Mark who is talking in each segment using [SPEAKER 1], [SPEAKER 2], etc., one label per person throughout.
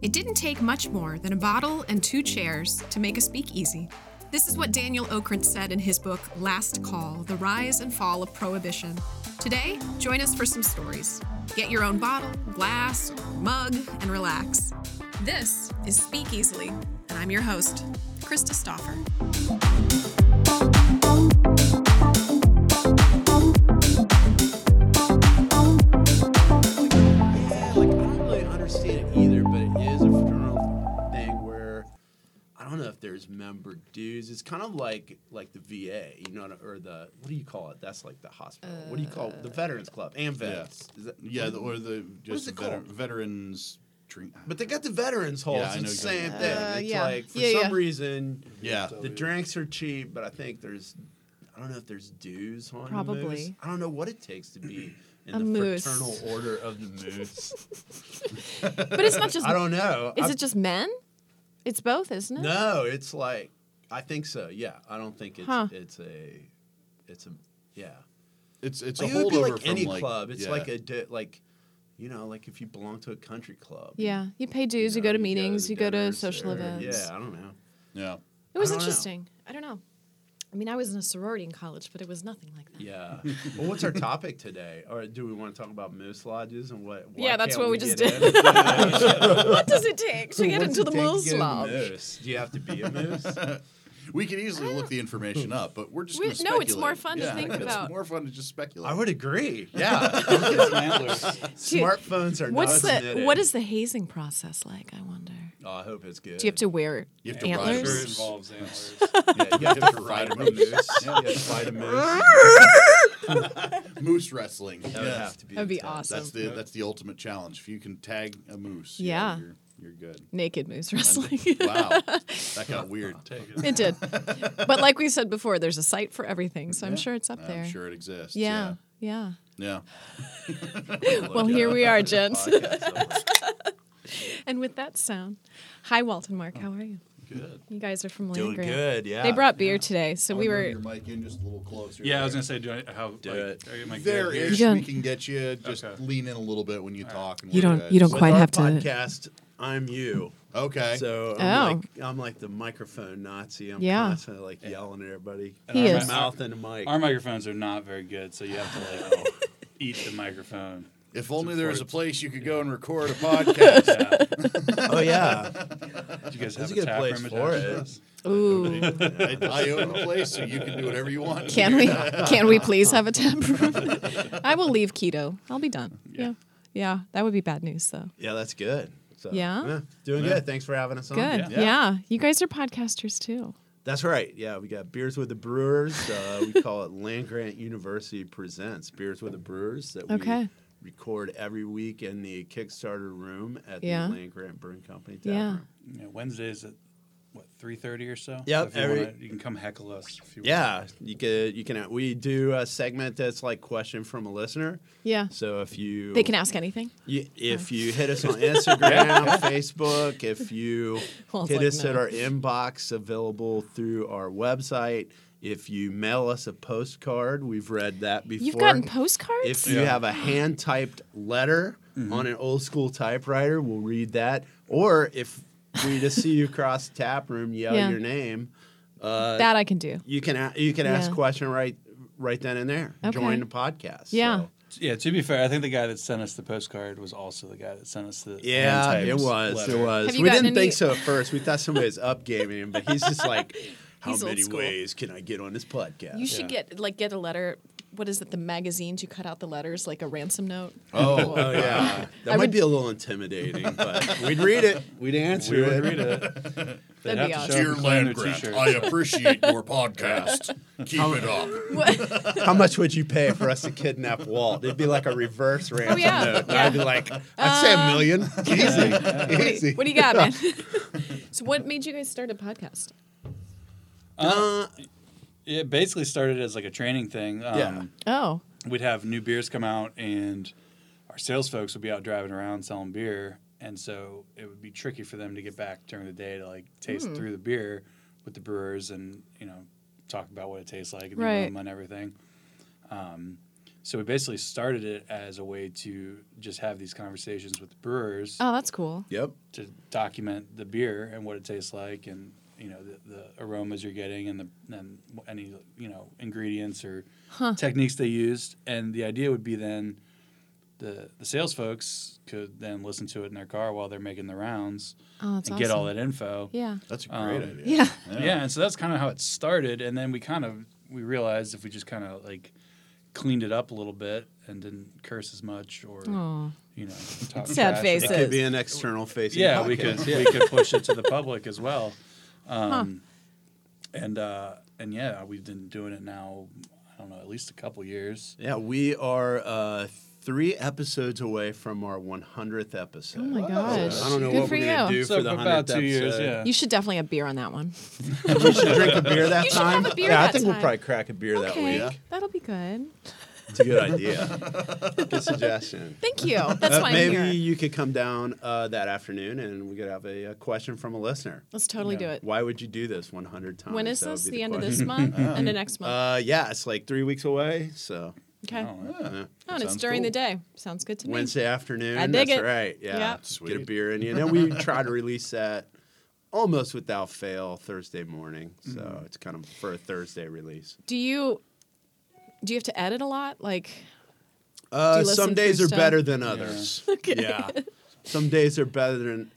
[SPEAKER 1] It didn't take much more than a bottle and two chairs to make a speakeasy. This is what Daniel Okrent said in his book Last Call The Rise and Fall of Prohibition. Today, join us for some stories. Get your own bottle, glass, mug, and relax. This is Speak Easily, and I'm your host, Krista Stoffer.
[SPEAKER 2] Yeah, like I don't really understand it either, but it is a fraternal thing where I don't know if there's member dues. It's kind of like like the VA, you know, or the what do you call it? That's like the hospital. what do you call it? the
[SPEAKER 3] Uh,
[SPEAKER 2] Veterans Club? And vets. Is that,
[SPEAKER 4] Yeah, the, or the just
[SPEAKER 2] Mm-hmm. is it
[SPEAKER 4] veter-
[SPEAKER 2] called?
[SPEAKER 4] veterans drink.
[SPEAKER 2] But they got the veterans hall.
[SPEAKER 4] Yeah,
[SPEAKER 2] it's
[SPEAKER 4] I
[SPEAKER 2] the
[SPEAKER 4] know exactly.
[SPEAKER 2] same thing.
[SPEAKER 3] Uh,
[SPEAKER 2] it's
[SPEAKER 3] yeah.
[SPEAKER 2] like for
[SPEAKER 3] Yeah,
[SPEAKER 2] some
[SPEAKER 3] yeah.
[SPEAKER 2] reason,
[SPEAKER 4] Yeah.
[SPEAKER 2] the drinks are cheap, but I think there's, I don't know if there's dues on the
[SPEAKER 3] Probably.
[SPEAKER 2] moose. I don't know what it takes to be in
[SPEAKER 3] A
[SPEAKER 2] the
[SPEAKER 3] moose.
[SPEAKER 2] fraternal order of the moose.
[SPEAKER 3] But it's not just.
[SPEAKER 2] I don't know.
[SPEAKER 3] Is
[SPEAKER 2] I-
[SPEAKER 3] it just men? It's both, isn't it?
[SPEAKER 2] No, it's like I think so. Yeah, I don't think it's
[SPEAKER 3] Huh.
[SPEAKER 2] it's a it's a yeah.
[SPEAKER 4] it's it's
[SPEAKER 2] Like,
[SPEAKER 4] a
[SPEAKER 2] it would be
[SPEAKER 4] holdover
[SPEAKER 2] like
[SPEAKER 4] from
[SPEAKER 2] any
[SPEAKER 4] like,
[SPEAKER 2] club. It's
[SPEAKER 4] yeah.
[SPEAKER 2] like a di- like you know like if you belong to a country club.
[SPEAKER 3] Yeah, you pay dues, you,
[SPEAKER 2] know,
[SPEAKER 3] go to meetings, you go to
[SPEAKER 2] dinners
[SPEAKER 3] social
[SPEAKER 2] or-
[SPEAKER 3] events.
[SPEAKER 2] Yeah, I don't know.
[SPEAKER 4] yeah.
[SPEAKER 3] It was
[SPEAKER 2] I don't know.
[SPEAKER 3] interesting. I don't know. I mean, I was in a sorority in college, but it was nothing like that.
[SPEAKER 2] Yeah. well, what's our topic today? Or do we want to talk about moose lodges and what? why
[SPEAKER 3] Yeah, that's
[SPEAKER 2] can't
[SPEAKER 3] what
[SPEAKER 2] we
[SPEAKER 3] we just
[SPEAKER 2] get
[SPEAKER 3] did.
[SPEAKER 2] in?
[SPEAKER 3] what does it take to get
[SPEAKER 2] What's
[SPEAKER 3] into
[SPEAKER 2] it
[SPEAKER 3] the
[SPEAKER 2] take to
[SPEAKER 3] moose
[SPEAKER 2] get in the
[SPEAKER 3] lodge?
[SPEAKER 2] moose? Do you have to be a moose?
[SPEAKER 4] We can easily look the information up, but we're just
[SPEAKER 3] We-
[SPEAKER 4] gonna
[SPEAKER 3] no, it's more
[SPEAKER 4] speculate.
[SPEAKER 3] fun to
[SPEAKER 4] Yeah,
[SPEAKER 3] think
[SPEAKER 4] it's
[SPEAKER 3] about.
[SPEAKER 4] more fun to just speculate.
[SPEAKER 2] I would agree. Yeah.
[SPEAKER 4] Yeah. Don't get antlers.
[SPEAKER 3] Dude,
[SPEAKER 2] Smartphones are
[SPEAKER 3] What's
[SPEAKER 2] not
[SPEAKER 3] the
[SPEAKER 2] knitted.
[SPEAKER 3] what is the hazing process like? I wonder.
[SPEAKER 2] Oh, I hope it's good.
[SPEAKER 3] Do you have to wear
[SPEAKER 4] You have to ride Sure
[SPEAKER 3] antlers?
[SPEAKER 5] Sure
[SPEAKER 4] it involves
[SPEAKER 5] involves antlers.
[SPEAKER 2] Yeah, you have to ride a moose. You have to fight a moose.
[SPEAKER 4] moose wrestling.
[SPEAKER 2] That would
[SPEAKER 4] Yeah.
[SPEAKER 2] have to be.
[SPEAKER 3] That'd be
[SPEAKER 2] intense.
[SPEAKER 3] awesome.
[SPEAKER 4] That's the that's the ultimate challenge. If you can tag a moose,
[SPEAKER 3] Yeah.
[SPEAKER 4] you're, you're good.
[SPEAKER 3] Naked moose wrestling.
[SPEAKER 4] wow, that got weird.
[SPEAKER 3] it did. But like we said before, there's a site for everything, so I'm sure it's up
[SPEAKER 4] I'm
[SPEAKER 3] there.
[SPEAKER 4] sure it exists.
[SPEAKER 3] Yeah. Yeah.
[SPEAKER 4] Yeah.
[SPEAKER 3] Well, here we are, gents.
[SPEAKER 2] Podcast.
[SPEAKER 3] And with that sound, hi Walton Mark, how are you?
[SPEAKER 4] Good.
[SPEAKER 3] You guys are from
[SPEAKER 2] Doing
[SPEAKER 3] Land Grant.
[SPEAKER 2] good, yeah.
[SPEAKER 3] They brought beer today, so we were.
[SPEAKER 4] Your mic in just a little closer.
[SPEAKER 5] Yeah, I was
[SPEAKER 4] there.
[SPEAKER 5] gonna say, do I, how
[SPEAKER 2] Do
[SPEAKER 5] like,
[SPEAKER 2] it.
[SPEAKER 5] Are you, am I good
[SPEAKER 4] There
[SPEAKER 5] here?
[SPEAKER 4] is.
[SPEAKER 3] You
[SPEAKER 4] We
[SPEAKER 3] don't-
[SPEAKER 4] can get you. Just
[SPEAKER 5] Okay.
[SPEAKER 4] lean in a little bit when you talk. And
[SPEAKER 3] You
[SPEAKER 4] we're
[SPEAKER 3] don't-
[SPEAKER 4] good.
[SPEAKER 3] you don't
[SPEAKER 2] With
[SPEAKER 3] Quite
[SPEAKER 2] our
[SPEAKER 3] have to-
[SPEAKER 2] podcast. I'm you.
[SPEAKER 4] Okay.
[SPEAKER 2] So
[SPEAKER 3] Oh.
[SPEAKER 2] I'm, like, I'm like the microphone Nazi. I'm
[SPEAKER 3] Yeah.
[SPEAKER 2] constantly like yelling at everybody.
[SPEAKER 3] He
[SPEAKER 2] Out of
[SPEAKER 3] is.
[SPEAKER 2] My mouth and a mic.
[SPEAKER 5] Our microphones are not very good, so you have to like eat the microphone.
[SPEAKER 4] if only there was a
[SPEAKER 5] important.
[SPEAKER 4] place you could go and record a podcast.
[SPEAKER 5] Yeah. Did
[SPEAKER 2] oh yeah.
[SPEAKER 5] you guys
[SPEAKER 2] That's
[SPEAKER 5] have
[SPEAKER 2] a
[SPEAKER 5] a,
[SPEAKER 2] good
[SPEAKER 5] tap
[SPEAKER 2] place
[SPEAKER 5] room
[SPEAKER 2] for
[SPEAKER 5] attached to
[SPEAKER 2] it.
[SPEAKER 5] this?
[SPEAKER 3] Ooh,
[SPEAKER 4] I, I own a place, so you can do whatever you want.
[SPEAKER 3] can we? Can we please have a temp room? I will leave keto. I'll be done. Yeah. yeah, that would be bad news though.
[SPEAKER 2] Yeah, that's good. So,
[SPEAKER 3] Yeah?
[SPEAKER 2] doing good. Thanks for having us on.
[SPEAKER 3] Good. Yeah.
[SPEAKER 4] Yeah.
[SPEAKER 3] you guys are podcasters too.
[SPEAKER 2] That's right. Yeah, we got Beers with the Brewers. Uh, we call it Land Grant University Presents Beers with the Brewers that
[SPEAKER 3] Okay.
[SPEAKER 2] we record every week in the Kickstarter room at
[SPEAKER 3] Yeah.
[SPEAKER 2] the Land Grant Brewing Company. Tap
[SPEAKER 3] Yeah.
[SPEAKER 2] Room.
[SPEAKER 5] Yeah, Wednesdays at what three thirty or so.
[SPEAKER 2] Yep,
[SPEAKER 5] If you,
[SPEAKER 2] every-
[SPEAKER 5] wanna, you can come heckle us. If you
[SPEAKER 2] Yeah, you could. You can. We do a segment that's like question from a listener.
[SPEAKER 3] Yeah,
[SPEAKER 2] So if you
[SPEAKER 3] they can ask anything.
[SPEAKER 2] you, if you hit us on Instagram, Facebook, if you
[SPEAKER 3] Well, it's
[SPEAKER 2] hit
[SPEAKER 3] like,
[SPEAKER 2] us at
[SPEAKER 3] no.
[SPEAKER 2] our inbox available through our website, if you mail us a postcard, we've read that before.
[SPEAKER 3] You've gotten postcards.
[SPEAKER 2] If you
[SPEAKER 5] Yeah.
[SPEAKER 2] have a hand typed letter on an old school typewriter, we'll read that. Or if we just see you across the tap room, yell
[SPEAKER 3] Yeah.
[SPEAKER 2] your name. Uh,
[SPEAKER 3] that I can do.
[SPEAKER 2] you can a- you can ask
[SPEAKER 3] Yeah.
[SPEAKER 2] a question right right then and there.
[SPEAKER 3] Okay.
[SPEAKER 2] Join the podcast.
[SPEAKER 3] Yeah.
[SPEAKER 2] So-
[SPEAKER 5] want. yeah. To be fair, I think the guy that sent us the postcard was also the guy that sent us the
[SPEAKER 2] Yeah,
[SPEAKER 5] hand-typed
[SPEAKER 2] it was. It
[SPEAKER 5] letter.
[SPEAKER 2] was.
[SPEAKER 3] Have you
[SPEAKER 2] We
[SPEAKER 3] gotten
[SPEAKER 2] didn't
[SPEAKER 3] any-
[SPEAKER 2] think so at first. We thought somebody was up gaming him, but he's just like, how
[SPEAKER 3] He's old
[SPEAKER 2] many
[SPEAKER 3] school.
[SPEAKER 2] ways can I get on this podcast?
[SPEAKER 3] You should get like get a letter. What is it? The magazines you cut out the letters like a ransom note.
[SPEAKER 4] Oh,
[SPEAKER 2] Oh yeah, that
[SPEAKER 3] I
[SPEAKER 2] might
[SPEAKER 3] would-
[SPEAKER 2] be a little intimidating, but we'd read it. We'd answer
[SPEAKER 5] We
[SPEAKER 2] it.
[SPEAKER 5] would read it. They'd
[SPEAKER 3] That'd be
[SPEAKER 5] have to
[SPEAKER 3] awesome.
[SPEAKER 5] show up
[SPEAKER 4] Dear
[SPEAKER 5] and claim their
[SPEAKER 4] Landgraf,
[SPEAKER 5] t-shirt.
[SPEAKER 4] I appreciate your podcast. Keep it up.
[SPEAKER 3] What?
[SPEAKER 2] How much would you pay for us to kidnap Walt? It'd be like a reverse ransom
[SPEAKER 3] Oh, yeah. Uh,
[SPEAKER 2] note. And I'd be like, I'd say a million. Easy,
[SPEAKER 3] What do you-
[SPEAKER 2] easy.
[SPEAKER 3] what do you got, man? so, what made you guys start a podcast?
[SPEAKER 5] Uh, it basically started as like a training thing. Um,
[SPEAKER 2] Yeah.
[SPEAKER 3] Oh,
[SPEAKER 5] We'd have new beers come out, and our sales folks would be out driving around selling beer, and so it would be tricky for them to get back during the day to like taste through the beer with the brewers and you know talk about what it tastes like in the
[SPEAKER 3] Right.
[SPEAKER 5] room and everything. Um, So we basically started it as a way to just have these conversations with brewers
[SPEAKER 3] Oh, that's cool.
[SPEAKER 6] Yep.
[SPEAKER 5] to document the beer and what it tastes like and you know the, the aromas you're getting and the and any you know ingredients or techniques they used and the idea would be then the the sales folks could then listen to it in their car while they're making the rounds
[SPEAKER 3] Oh, that's
[SPEAKER 5] and get all
[SPEAKER 3] awesome.
[SPEAKER 5] that info
[SPEAKER 3] Yeah.
[SPEAKER 6] That's a great
[SPEAKER 5] Um,
[SPEAKER 6] idea.
[SPEAKER 3] Yeah.
[SPEAKER 5] yeah. and so that's kind of how it started and then we kind of we realized if we just kind of like cleaned it up a little bit and didn't curse as much or
[SPEAKER 3] Oh.
[SPEAKER 5] you know talk
[SPEAKER 3] Sad
[SPEAKER 5] trash
[SPEAKER 3] faces.
[SPEAKER 5] about-
[SPEAKER 2] It could be an external facing.
[SPEAKER 5] yeah, we could we could push it to the public as well. Um, And uh, and yeah, we've been doing it now. I don't know, at least a couple years.
[SPEAKER 2] Yeah, we are uh, three episodes away from our 100th episode.
[SPEAKER 3] Oh my gosh.
[SPEAKER 2] I don't know
[SPEAKER 3] Good
[SPEAKER 2] what
[SPEAKER 3] for
[SPEAKER 2] we're gonna
[SPEAKER 3] you.
[SPEAKER 2] do
[SPEAKER 5] So
[SPEAKER 2] for the
[SPEAKER 5] about
[SPEAKER 2] 100th
[SPEAKER 5] two years,
[SPEAKER 2] episode.
[SPEAKER 5] yeah.
[SPEAKER 3] You should definitely have beer on that one.
[SPEAKER 2] we should drink a beer that
[SPEAKER 3] You should
[SPEAKER 2] time.
[SPEAKER 3] have a beer
[SPEAKER 2] yeah, I
[SPEAKER 3] that
[SPEAKER 2] think
[SPEAKER 3] time.
[SPEAKER 2] we'll probably crack a beer that
[SPEAKER 3] okay.
[SPEAKER 2] week.
[SPEAKER 3] That'll be good.
[SPEAKER 2] It's a good idea. good suggestion.
[SPEAKER 3] Thank you. That's
[SPEAKER 2] Uh,
[SPEAKER 3] why I'm
[SPEAKER 2] maybe
[SPEAKER 3] here.
[SPEAKER 2] you could come down uh, that afternoon and we could have a, uh question from a listener.
[SPEAKER 3] Let's totally
[SPEAKER 5] Yeah.
[SPEAKER 3] do it.
[SPEAKER 2] Why would you do this 100 times?
[SPEAKER 3] When is
[SPEAKER 2] That would
[SPEAKER 3] this?
[SPEAKER 2] be
[SPEAKER 3] The end of this
[SPEAKER 2] question.
[SPEAKER 3] month? End of next month?
[SPEAKER 2] Uh, yeah, it's like three weeks away. So
[SPEAKER 3] okay.
[SPEAKER 5] I don't know.
[SPEAKER 2] uh,
[SPEAKER 3] oh, and it's
[SPEAKER 6] sounds
[SPEAKER 3] during the
[SPEAKER 6] cool.
[SPEAKER 3] day. Sounds good to me.
[SPEAKER 2] Wednesday afternoon.
[SPEAKER 3] I dig
[SPEAKER 2] that's
[SPEAKER 3] it.
[SPEAKER 2] right. Yeah.
[SPEAKER 3] Yep.
[SPEAKER 2] Get a
[SPEAKER 6] Sweet.
[SPEAKER 2] beer in you. And then we try to release that almost without fail Thursday morning. So it's kind of for a Thursday release.
[SPEAKER 3] Do you do you have to edit a lot? Like
[SPEAKER 2] Uh,
[SPEAKER 3] listen
[SPEAKER 2] some
[SPEAKER 3] for
[SPEAKER 2] days are
[SPEAKER 3] stuff?
[SPEAKER 2] better than others. Yeah. Some days are better than.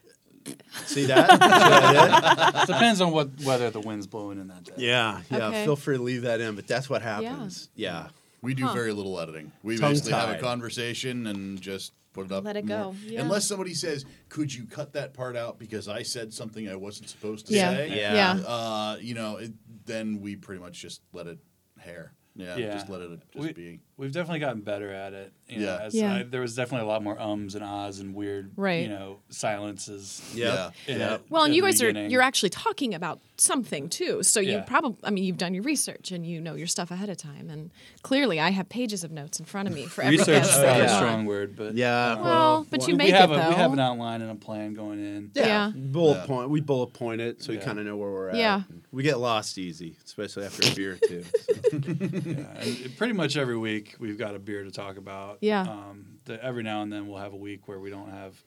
[SPEAKER 2] See that? See that it?
[SPEAKER 5] It depends on what whether the wind's blowing in that day.
[SPEAKER 2] yeah. Yeah.
[SPEAKER 3] Okay.
[SPEAKER 2] Feel free to leave that in, but that's what happens. Yeah.
[SPEAKER 6] We do very little editing. We
[SPEAKER 2] Tongue
[SPEAKER 6] basically have
[SPEAKER 2] tied.
[SPEAKER 6] a conversation and just put it up.
[SPEAKER 3] Let it
[SPEAKER 6] more.
[SPEAKER 3] go, yeah.
[SPEAKER 6] Unless somebody says, "Could you cut that part out because I said something I wasn't supposed to
[SPEAKER 3] Yeah.
[SPEAKER 6] say?"
[SPEAKER 2] Yeah.
[SPEAKER 3] Yeah.
[SPEAKER 6] Uh, you know, it, then we pretty much just let it hair. Yeah.
[SPEAKER 5] Yeah.
[SPEAKER 6] Just let it just be.
[SPEAKER 5] We've definitely gotten better at it. You know,
[SPEAKER 6] Yeah.
[SPEAKER 5] as
[SPEAKER 3] Yeah.
[SPEAKER 5] I- there was definitely a lot more ums and ahs and weird,
[SPEAKER 3] Right.
[SPEAKER 5] you know, silences.
[SPEAKER 2] Yeah.
[SPEAKER 5] in
[SPEAKER 2] Yeah.
[SPEAKER 5] it
[SPEAKER 3] well,
[SPEAKER 5] at
[SPEAKER 3] and you
[SPEAKER 5] the
[SPEAKER 3] guys are
[SPEAKER 5] beginning.
[SPEAKER 3] you're actually talking about something too. So you
[SPEAKER 5] Yeah.
[SPEAKER 3] probably I mean you've done your research and you know your stuff ahead of time and clearly I have pages of notes in front of me for every
[SPEAKER 5] research.
[SPEAKER 3] guest.
[SPEAKER 5] is
[SPEAKER 3] that
[SPEAKER 5] not a
[SPEAKER 3] I want.
[SPEAKER 5] strong word, but
[SPEAKER 2] Yeah.
[SPEAKER 3] Well, but you
[SPEAKER 5] we
[SPEAKER 3] make
[SPEAKER 5] have
[SPEAKER 3] it
[SPEAKER 5] a,
[SPEAKER 3] though.
[SPEAKER 5] we have an outline and a plan going in.
[SPEAKER 3] Yeah.
[SPEAKER 2] Bullet
[SPEAKER 6] Yeah.
[SPEAKER 2] point. We bullet point it so we
[SPEAKER 5] Yeah.
[SPEAKER 2] kind of know where we're at.
[SPEAKER 3] Yeah.
[SPEAKER 2] We get lost easy, especially after a beer too. So.
[SPEAKER 5] and pretty much every week we've got a beer to talk about.
[SPEAKER 3] Yeah.
[SPEAKER 5] Um, the, every now and then we'll have a week where we don't have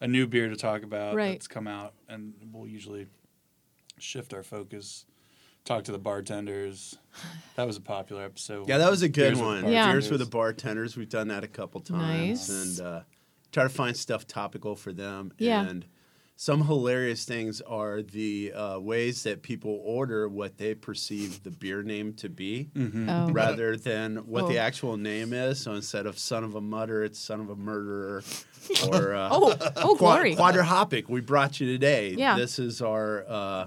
[SPEAKER 5] a new beer to talk about
[SPEAKER 3] Right.
[SPEAKER 5] that's come out, and we'll usually shift our focus, talk to the bartenders. That was a popular episode.
[SPEAKER 2] Yeah, that was a good
[SPEAKER 5] Beers with
[SPEAKER 2] one.
[SPEAKER 3] Yeah.
[SPEAKER 2] Beers with the
[SPEAKER 5] bartenders.
[SPEAKER 2] bartenders. We've done that a couple times,
[SPEAKER 3] Nice.
[SPEAKER 2] and uh, try to find stuff topical for them.
[SPEAKER 3] Yeah.
[SPEAKER 2] And some hilarious things are the uh, ways that people order what they perceive the beer name to be,
[SPEAKER 5] Mm-hmm.
[SPEAKER 3] Oh.
[SPEAKER 2] rather than what the
[SPEAKER 3] Oh.
[SPEAKER 2] actual name is. So instead of "son of a mutter," it's "son of a murderer," or uh,
[SPEAKER 3] Oh, oh,
[SPEAKER 2] Qua-
[SPEAKER 3] glory.
[SPEAKER 2] Quadrahopic, we brought you today.
[SPEAKER 3] Yeah.
[SPEAKER 2] This is our uh,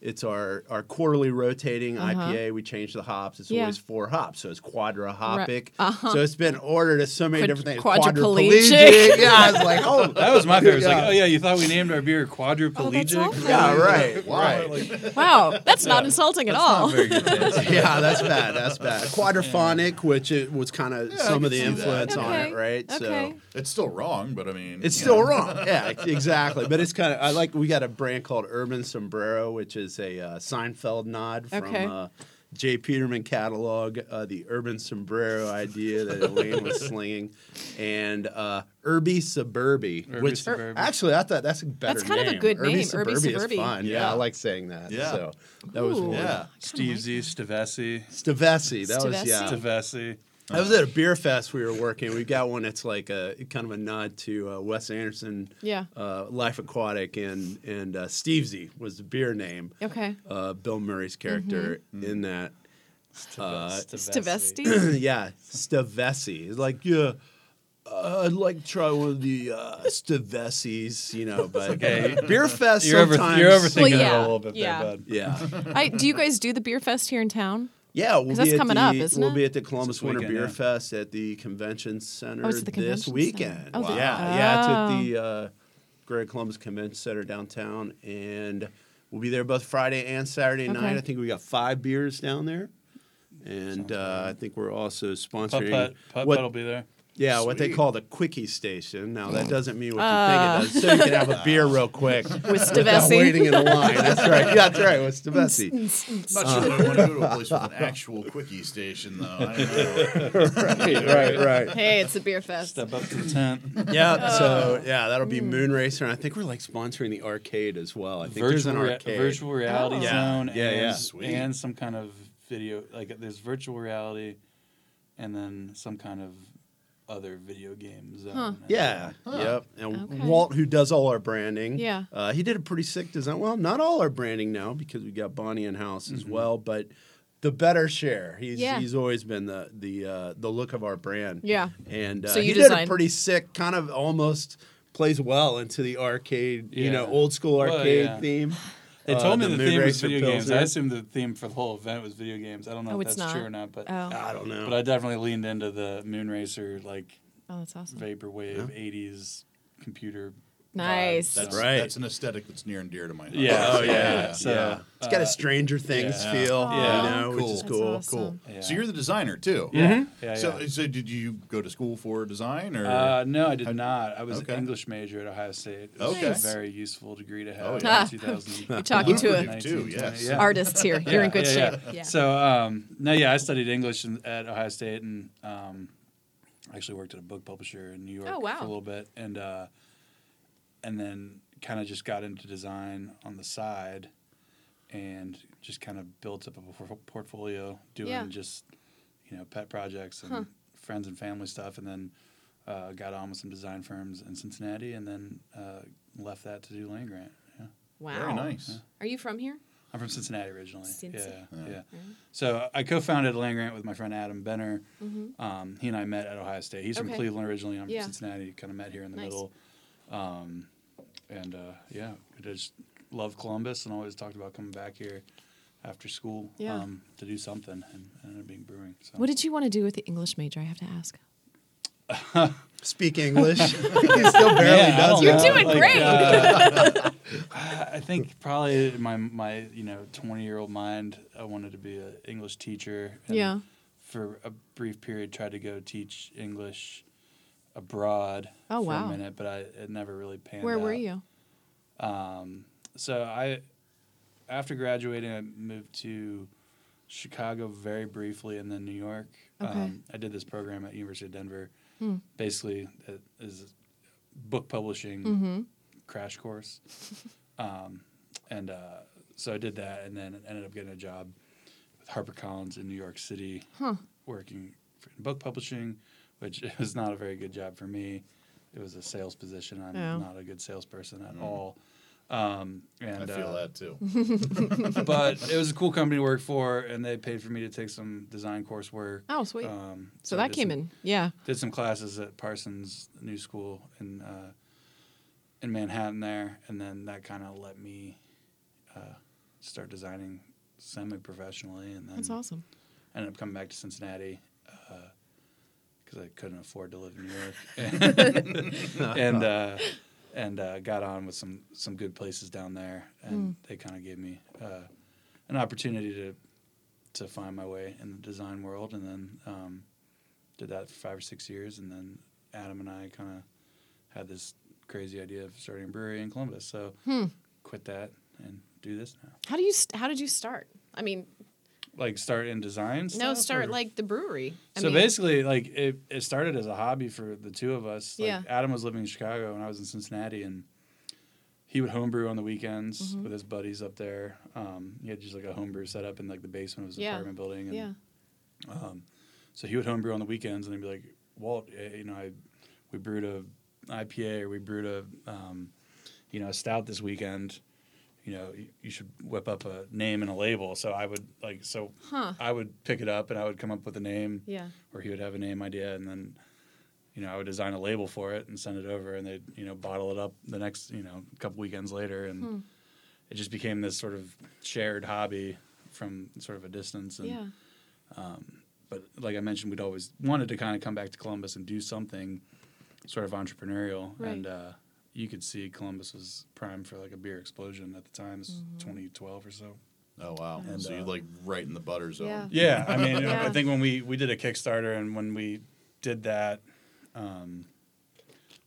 [SPEAKER 2] it's our our quarterly rotating IPA. We change the hops. It's
[SPEAKER 3] Uh-huh. Yeah.
[SPEAKER 2] always four hops, so it's quadrahopic.
[SPEAKER 3] Right. Uh-huh.
[SPEAKER 2] So it's been ordered as so many
[SPEAKER 3] Quad-
[SPEAKER 2] different things.
[SPEAKER 3] quadriplegic.
[SPEAKER 2] yeah, I was like, oh,
[SPEAKER 5] That was my favorite. It's like,
[SPEAKER 2] Yeah.
[SPEAKER 5] oh yeah, you thought we named our
[SPEAKER 3] Oh,
[SPEAKER 5] beer quadriplegic?
[SPEAKER 3] awful.
[SPEAKER 2] yeah, right, right.
[SPEAKER 3] wow, that's not insulting at all.
[SPEAKER 2] yeah, that's bad. That's bad. Quadraphonic, which it was kind of some of the
[SPEAKER 6] can see that.
[SPEAKER 2] influence on
[SPEAKER 3] okay.
[SPEAKER 2] it, right?
[SPEAKER 3] Okay.
[SPEAKER 2] So.
[SPEAKER 6] It's still wrong, but I mean,
[SPEAKER 2] It's
[SPEAKER 6] you
[SPEAKER 2] still
[SPEAKER 6] know.
[SPEAKER 2] wrong. Yeah, ex- exactly. But it's kind of I like we got a brand called Urban Sombrero, which is a uh, Seinfeld nod from
[SPEAKER 3] Okay.
[SPEAKER 2] uh, Jay Peterman catalog, uh, the Urban Sombrero idea that Elaine was slinging, and uh, Irby Suburby, which
[SPEAKER 5] Suburbi.
[SPEAKER 2] actually I thought that's a better.
[SPEAKER 3] That's kind of a
[SPEAKER 2] name.
[SPEAKER 3] good name, Irby
[SPEAKER 2] Urby
[SPEAKER 3] Suburbi.
[SPEAKER 2] Is fun. Yeah.
[SPEAKER 6] Yeah.
[SPEAKER 2] I like saying that.
[SPEAKER 6] Yeah.
[SPEAKER 2] So that was
[SPEAKER 3] Ooh.
[SPEAKER 2] one.
[SPEAKER 6] Yeah.
[SPEAKER 5] Steve Z, Stavesi,
[SPEAKER 2] Stavesi. That was yeah.
[SPEAKER 3] Stavesi?
[SPEAKER 5] Stavesi.
[SPEAKER 2] I was at a beer fest we were working. We got one that's like a kind of a nod to uh, Wes Anderson,
[SPEAKER 3] Yeah.
[SPEAKER 2] uh, Life Aquatic, and and uh, Stevesy was the beer name.
[SPEAKER 3] Okay.
[SPEAKER 2] Uh, Bill Murray's character
[SPEAKER 5] Mm-hmm.
[SPEAKER 2] in that, Uh,
[SPEAKER 5] Stavesi.
[SPEAKER 3] Stavesti.
[SPEAKER 2] yeah, Stavesi. He's like, yeah, uh, I'd like to try one of the uh, Stavesis, you know. But
[SPEAKER 5] okay.
[SPEAKER 2] beer fest
[SPEAKER 5] You're, over,
[SPEAKER 2] sometimes.
[SPEAKER 5] you're overthinking
[SPEAKER 3] Well, yeah,
[SPEAKER 5] it a little bit
[SPEAKER 3] yeah.
[SPEAKER 5] there, bud.
[SPEAKER 2] yeah.
[SPEAKER 3] I, do you guys do the beer fest here in town?
[SPEAKER 2] Yeah, we'll be
[SPEAKER 3] that's
[SPEAKER 2] at
[SPEAKER 3] coming
[SPEAKER 2] the,
[SPEAKER 3] up, isn't
[SPEAKER 2] we'll
[SPEAKER 3] it?
[SPEAKER 2] be at the Columbus Winter
[SPEAKER 5] weekend,
[SPEAKER 2] Beer
[SPEAKER 5] yeah.
[SPEAKER 2] Fest at the Convention Center
[SPEAKER 3] Oh, it's at the
[SPEAKER 2] this
[SPEAKER 3] convention
[SPEAKER 2] weekend.
[SPEAKER 3] center. Oh, the-
[SPEAKER 2] yeah, yeah, it's at
[SPEAKER 3] Oh.
[SPEAKER 2] the uh, Great Columbus Convention Center downtown, and we'll be there both Friday and Saturday
[SPEAKER 3] Okay.
[SPEAKER 2] night. I think we got five beers down there, and uh, I think we're also
[SPEAKER 5] Putt
[SPEAKER 2] sponsoring.
[SPEAKER 5] putt, putt
[SPEAKER 2] what-
[SPEAKER 5] putt will be Oh. there.
[SPEAKER 2] Yeah, what they
[SPEAKER 6] Sweet.
[SPEAKER 2] call the quickie station. Now that doesn't mean what you think it does. So you can have a beer real quick
[SPEAKER 3] Uh. With
[SPEAKER 2] without waiting
[SPEAKER 3] Stavessi.
[SPEAKER 2] in line. That's right. Yeah, that's right. With Stavessi.
[SPEAKER 6] I'm not sure that I want to go to a place with an actual quickie station, though. I don't know.
[SPEAKER 2] right, right.
[SPEAKER 3] Hey, it's a beer fest.
[SPEAKER 5] Step up to the tent.
[SPEAKER 2] Yeah. So yeah, that'll be
[SPEAKER 3] Hmm.
[SPEAKER 2] Moon Racer, and I think we're like sponsoring the arcade as well. I think there's
[SPEAKER 5] virtual,
[SPEAKER 2] an
[SPEAKER 5] rea-
[SPEAKER 2] arcade.
[SPEAKER 5] virtual reality
[SPEAKER 2] Oh. Yeah,
[SPEAKER 5] zone
[SPEAKER 2] yeah, yeah.
[SPEAKER 5] and,
[SPEAKER 6] Sweet.
[SPEAKER 5] and some kind of video like there's virtual reality and then some kind of other video game zone.
[SPEAKER 2] Yeah. Yep. And
[SPEAKER 3] Okay.
[SPEAKER 2] Walt, who does all our branding,
[SPEAKER 3] Yeah.
[SPEAKER 2] uh, he did a pretty sick design. Well, not all our branding now because we got Bonnie in house
[SPEAKER 5] Mm-hmm.
[SPEAKER 2] as well, but the better share. He's
[SPEAKER 3] Yeah.
[SPEAKER 2] he's always been the the uh, the look of our brand.
[SPEAKER 3] Yeah.
[SPEAKER 2] And uh,
[SPEAKER 3] So you
[SPEAKER 2] he did a
[SPEAKER 3] designed-
[SPEAKER 2] pretty sick kind of almost plays well into the arcade, you know,
[SPEAKER 5] Yeah.
[SPEAKER 2] old school
[SPEAKER 5] Well,
[SPEAKER 2] arcade
[SPEAKER 5] yeah.
[SPEAKER 2] theme.
[SPEAKER 5] They
[SPEAKER 2] Uh,
[SPEAKER 5] told me the,
[SPEAKER 2] Moon
[SPEAKER 5] theme was
[SPEAKER 2] Racer
[SPEAKER 5] video games.
[SPEAKER 2] Pilsner.
[SPEAKER 5] I assumed the theme for the whole event was video games. I don't know
[SPEAKER 3] Oh,
[SPEAKER 5] if
[SPEAKER 3] it's
[SPEAKER 5] that's
[SPEAKER 3] not.
[SPEAKER 5] true or not, but
[SPEAKER 3] Oh.
[SPEAKER 2] I don't know.
[SPEAKER 5] but I definitely leaned into the Moon Racer like
[SPEAKER 3] Oh, that's awesome.
[SPEAKER 5] vaporwave '80s computer. vibe,
[SPEAKER 3] Nice.
[SPEAKER 5] so-
[SPEAKER 6] That's,
[SPEAKER 2] Right.
[SPEAKER 6] that's an aesthetic that's near and dear to my heart.
[SPEAKER 5] Yeah.
[SPEAKER 2] Oh, yeah.
[SPEAKER 5] So, uh,
[SPEAKER 2] yeah. It's got a Stranger Things
[SPEAKER 5] yeah.
[SPEAKER 2] feel,
[SPEAKER 5] Yeah.
[SPEAKER 2] you know, which
[SPEAKER 6] Cool.
[SPEAKER 2] is
[SPEAKER 3] That's
[SPEAKER 2] cool.
[SPEAKER 3] awesome.
[SPEAKER 6] Cool.
[SPEAKER 5] Yeah.
[SPEAKER 6] So you're the designer too.
[SPEAKER 5] Yeah. yeah,
[SPEAKER 6] So,
[SPEAKER 5] yeah.
[SPEAKER 6] so did you go to school for design or?
[SPEAKER 5] Uh, no, I did not. I was
[SPEAKER 6] okay.
[SPEAKER 5] an English major at Ohio State. It was
[SPEAKER 6] Okay.
[SPEAKER 5] a very useful degree to have.
[SPEAKER 6] Oh,
[SPEAKER 5] in
[SPEAKER 3] yeah.
[SPEAKER 5] 2000
[SPEAKER 3] You're talking to a-
[SPEAKER 6] Lucrative, too, yes.
[SPEAKER 5] Yeah.
[SPEAKER 3] Artists here. You're in good
[SPEAKER 5] yeah,
[SPEAKER 3] shape.
[SPEAKER 5] Yeah. So um, no, yeah, I studied English in, at Ohio State and um, actually worked at a book publisher in New York
[SPEAKER 3] Oh, wow.
[SPEAKER 5] for a little bit, and uh, and then kind of just got into design on the side, and just kind of built up a por- portfolio doing
[SPEAKER 3] Yeah.
[SPEAKER 5] just you know pet projects and friends and family stuff, and then. Uh, got on with some design firms in Cincinnati, and then uh, left that to do land grant. Yeah.
[SPEAKER 3] Wow.
[SPEAKER 6] Very nice.
[SPEAKER 3] Are you from here?
[SPEAKER 5] I'm from Cincinnati originally.
[SPEAKER 3] Cincy.
[SPEAKER 5] Yeah, yeah. So I co-founded Land Grant with my friend Adam Benner. Um, he and I met at Ohio State. He's
[SPEAKER 3] Mm-hmm. Okay.
[SPEAKER 5] from Cleveland originally. I'm
[SPEAKER 3] Yeah.
[SPEAKER 5] from Cincinnati. Kind of met here in the
[SPEAKER 3] Nice.
[SPEAKER 5] middle. Um, and uh, yeah, I just love Columbus and always talked about coming back here after school
[SPEAKER 3] Yeah.
[SPEAKER 5] um, to do something, and I ended up being brewing. So.
[SPEAKER 3] What did you want to do with the English major? I have to ask.
[SPEAKER 2] Speak English. he still barely
[SPEAKER 5] Yeah,
[SPEAKER 2] does
[SPEAKER 5] I don't
[SPEAKER 2] it.
[SPEAKER 5] know.
[SPEAKER 3] You're doing great.
[SPEAKER 5] uh, I think probably my my you know twenty year old mind, I wanted to be an English teacher. and
[SPEAKER 3] Yeah.
[SPEAKER 5] For a brief period, tried to go teach English abroad.
[SPEAKER 3] Oh,
[SPEAKER 5] for
[SPEAKER 3] wow.
[SPEAKER 5] A minute, but I it never really panned.
[SPEAKER 3] Where were
[SPEAKER 5] out.
[SPEAKER 3] you?
[SPEAKER 5] So I, after graduating, I moved to Chicago very briefly, and then New York. Um,
[SPEAKER 3] Okay.
[SPEAKER 5] I did this program at University of Denver. Basically, it is book publishing crash course, um, and uh, so I did that, and then ended up getting a job with HarperCollins in New York City, working for in book publishing, which was not a very good job for me. It was a sales position. I'm
[SPEAKER 3] Oh.
[SPEAKER 5] not a good salesperson at all. Um, and
[SPEAKER 6] I feel
[SPEAKER 5] uh,
[SPEAKER 6] that too.
[SPEAKER 5] but it was a cool company to work for, and they paid for me to take some design coursework.
[SPEAKER 3] Oh, sweet.
[SPEAKER 5] Um,
[SPEAKER 3] so
[SPEAKER 5] I
[SPEAKER 3] that
[SPEAKER 5] did
[SPEAKER 3] came
[SPEAKER 5] some-
[SPEAKER 3] in. Yeah.
[SPEAKER 5] Did some classes at Parsons New School in uh, in Manhattan there, and then that kind of let me uh, start designing semi professionally, and then
[SPEAKER 3] That's awesome.
[SPEAKER 5] ended up coming back to Cincinnati because I couldn't afford to live in New York, and uh, and uh, got on with some some good places down there, and
[SPEAKER 3] Hmm.
[SPEAKER 5] they kind of gave me uh, an opportunity to to find my way in the design world, and then um, did that for five or six years, and then Adam and I kind of had this crazy idea of starting a brewery in Columbus, so
[SPEAKER 3] Hmm.
[SPEAKER 5] quit that and do this now.
[SPEAKER 3] How do you? st- How did you start? I mean,
[SPEAKER 5] Like start in design.
[SPEAKER 3] no,
[SPEAKER 5] stuff,
[SPEAKER 3] start
[SPEAKER 5] or-
[SPEAKER 3] like the brewery. I
[SPEAKER 5] so
[SPEAKER 3] mean,
[SPEAKER 5] basically, like it, it started as a hobby for the two of us. Like
[SPEAKER 3] Yeah.
[SPEAKER 5] Adam was living in Chicago and I was in Cincinnati, and he would homebrew on the weekends
[SPEAKER 3] Mm-hmm.
[SPEAKER 5] with his buddies up there. Um, he had just like a homebrew set up in like the basement of his
[SPEAKER 3] Yeah.
[SPEAKER 5] apartment building. And
[SPEAKER 3] yeah.
[SPEAKER 5] So he would homebrew on the weekends, and he'd be like, "Walt, eh, you know, I we brewed a IPA or we brewed a um, you know a stout this weekend." You know, you, you should whip up a name and a label. So I would like, so
[SPEAKER 3] Huh.
[SPEAKER 5] I would pick it up and I would come up with a name
[SPEAKER 3] Yeah.
[SPEAKER 5] or he would have a name idea and then you know i would design a label for it and send it over and they'd you know bottle it up the next you know couple weekends later and
[SPEAKER 3] Hmm.
[SPEAKER 5] it just became this sort of shared hobby from sort of a distance and
[SPEAKER 3] Yeah.
[SPEAKER 5] but like i mentioned we'd always wanted to kind of come back to columbus and do something sort of entrepreneurial
[SPEAKER 3] Right.
[SPEAKER 5] and uh you could see Columbus was prime for like a beer explosion at the time. It's
[SPEAKER 3] Mm-hmm.
[SPEAKER 5] 2012 or so.
[SPEAKER 6] Oh wow!
[SPEAKER 5] And,
[SPEAKER 6] so
[SPEAKER 5] uh,
[SPEAKER 6] you like right in the butter zone.
[SPEAKER 3] Yeah.
[SPEAKER 5] Yeah, I mean, I
[SPEAKER 3] Yeah.
[SPEAKER 5] think when we we did a Kickstarter and when we did that, Um,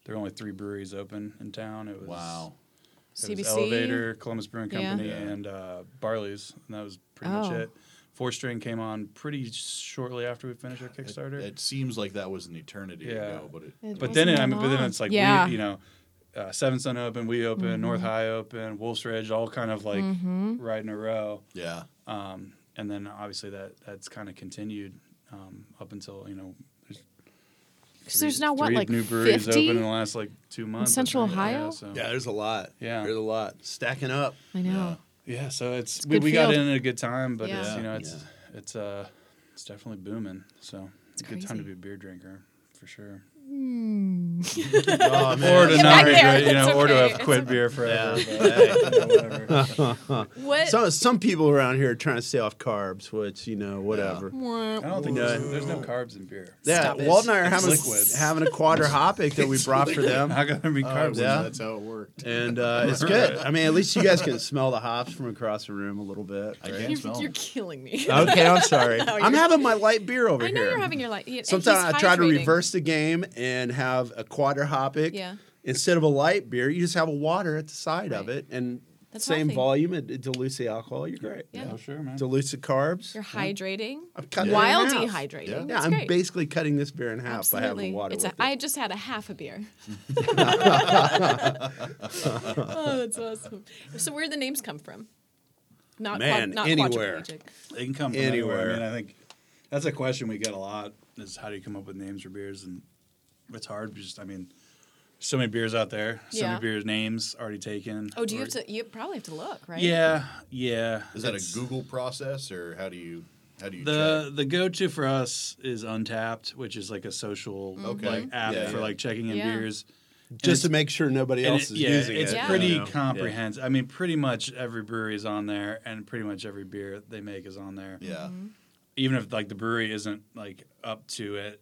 [SPEAKER 5] there were only three breweries open in town. It was
[SPEAKER 6] Wow.
[SPEAKER 5] it was
[SPEAKER 3] CBC.
[SPEAKER 5] Elevator, Columbus Brewing
[SPEAKER 3] Yeah.
[SPEAKER 5] Company,
[SPEAKER 6] Yeah.
[SPEAKER 5] and uh, Barley's, and that was pretty much
[SPEAKER 3] Oh.
[SPEAKER 5] it. Four String came on pretty shortly after we finished our
[SPEAKER 6] It,
[SPEAKER 5] Kickstarter.
[SPEAKER 6] it seems like that was an eternity
[SPEAKER 5] Yeah.
[SPEAKER 6] ago, but it.
[SPEAKER 3] It
[SPEAKER 5] But then,
[SPEAKER 3] wasn't
[SPEAKER 5] I
[SPEAKER 3] that
[SPEAKER 5] mean, but then
[SPEAKER 3] long.
[SPEAKER 5] it's like
[SPEAKER 3] Yeah. Mm-hmm.
[SPEAKER 5] we, you know, uh, Seven Sun open, we open, North High open, Wolf's Ridge, all kind of like right in a row.
[SPEAKER 6] yeah.
[SPEAKER 5] Um, and then obviously that that's kind of continued um, up until you know. There's
[SPEAKER 3] Because there's
[SPEAKER 5] three-
[SPEAKER 3] now what
[SPEAKER 5] three
[SPEAKER 3] like
[SPEAKER 5] new breweries
[SPEAKER 3] fifty.
[SPEAKER 5] open in the last like two months. I
[SPEAKER 3] Central
[SPEAKER 5] think. Yeah,
[SPEAKER 3] Ohio?
[SPEAKER 5] so-
[SPEAKER 2] Yeah, there's a lot.
[SPEAKER 5] Yeah.
[SPEAKER 2] there's a lot stacking up.
[SPEAKER 3] I know.
[SPEAKER 5] Yeah, so it's,
[SPEAKER 3] a
[SPEAKER 5] we,
[SPEAKER 3] good
[SPEAKER 5] we got
[SPEAKER 3] field.
[SPEAKER 5] in at a good time, but it's
[SPEAKER 3] Yeah.
[SPEAKER 5] you know it's it's uh it's definitely booming. So it's a good time to be a beer drinker for sure.
[SPEAKER 2] Hmm. oh
[SPEAKER 5] Or to not
[SPEAKER 3] back
[SPEAKER 5] be,
[SPEAKER 3] there.
[SPEAKER 5] great, you know,
[SPEAKER 3] It's
[SPEAKER 5] or to
[SPEAKER 3] okay.
[SPEAKER 5] have
[SPEAKER 3] It's
[SPEAKER 5] quit
[SPEAKER 3] okay.
[SPEAKER 5] beer forever.
[SPEAKER 2] Yeah.
[SPEAKER 5] But, hey, you know, whatever.
[SPEAKER 3] What?
[SPEAKER 2] Some some people around here are trying to stay off carbs, which you know, whatever.
[SPEAKER 5] I don't think
[SPEAKER 2] No.
[SPEAKER 5] there's, there's no carbs in beer.
[SPEAKER 2] Yeah,
[SPEAKER 3] Stop it.
[SPEAKER 2] Walt and I are
[SPEAKER 5] It's
[SPEAKER 2] having
[SPEAKER 5] liquid.
[SPEAKER 2] having a quadra hopic that we brought for them,
[SPEAKER 5] How can there be
[SPEAKER 6] Oh,
[SPEAKER 5] carbs? in
[SPEAKER 2] yeah.
[SPEAKER 5] that?
[SPEAKER 6] That's how it worked.
[SPEAKER 2] and uh, it's
[SPEAKER 5] Right.
[SPEAKER 2] good. I mean, at least you guys can smell the hops from across the room a little bit.
[SPEAKER 6] I
[SPEAKER 2] right?
[SPEAKER 6] can't smell
[SPEAKER 3] You're
[SPEAKER 6] it.
[SPEAKER 3] killing me.
[SPEAKER 2] Okay, I'm sorry. I'm
[SPEAKER 3] you're-
[SPEAKER 2] having my light beer over
[SPEAKER 3] I know
[SPEAKER 2] here.
[SPEAKER 3] you're having your life. Yeah, and
[SPEAKER 2] Sometimes
[SPEAKER 3] he's
[SPEAKER 2] I try to
[SPEAKER 3] hydrating.
[SPEAKER 2] reverse the game and have a quadra hopic
[SPEAKER 3] Yeah.
[SPEAKER 2] instead of a light beer. You just have a water at the side of
[SPEAKER 3] Right.
[SPEAKER 2] it, and
[SPEAKER 3] That's
[SPEAKER 2] same
[SPEAKER 3] healthy.
[SPEAKER 2] volume. It, it dilutes the alcohol. You're great.
[SPEAKER 3] Yeah.
[SPEAKER 5] Oh, sure, man.
[SPEAKER 2] Dilutes the carbs.
[SPEAKER 3] You're hydrating
[SPEAKER 2] I'm cutting it
[SPEAKER 3] while
[SPEAKER 2] in half.
[SPEAKER 3] dehydrating.
[SPEAKER 6] Yeah.
[SPEAKER 2] Yeah,
[SPEAKER 3] That's
[SPEAKER 2] I'm
[SPEAKER 3] great.
[SPEAKER 2] basically cutting this beer in half
[SPEAKER 3] Absolutely.
[SPEAKER 2] by having water.
[SPEAKER 3] it's
[SPEAKER 2] with
[SPEAKER 3] a, I just had a half a beer. oh, that's awesome. So where do the names come from? Not quad-
[SPEAKER 2] Man,
[SPEAKER 3] not
[SPEAKER 2] anywhere.
[SPEAKER 3] quadriplegic.
[SPEAKER 5] They can come from anywhere.
[SPEAKER 2] Anywhere.
[SPEAKER 5] I mean, I think that's a question we get a lot: is how do you come up with names for beers? And it's hard. Just, I mean, so many beers out there. So
[SPEAKER 3] Yeah.
[SPEAKER 5] many beers names already taken.
[SPEAKER 3] Oh, do you
[SPEAKER 5] or-
[SPEAKER 3] have to? You probably have to look, right?
[SPEAKER 5] Yeah, yeah.
[SPEAKER 6] Is that
[SPEAKER 5] It's-
[SPEAKER 6] a Google process or how do you how do you
[SPEAKER 5] The
[SPEAKER 6] check?
[SPEAKER 5] the go to for us is Untapped, which is like a social
[SPEAKER 6] Okay.
[SPEAKER 5] like app
[SPEAKER 6] Yeah,
[SPEAKER 5] for
[SPEAKER 6] yeah.
[SPEAKER 5] like checking in
[SPEAKER 3] Mm-hmm. Yeah.
[SPEAKER 5] beers.
[SPEAKER 2] it. just to make sure nobody
[SPEAKER 5] And
[SPEAKER 2] else
[SPEAKER 5] it-
[SPEAKER 2] is
[SPEAKER 5] yeah,
[SPEAKER 2] using
[SPEAKER 5] it's
[SPEAKER 2] it.
[SPEAKER 3] Yeah.
[SPEAKER 5] pretty
[SPEAKER 2] you know?
[SPEAKER 5] comprehensive. I mean, pretty much every brewery is on there, and pretty much every beer they make is on there.
[SPEAKER 6] Yeah.
[SPEAKER 3] Mm-hmm.
[SPEAKER 5] Even if like the brewery isn't like up to it,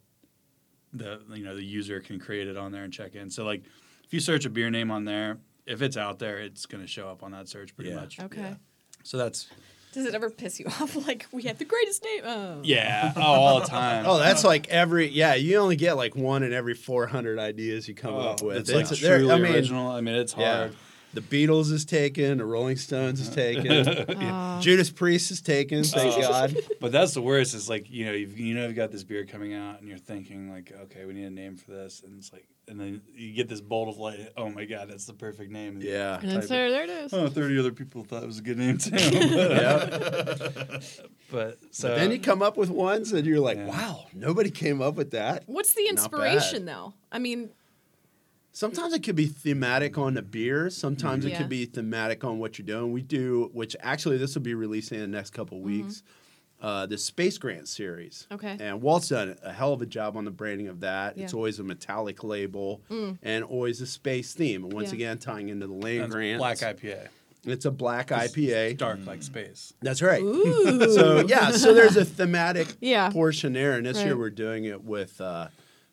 [SPEAKER 5] the you know the user can create it on there and check in. So like, if you search a beer name on there, if it's out there, it's going to show up on that search pretty
[SPEAKER 2] Yeah.
[SPEAKER 5] much.
[SPEAKER 3] Okay.
[SPEAKER 5] So that's
[SPEAKER 3] Does it ever piss you off? Like we had the greatest name. Oh.
[SPEAKER 5] yeah, oh, all the time.
[SPEAKER 2] Oh, that's like every yeah. You only get like one in every four hundred ideas you come up with.
[SPEAKER 5] It's, Oh, like
[SPEAKER 2] they're-
[SPEAKER 5] truly original. I mean, it's
[SPEAKER 2] Yeah.
[SPEAKER 5] hard.
[SPEAKER 2] The Beatles is taken. The Rolling Stones is taken. Judas Priest is taken. Thank
[SPEAKER 3] Oh.
[SPEAKER 2] God.
[SPEAKER 5] But that's the worst. Is like you know you've you know you've got this beer coming out and you're thinking like okay we need a name for this and it's like and then you get this bolt of light oh my god that's the perfect name And you
[SPEAKER 2] Yeah.
[SPEAKER 5] type
[SPEAKER 3] And then
[SPEAKER 5] it.
[SPEAKER 3] there, there it is.
[SPEAKER 5] oh 30 other people thought it was a good name too
[SPEAKER 2] Yeah.
[SPEAKER 5] but so
[SPEAKER 2] But then you come up with ones and you're like,
[SPEAKER 5] Yeah.
[SPEAKER 2] wow, nobody came up with that.
[SPEAKER 3] What's the inspiration though? I mean,
[SPEAKER 2] Sometimes it could be thematic on the beer. Sometimes it
[SPEAKER 3] Mm-hmm. Yeah.
[SPEAKER 2] could be thematic on what you're doing. We do, which actually this will be releasing in the next couple weeks, uh, the Space Grant series.
[SPEAKER 3] Mm-hmm. Okay.
[SPEAKER 2] And Walt's done a hell of a job on the branding of that. It's
[SPEAKER 3] Yeah. Mm.
[SPEAKER 2] always a metallic label and always a space theme. And once
[SPEAKER 3] Yeah.
[SPEAKER 2] again, tying into the
[SPEAKER 5] and
[SPEAKER 2] land
[SPEAKER 5] it's
[SPEAKER 2] grant.
[SPEAKER 5] black IPA
[SPEAKER 2] It's a black IPA.
[SPEAKER 5] dark like space
[SPEAKER 2] That's right.
[SPEAKER 3] ooh.
[SPEAKER 2] So yeah, so there's a thematic
[SPEAKER 3] Yeah.
[SPEAKER 2] portion there, and this year
[SPEAKER 3] Right.
[SPEAKER 2] we're doing it with uh,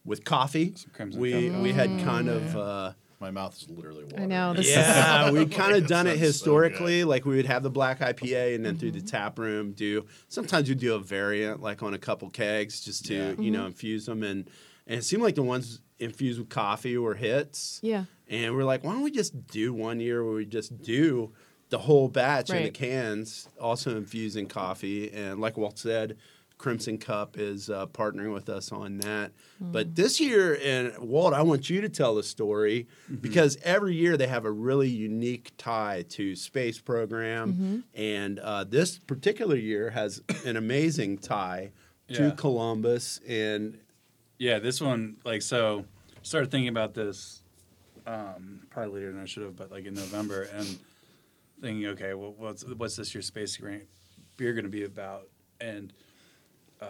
[SPEAKER 2] with coffee.
[SPEAKER 5] Some crimson
[SPEAKER 2] we
[SPEAKER 5] coffee.
[SPEAKER 2] we
[SPEAKER 3] Mm.
[SPEAKER 2] had kind of. Uh,
[SPEAKER 6] My mouth is literally watering.
[SPEAKER 3] I know this is
[SPEAKER 2] yeah, we kind of
[SPEAKER 6] That
[SPEAKER 2] done it
[SPEAKER 6] sounds so
[SPEAKER 2] historically. like we would have the black IPA, and then through
[SPEAKER 3] Mm-hmm.
[SPEAKER 2] the tap room, do sometimes you do a variant, like on a couple kegs, just to
[SPEAKER 6] Yeah.
[SPEAKER 2] you know
[SPEAKER 3] Mm-hmm.
[SPEAKER 2] infuse them, and and it seemed like the ones infused with coffee were hits.
[SPEAKER 3] yeah.
[SPEAKER 2] And we're like, why don't we just do one year where we just do the whole batch in the
[SPEAKER 3] Right.
[SPEAKER 2] cans, also infusing coffee. And like Walt said, Crimson Cup is uh, partnering with us on that. But this year, and Walt, I want you to tell the story
[SPEAKER 5] Mm-hmm.
[SPEAKER 2] because every year they have a really unique tie to space program, and uh, this particular year has an amazing tie to
[SPEAKER 5] Yeah.
[SPEAKER 2] Columbus and
[SPEAKER 5] yeah this one like so started thinking about this um, probably later than I should have but like in November and thinking okay well what's what's this year's space grant beer going to be about and uh,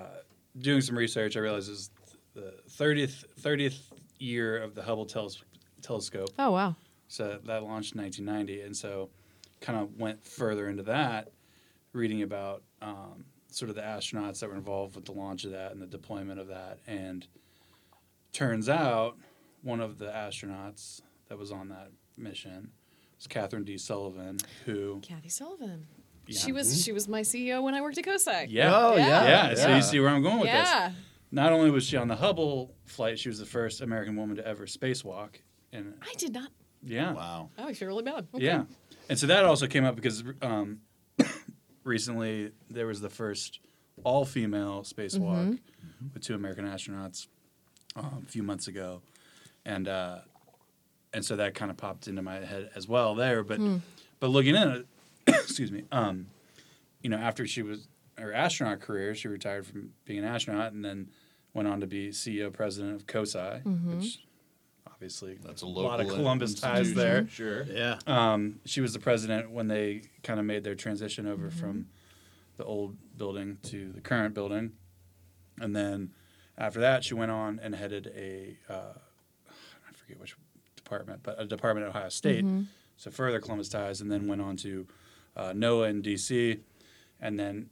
[SPEAKER 5] doing some research, I realized it's the thirtieth thirtieth year of the Hubble teles- telescope.
[SPEAKER 3] Oh wow.
[SPEAKER 5] So that launched in 1990, and so kind of went further into that, reading about um, sort of the astronauts that were involved with the launch of that and the deployment of that. And turns out one of the astronauts that was on that mission was Catherine D. Sullivan, who
[SPEAKER 3] Kathy Sullivan.
[SPEAKER 5] Yeah.
[SPEAKER 3] She was she was my CEO when I worked at Cosec.
[SPEAKER 5] yeah.
[SPEAKER 2] Oh,
[SPEAKER 5] yeah,
[SPEAKER 2] yeah.
[SPEAKER 5] So you see where I'm going with this.
[SPEAKER 3] Yeah.
[SPEAKER 5] Not only was she on the Hubble flight, she was the first American woman to ever spacewalk. And
[SPEAKER 3] I did not.
[SPEAKER 5] yeah,
[SPEAKER 6] Wow.
[SPEAKER 3] Oh, I feel really bad. Okay.
[SPEAKER 5] yeah. And so that also came up because um, recently there was the first all-female spacewalk with two American astronauts um, a few months ago, and uh, and so that kind of popped into my head as well there. But but looking in, it, excuse me, um, you know, after she was her astronaut career, she retired from being an astronaut and then went on to be CEO president of COSI, which obviously
[SPEAKER 6] That's a
[SPEAKER 5] lot of
[SPEAKER 6] local
[SPEAKER 5] Columbus ties
[SPEAKER 6] institution.
[SPEAKER 5] there.
[SPEAKER 2] Sure.
[SPEAKER 6] Yeah.
[SPEAKER 5] Um, she was the president when they kind of made their transition over from the old building to the current building, and then after that, she went on and headed a uh, I forget which department, but a department at Ohio State. So further Columbus ties, and then went on to uh, NOAA in D.C. And then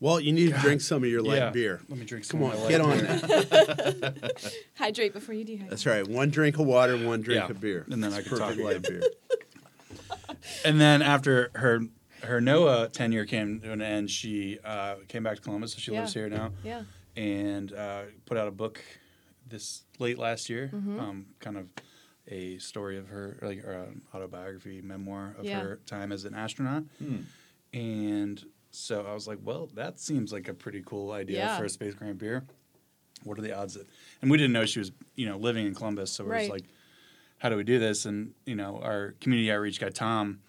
[SPEAKER 2] Well, you need to drink some of your light
[SPEAKER 5] yeah,
[SPEAKER 2] beer.
[SPEAKER 5] Let me drink some.
[SPEAKER 2] Come
[SPEAKER 5] of my
[SPEAKER 2] on,
[SPEAKER 5] light
[SPEAKER 2] get on
[SPEAKER 5] beer.
[SPEAKER 2] that.
[SPEAKER 3] Hydrate before you dehydrate.
[SPEAKER 2] That's right. One drink of water, one drink
[SPEAKER 5] Yeah.
[SPEAKER 2] of beer.
[SPEAKER 5] And then I
[SPEAKER 2] It's
[SPEAKER 5] can talk
[SPEAKER 2] perfect light beer.
[SPEAKER 5] and then after her her NOAA tenure came to an end, she uh, came back to Columbus, so she
[SPEAKER 3] Yeah.
[SPEAKER 5] lives here now.
[SPEAKER 3] Yeah.
[SPEAKER 5] and uh, put out a book this late last year,
[SPEAKER 3] Mm-hmm.
[SPEAKER 5] um, kind of a story of her, like or an autobiography memoir of
[SPEAKER 3] Yeah.
[SPEAKER 5] her time as an astronaut. And so I was like, well, that seems like a pretty cool idea
[SPEAKER 3] Yeah.
[SPEAKER 5] for a space grand beer. What are the odds that? And we didn't know she was, you know, living in Columbus, so we're just
[SPEAKER 3] Right.
[SPEAKER 5] like, how do we do this? And you know, our community outreach guy Tom,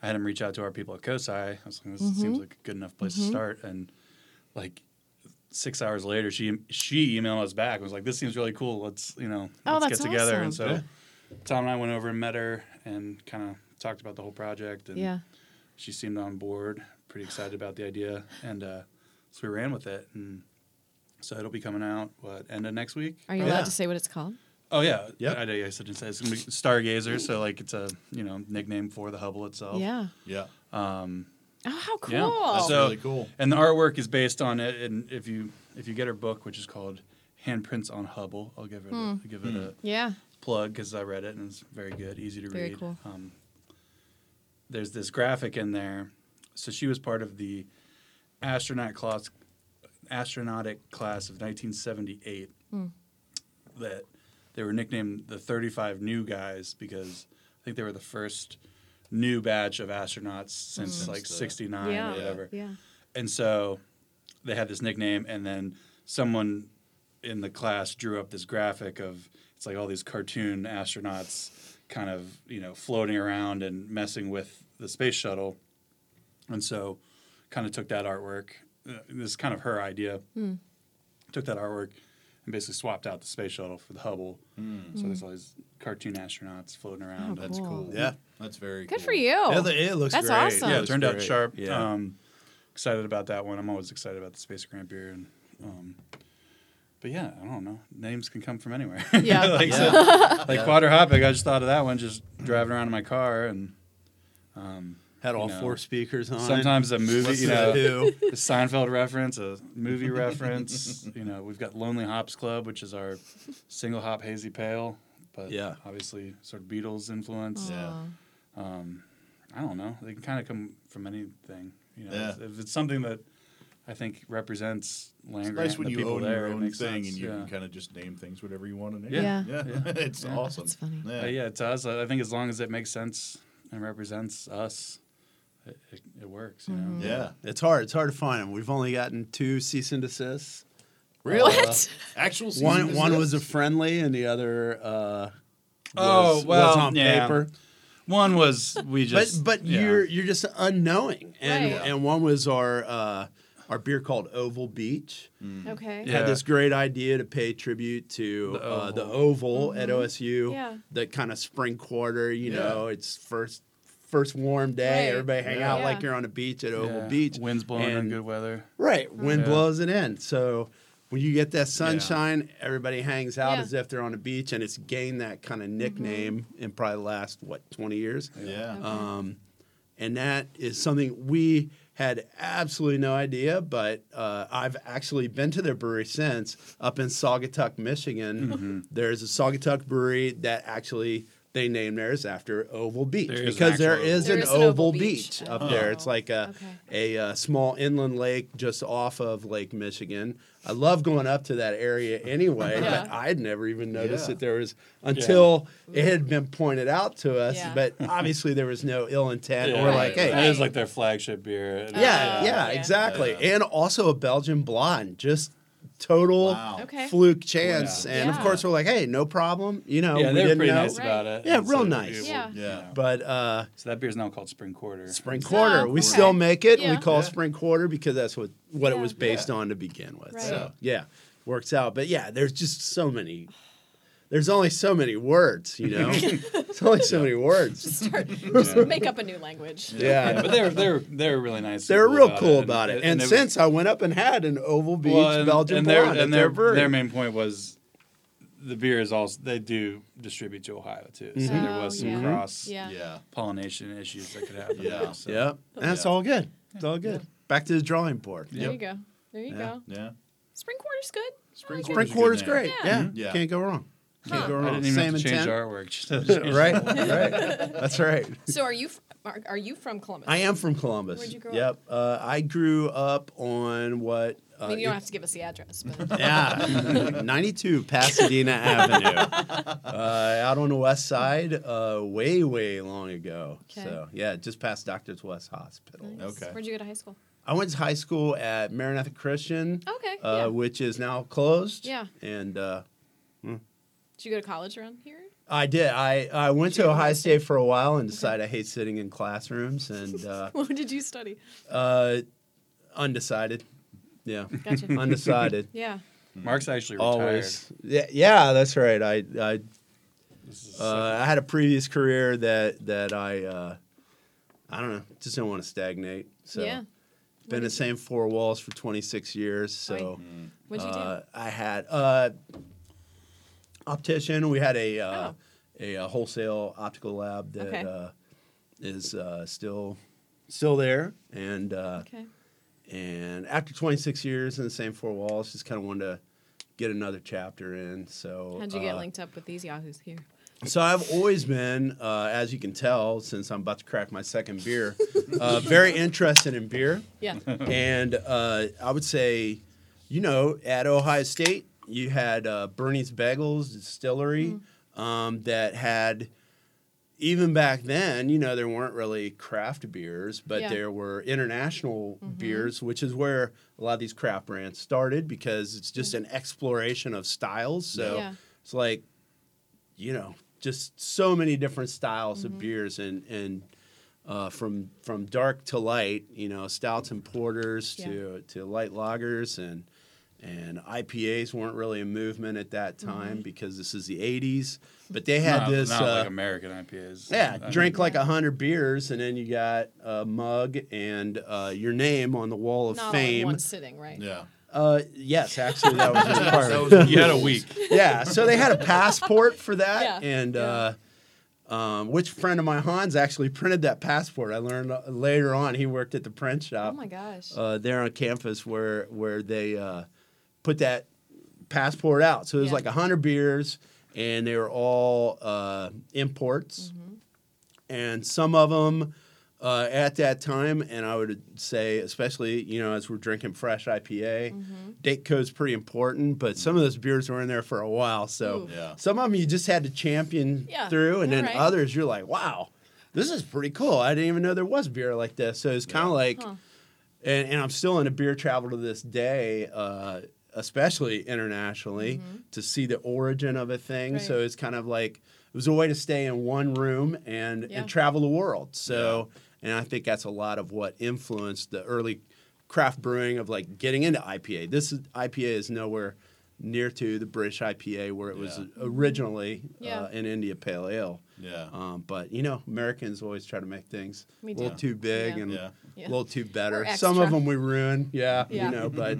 [SPEAKER 5] I had him reach out to our people at COSI. I was like, this
[SPEAKER 3] Mm-hmm.
[SPEAKER 5] seems like a good enough place to start. And like six hours later, she she emailed us back. and was like, this seems really cool. Let's you know,
[SPEAKER 3] Oh,
[SPEAKER 5] let's
[SPEAKER 3] that's
[SPEAKER 5] get together. And so
[SPEAKER 3] awesome.
[SPEAKER 5] Tom and I went over and met her and kind of talked about the whole project. And
[SPEAKER 3] Yeah.
[SPEAKER 5] she seemed on board, pretty excited about the idea, and uh, so we ran with it. And so it'll be coming out what end of next week.
[SPEAKER 3] Are you
[SPEAKER 2] Yeah.
[SPEAKER 3] allowed to say what it's called?
[SPEAKER 5] Oh yeah,
[SPEAKER 2] Yep.
[SPEAKER 5] I, I guess I didn't say it's gonna be Stargazer, so like it's a you know nickname for the Hubble itself.
[SPEAKER 3] Yeah.
[SPEAKER 6] Yeah.
[SPEAKER 3] Oh, how cool.
[SPEAKER 5] Yeah.
[SPEAKER 6] That's
[SPEAKER 5] So-
[SPEAKER 6] really cool.
[SPEAKER 5] And the artwork is based on it. And if you if you get her book, which is called Handprints on Hubble, I'll give it a, give it
[SPEAKER 6] Hmm.
[SPEAKER 5] a
[SPEAKER 3] yeah.
[SPEAKER 5] plug because I read it and it's very good, easy to
[SPEAKER 3] Very
[SPEAKER 5] read.
[SPEAKER 3] cool.
[SPEAKER 5] Um, there's this graphic in there. So she was part of the astronaut class, astronautic class of 1978.
[SPEAKER 3] Hmm.
[SPEAKER 5] That they were nicknamed the 35 new guys because I think they were the first new batch of astronauts since like
[SPEAKER 6] the-
[SPEAKER 5] 69
[SPEAKER 3] Hmm. Yeah.
[SPEAKER 5] or whatever.
[SPEAKER 3] Yeah.
[SPEAKER 5] And so they had this nickname, and then someone in the class drew up this graphic of it's like all these cartoon astronauts kind of, you know, floating around and messing with the space shuttle. And so kind of took that artwork. uh, This is kind of her idea. Took that artwork and basically swapped out the space shuttle for the Hubble. So there's all these cartoon astronauts floating around.
[SPEAKER 6] That's
[SPEAKER 3] Cool.
[SPEAKER 6] cool.
[SPEAKER 2] Yeah.
[SPEAKER 6] That's very
[SPEAKER 3] Good
[SPEAKER 6] cool.
[SPEAKER 3] for you.
[SPEAKER 2] Yeah, the- it looks
[SPEAKER 3] Oh, That's
[SPEAKER 2] great.
[SPEAKER 3] awesome.
[SPEAKER 5] yeah,
[SPEAKER 3] That
[SPEAKER 5] it
[SPEAKER 2] was
[SPEAKER 5] turned out
[SPEAKER 2] great.
[SPEAKER 5] sharp.
[SPEAKER 2] Yeah.
[SPEAKER 5] Um, excited about that one. I'm always excited about the Space Grand Beer. And, um, but yeah, I don't know. Names can come from anywhere.
[SPEAKER 3] Yeah.
[SPEAKER 5] like so, like Quater Hopic, I just thought of that one just driving around in my car. And
[SPEAKER 2] Had all
[SPEAKER 5] You know,
[SPEAKER 2] four speakers on.
[SPEAKER 5] sometimes a movie,
[SPEAKER 2] Listen
[SPEAKER 5] you know,
[SPEAKER 2] to-
[SPEAKER 5] a Seinfeld reference, a movie reference. You know, we've got Lonely Hops Club, which is our single hop hazy pale. But
[SPEAKER 2] Yeah.
[SPEAKER 5] obviously, sort of Beatles influence.
[SPEAKER 6] Yeah.
[SPEAKER 5] I don't know. They can kind of come from anything. You know,
[SPEAKER 6] Yeah.
[SPEAKER 5] if, if it's something that I think represents land
[SPEAKER 6] It's
[SPEAKER 5] grant
[SPEAKER 6] nice
[SPEAKER 5] and
[SPEAKER 6] when
[SPEAKER 5] the
[SPEAKER 6] you
[SPEAKER 5] people
[SPEAKER 6] own
[SPEAKER 5] there,
[SPEAKER 6] your
[SPEAKER 5] it
[SPEAKER 6] own thing
[SPEAKER 5] makes
[SPEAKER 6] and
[SPEAKER 5] sense,
[SPEAKER 6] you
[SPEAKER 5] yeah.
[SPEAKER 6] can kind of just name things whatever you want to name.
[SPEAKER 3] Yeah.
[SPEAKER 6] Yeah. it's
[SPEAKER 3] Yeah,
[SPEAKER 6] awesome.
[SPEAKER 3] that's funny.
[SPEAKER 6] Yeah.
[SPEAKER 5] Uh, yeah, to us, I I think as long as it makes sense and represents us, it, it, it works. You
[SPEAKER 3] Mm-hmm.
[SPEAKER 5] know,
[SPEAKER 6] Yeah.
[SPEAKER 2] It's hard. It's hard to find them. We've only gotten two cease and desists.
[SPEAKER 6] Really?
[SPEAKER 3] What?
[SPEAKER 6] Actual season
[SPEAKER 2] One one
[SPEAKER 6] desserts?
[SPEAKER 2] was a friendly, and the other uh,
[SPEAKER 5] Oh,
[SPEAKER 2] was, was
[SPEAKER 5] well,
[SPEAKER 2] on
[SPEAKER 5] yeah.
[SPEAKER 2] paper.
[SPEAKER 5] one was we just,
[SPEAKER 2] but but
[SPEAKER 5] yeah.
[SPEAKER 2] you're you're just unknowing, and
[SPEAKER 3] Right.
[SPEAKER 2] and one was our uh, our beer called Oval Beach.
[SPEAKER 5] Mm.
[SPEAKER 3] Okay.
[SPEAKER 5] Yeah.
[SPEAKER 2] Had this great idea to pay tribute to the Oval, uh, the Oval at OSU.
[SPEAKER 3] Mm-hmm. Yeah.
[SPEAKER 2] The kind of spring quarter, you
[SPEAKER 6] Yeah.
[SPEAKER 2] know, it's first first warm day.
[SPEAKER 3] Right.
[SPEAKER 2] Everybody hang out
[SPEAKER 3] Yeah.
[SPEAKER 2] like you're on a beach at Oval
[SPEAKER 5] yeah,
[SPEAKER 2] Beach.
[SPEAKER 5] winds blowing in
[SPEAKER 2] and-
[SPEAKER 5] good weather.
[SPEAKER 2] Right,
[SPEAKER 3] Mm-hmm.
[SPEAKER 2] wind
[SPEAKER 5] Yeah.
[SPEAKER 2] blows it in. So when you get that sunshine, everybody hangs out
[SPEAKER 3] Yeah. Mm-hmm.
[SPEAKER 2] as if they're on a beach, and it's gained that kind of nickname in probably the last what twenty years.
[SPEAKER 6] Yeah.
[SPEAKER 2] Um, and that is something we had absolutely no idea, but uh, I've actually been to their brewery
[SPEAKER 5] Mm-hmm.
[SPEAKER 2] since up in Saugatuck, Michigan. There's a Saugatuck brewery that actually they named theirs after Oval Beach
[SPEAKER 5] There is an
[SPEAKER 2] because there
[SPEAKER 5] actual
[SPEAKER 2] is
[SPEAKER 5] oval.
[SPEAKER 2] an
[SPEAKER 3] There is an
[SPEAKER 2] oval,
[SPEAKER 3] oval
[SPEAKER 2] beach,
[SPEAKER 3] beach.
[SPEAKER 2] up there.
[SPEAKER 3] Oh.
[SPEAKER 2] It's like a
[SPEAKER 3] Okay.
[SPEAKER 2] a uh, small inland lake just off of Lake Michigan. I love going up to that area anyway,
[SPEAKER 3] Yeah.
[SPEAKER 2] but I'd never even noticed
[SPEAKER 6] Yeah.
[SPEAKER 2] that there was until it had been pointed out to us.
[SPEAKER 3] Yeah.
[SPEAKER 2] But obviously there was no ill intent
[SPEAKER 5] Yeah,
[SPEAKER 2] or like,
[SPEAKER 5] right.
[SPEAKER 2] hey,
[SPEAKER 5] that is like their flagship beer. And-
[SPEAKER 2] yeah, yeah,
[SPEAKER 3] yeah.
[SPEAKER 2] exactly. And also a Belgian blonde, just total
[SPEAKER 6] Wow.
[SPEAKER 3] Okay.
[SPEAKER 2] fluke chance.
[SPEAKER 5] Yeah.
[SPEAKER 2] And of
[SPEAKER 3] Yeah.
[SPEAKER 2] course, we're like, hey, no problem. You know,
[SPEAKER 5] yeah,
[SPEAKER 2] we
[SPEAKER 5] they were
[SPEAKER 2] didn't
[SPEAKER 5] pretty
[SPEAKER 2] know.
[SPEAKER 5] nice
[SPEAKER 3] Right.
[SPEAKER 5] about it.
[SPEAKER 2] Yeah,
[SPEAKER 5] And
[SPEAKER 2] real
[SPEAKER 5] so
[SPEAKER 2] nice.
[SPEAKER 5] it-
[SPEAKER 3] Yeah.
[SPEAKER 6] Yeah.
[SPEAKER 2] But uh,
[SPEAKER 5] So that beer is now called Spring Quarter.
[SPEAKER 2] spring quarter, we
[SPEAKER 3] okay.
[SPEAKER 2] still make it. We
[SPEAKER 3] Yeah.
[SPEAKER 2] call it
[SPEAKER 6] Yeah.
[SPEAKER 2] spring quarter because that's what what it
[SPEAKER 3] Yeah.
[SPEAKER 2] was based
[SPEAKER 6] Yeah.
[SPEAKER 2] on to begin with.
[SPEAKER 3] Right.
[SPEAKER 2] So yeah, works out. But yeah, there's just so many. There's only so many words, you know. There's only so many words.
[SPEAKER 3] Start, just make up a new language.
[SPEAKER 5] Yeah,
[SPEAKER 2] Yeah,
[SPEAKER 5] but they were they were they were really nice.
[SPEAKER 2] they were
[SPEAKER 5] people
[SPEAKER 2] real cool about it.
[SPEAKER 5] and-
[SPEAKER 2] And,
[SPEAKER 5] they-
[SPEAKER 2] since I went up and had an Oval Beach
[SPEAKER 5] well, and-
[SPEAKER 2] Belgian
[SPEAKER 5] and
[SPEAKER 2] blonde
[SPEAKER 5] their
[SPEAKER 2] at
[SPEAKER 5] and
[SPEAKER 2] their
[SPEAKER 5] their
[SPEAKER 2] brewery.
[SPEAKER 5] their main point was the beer is also they do distribute to Ohio too, so
[SPEAKER 3] Mhm.
[SPEAKER 5] there was
[SPEAKER 3] Oh,
[SPEAKER 5] some
[SPEAKER 3] yeah.
[SPEAKER 5] cross
[SPEAKER 3] Yeah.
[SPEAKER 6] Yeah.
[SPEAKER 5] pollination issues that could happen.
[SPEAKER 6] Yeah.
[SPEAKER 5] there, so.
[SPEAKER 2] Yeah, and it's
[SPEAKER 6] Yeah.
[SPEAKER 2] all good. It's all good. Back to the drawing board.
[SPEAKER 3] There you go. There you
[SPEAKER 2] Yeah.
[SPEAKER 3] go.
[SPEAKER 6] Yeah.
[SPEAKER 3] Spring quarter's good.
[SPEAKER 2] Spring
[SPEAKER 6] Spring quarter's a good
[SPEAKER 2] quarter's
[SPEAKER 6] name.
[SPEAKER 2] great. Yeah.
[SPEAKER 3] Yeah.
[SPEAKER 6] Yeah.
[SPEAKER 2] can't go wrong. Can't
[SPEAKER 3] Huh.
[SPEAKER 2] go
[SPEAKER 5] I
[SPEAKER 2] wrong.
[SPEAKER 5] didn't even
[SPEAKER 2] Same
[SPEAKER 5] have to change
[SPEAKER 2] intent.
[SPEAKER 5] artwork. Just-
[SPEAKER 2] right, right. That's right.
[SPEAKER 3] So are you f- are, are you from Columbus?
[SPEAKER 2] I am from Columbus.
[SPEAKER 3] Where'd you grow
[SPEAKER 2] yep. Uh, I grew up on what? Uh,
[SPEAKER 3] I mean, you don't have to give us the address, but
[SPEAKER 2] yeah, 92 Pasadena Avenue, uh, out on the west side, uh, way, way long ago.
[SPEAKER 3] Okay.
[SPEAKER 2] So, yeah, just past Doctors West Hospital.
[SPEAKER 3] Nice.
[SPEAKER 6] Okay.
[SPEAKER 3] Where'd you go to high school?
[SPEAKER 2] I went to high school at Maranatha Christian,
[SPEAKER 3] Okay.
[SPEAKER 2] uh,
[SPEAKER 3] Oh, yeah.
[SPEAKER 2] which is now closed.
[SPEAKER 3] Yeah.
[SPEAKER 2] And uh,
[SPEAKER 3] Did you go to college around here?
[SPEAKER 2] I did. I, I went to Ohio State for a while and decided I hate sitting in classrooms and uh,
[SPEAKER 3] What did you study?
[SPEAKER 2] uh, undecided. Yeah.
[SPEAKER 3] Gotcha.
[SPEAKER 2] Undecided.
[SPEAKER 3] yeah.
[SPEAKER 5] Mark's actually retired.
[SPEAKER 2] Always. Yeah, yeah, that's right. I I
[SPEAKER 5] This is-
[SPEAKER 2] uh, I had a previous career that that I uh, I don't know, just didn't want to stagnate. So
[SPEAKER 3] yeah.
[SPEAKER 2] been in the same four walls for 26 years.
[SPEAKER 3] Oy.
[SPEAKER 2] So
[SPEAKER 3] What'd you do?
[SPEAKER 2] uh, I had uh, optician. We had a uh, a, uh wholesale optical lab that
[SPEAKER 3] Oh. Okay.
[SPEAKER 2] uh, is uh, still still there and. Uh,
[SPEAKER 3] okay.
[SPEAKER 2] and after 26 years in the same four walls, just kind of wanted to get another chapter in. So
[SPEAKER 3] How'd you get
[SPEAKER 2] uh,
[SPEAKER 3] linked up with these yahoos here?
[SPEAKER 2] So I've always been, uh, as you can tell, since I'm about to crack my second beer, uh, very interested in beer,
[SPEAKER 3] Yeah.
[SPEAKER 2] and uh, I would say, you know, at Ohio State, you had uh, Bernie's Bagels Distillery
[SPEAKER 3] Mm-hmm.
[SPEAKER 2] um, that had. Even back then, you know, there weren't really craft beers, but
[SPEAKER 3] Yeah. Mm-hmm.
[SPEAKER 2] there there were international beers, which is where a lot of these craft brands started because it's just an exploration of styles. So
[SPEAKER 3] Mm-hmm. Yeah.
[SPEAKER 2] it's like, you know, just so many different styles
[SPEAKER 3] Mm-hmm.
[SPEAKER 2] of beers and and uh, from from dark to light, you know, stouts and porters
[SPEAKER 3] Yeah.
[SPEAKER 2] to to light lagers and and IPAs weren't really a movement at that
[SPEAKER 3] Mm-hmm.
[SPEAKER 2] time because this is the '80s, but they had
[SPEAKER 5] not,
[SPEAKER 2] this
[SPEAKER 5] not
[SPEAKER 2] uh,
[SPEAKER 5] like American IPAs.
[SPEAKER 2] yeah,
[SPEAKER 5] I
[SPEAKER 2] drink
[SPEAKER 5] mean,
[SPEAKER 2] like a hundred beers, and then you got a mug and uh, your name on the wall of
[SPEAKER 3] Not all in
[SPEAKER 2] fame.
[SPEAKER 3] one sitting, right?
[SPEAKER 6] Yeah.
[SPEAKER 2] Uh, yes, actually, that was a part of it.
[SPEAKER 5] you had a week.
[SPEAKER 2] Yeah, so they had a passport for that,
[SPEAKER 3] Yeah,
[SPEAKER 2] and
[SPEAKER 3] yeah.
[SPEAKER 2] uh, um, which friend of mine, Hans, actually printed that passport. I learned uh, later on he worked at the print
[SPEAKER 3] Oh
[SPEAKER 2] shop
[SPEAKER 3] my gosh.
[SPEAKER 2] uh, there on campus where where they uh, put that passport out. So it was
[SPEAKER 3] Yeah.
[SPEAKER 2] like like hundred beers, and they were all uh, imports,
[SPEAKER 3] Mm-hmm.
[SPEAKER 2] and some of them uh, at that time. And I would say, especially you know, as we're drinking fresh IPA,
[SPEAKER 3] Mm-hmm.
[SPEAKER 2] date code's pretty important. But some of those beers were in there for a while, so
[SPEAKER 3] Ooh.
[SPEAKER 6] Yeah.
[SPEAKER 2] some of them you just had to champion
[SPEAKER 3] Yeah,
[SPEAKER 2] through, and then
[SPEAKER 3] alright.
[SPEAKER 2] others you're like, wow. This is pretty cool. I didn't even know there was beer like this. So it's kind of like
[SPEAKER 3] Huh.
[SPEAKER 2] and, and I'm still in a beer travel to this day, uh, especially internationally, to see the origin of a thing. So
[SPEAKER 3] Mm-hmm. Right.
[SPEAKER 2] it's kind of like it was a way to stay in one room and
[SPEAKER 3] Yeah.
[SPEAKER 2] and travel the world. So and I think that's a lot of what influenced the early craft brewing of like getting into IPA. This is, IPA is nowhere near to the British IPA where it was
[SPEAKER 6] Yeah.
[SPEAKER 2] originally
[SPEAKER 3] Yeah.
[SPEAKER 2] uh, an India Pale Ale.
[SPEAKER 6] Yeah.
[SPEAKER 2] Um, but you know, Americans always try to make things a
[SPEAKER 3] We
[SPEAKER 2] little
[SPEAKER 3] do.
[SPEAKER 2] too big
[SPEAKER 3] Yeah.
[SPEAKER 2] and
[SPEAKER 6] Yeah.
[SPEAKER 2] a
[SPEAKER 3] Yeah.
[SPEAKER 2] little too better.
[SPEAKER 3] Or
[SPEAKER 2] Some of
[SPEAKER 3] extra.
[SPEAKER 2] them we ruin, yeah,
[SPEAKER 3] Yeah.
[SPEAKER 2] you know, but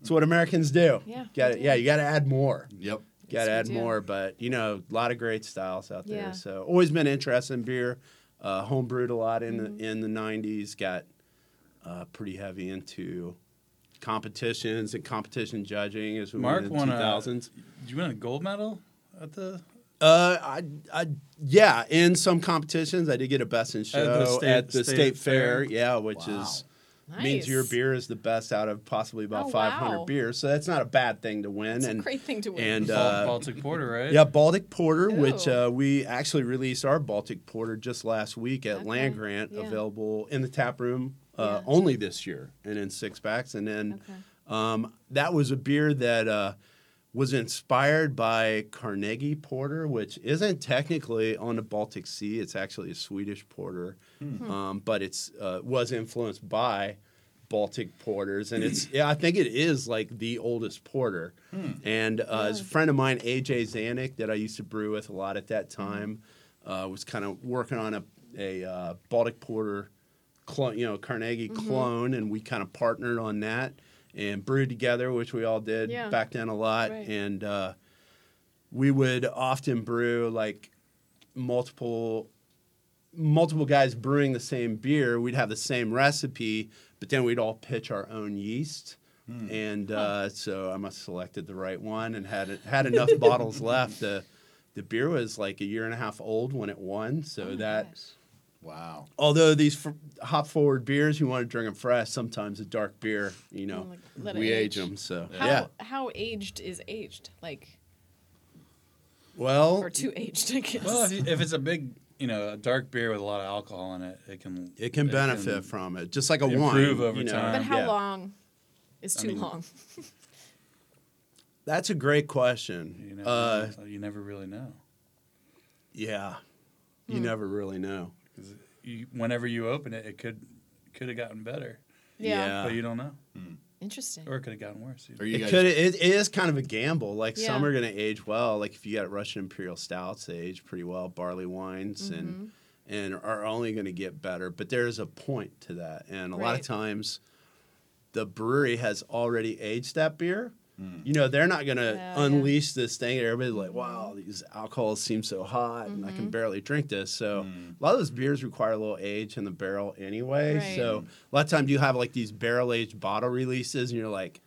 [SPEAKER 2] it's what Americans do.
[SPEAKER 3] Yeah,
[SPEAKER 2] got
[SPEAKER 3] we
[SPEAKER 2] it.
[SPEAKER 3] do.
[SPEAKER 2] Yeah, you got to add more.
[SPEAKER 6] Yep.
[SPEAKER 2] Got to
[SPEAKER 3] we
[SPEAKER 2] add
[SPEAKER 3] do.
[SPEAKER 2] more, but you know, a lot of great styles out there.
[SPEAKER 3] Yeah.
[SPEAKER 2] So always been interested in beer. Uh, home brewed a lot in
[SPEAKER 3] Mm-hmm.
[SPEAKER 2] the in the '90s. Got uh, pretty heavy into competitions and competition judging as we
[SPEAKER 5] Mark
[SPEAKER 2] went in
[SPEAKER 5] won a-
[SPEAKER 2] 2000s.
[SPEAKER 5] Did you win a gold medal at the
[SPEAKER 2] Uh, I, I, yeah, in some competitions, I did get a best in show at the state,
[SPEAKER 5] state
[SPEAKER 2] fair.
[SPEAKER 5] fair.
[SPEAKER 2] Yeah, which is means your
[SPEAKER 3] Nice.
[SPEAKER 2] beer is the best out of possibly about
[SPEAKER 3] Oh,
[SPEAKER 2] 500
[SPEAKER 3] wow.
[SPEAKER 2] beers. So that's not a bad thing to win.
[SPEAKER 3] It's a
[SPEAKER 2] and
[SPEAKER 3] great thing to win.
[SPEAKER 2] And
[SPEAKER 5] Bal-
[SPEAKER 2] uh,
[SPEAKER 5] Baltic Porter, right?
[SPEAKER 2] yeah, Baltic Porter, which
[SPEAKER 3] Ooh.
[SPEAKER 2] uh, we actually released our Baltic Porter just last week at Land Grant,
[SPEAKER 3] yeah.
[SPEAKER 2] available in the tap room uh,
[SPEAKER 3] Yeah.
[SPEAKER 2] only this year and in six packs. And then
[SPEAKER 3] Okay.
[SPEAKER 2] um, that was a beer that uh, was inspired by Carnegie Porter, which isn't technically on the Baltic Sea. It's actually a Swedish porter, um, but it's uh, was influenced by. Baltic porters, and it's yeah, I think it is like the oldest porter. And uh, as a friend of mine, AJ Zanuck, that I used to brew with a lot at that time, uh, was kind of working on a a uh, Baltic porter, clone, you know, Carnegie
[SPEAKER 3] Mm-hmm.
[SPEAKER 2] clone, and we kind of partnered on that and brewed together, which we all did
[SPEAKER 3] Yeah.
[SPEAKER 2] back then a lot,
[SPEAKER 3] Right.
[SPEAKER 2] and. Uh, we would often brew like multiple multiple guys brewing the same beer we'd have the same recipe but then we'd all pitch our own yeast and uh, so i must have selected the right one and had it, had enough bottles left the the beer was like a year and a half old when it won
[SPEAKER 3] Oh
[SPEAKER 2] so that
[SPEAKER 6] Wow.
[SPEAKER 2] although these f- hop forward beers you want to drink them fresh sometimes a dark beer you know
[SPEAKER 3] Like, let it
[SPEAKER 2] we age
[SPEAKER 3] age.
[SPEAKER 2] them so
[SPEAKER 3] How
[SPEAKER 2] yeah
[SPEAKER 3] how aged is aged? Like
[SPEAKER 2] well
[SPEAKER 3] or too aged, I guess.
[SPEAKER 5] Well, if, you- if it's a big, you know, a dark beer with a lot of alcohol in it, it can
[SPEAKER 2] it can benefit from it just like a wine
[SPEAKER 5] improve over
[SPEAKER 2] you know.
[SPEAKER 5] time.
[SPEAKER 3] but how
[SPEAKER 2] yeah.
[SPEAKER 3] long is
[SPEAKER 5] I
[SPEAKER 3] too
[SPEAKER 5] mean-
[SPEAKER 3] long?
[SPEAKER 2] That's a great question.
[SPEAKER 5] You
[SPEAKER 2] You
[SPEAKER 5] never,
[SPEAKER 2] uh,
[SPEAKER 5] know. you never really know.
[SPEAKER 2] yeah,
[SPEAKER 3] Hmm.
[SPEAKER 2] you never really know.
[SPEAKER 5] 'Cause You, whenever you open it, it could could have gotten better,
[SPEAKER 2] Yeah.
[SPEAKER 5] but you don't know,
[SPEAKER 3] Interesting.
[SPEAKER 5] or it could have gotten worse.
[SPEAKER 6] Are
[SPEAKER 5] either.
[SPEAKER 6] you
[SPEAKER 2] It
[SPEAKER 6] guys?
[SPEAKER 2] could. It, it is kind of a gamble. Like some
[SPEAKER 3] Yeah.
[SPEAKER 2] are going to age well. Like if you got Russian imperial stouts, they age pretty well. Barley wines and
[SPEAKER 3] Mm-hmm.
[SPEAKER 2] and are only going to get better. But there is a point to that, and a lot
[SPEAKER 3] Right.
[SPEAKER 2] of times, the brewery has already aged that beer.
[SPEAKER 6] Mm.
[SPEAKER 2] You know they're not going to
[SPEAKER 3] Yeah, Mm-hmm.
[SPEAKER 2] unleash this thing, and everybody's like, "Wow, these alcohols seem so hot, and I can barely drink this." So
[SPEAKER 6] Mm.
[SPEAKER 2] a lot of those beers require a little age in the barrel anyway.
[SPEAKER 3] Right.
[SPEAKER 2] So a lot of times you have like these barrel aged bottle releases, and you're like,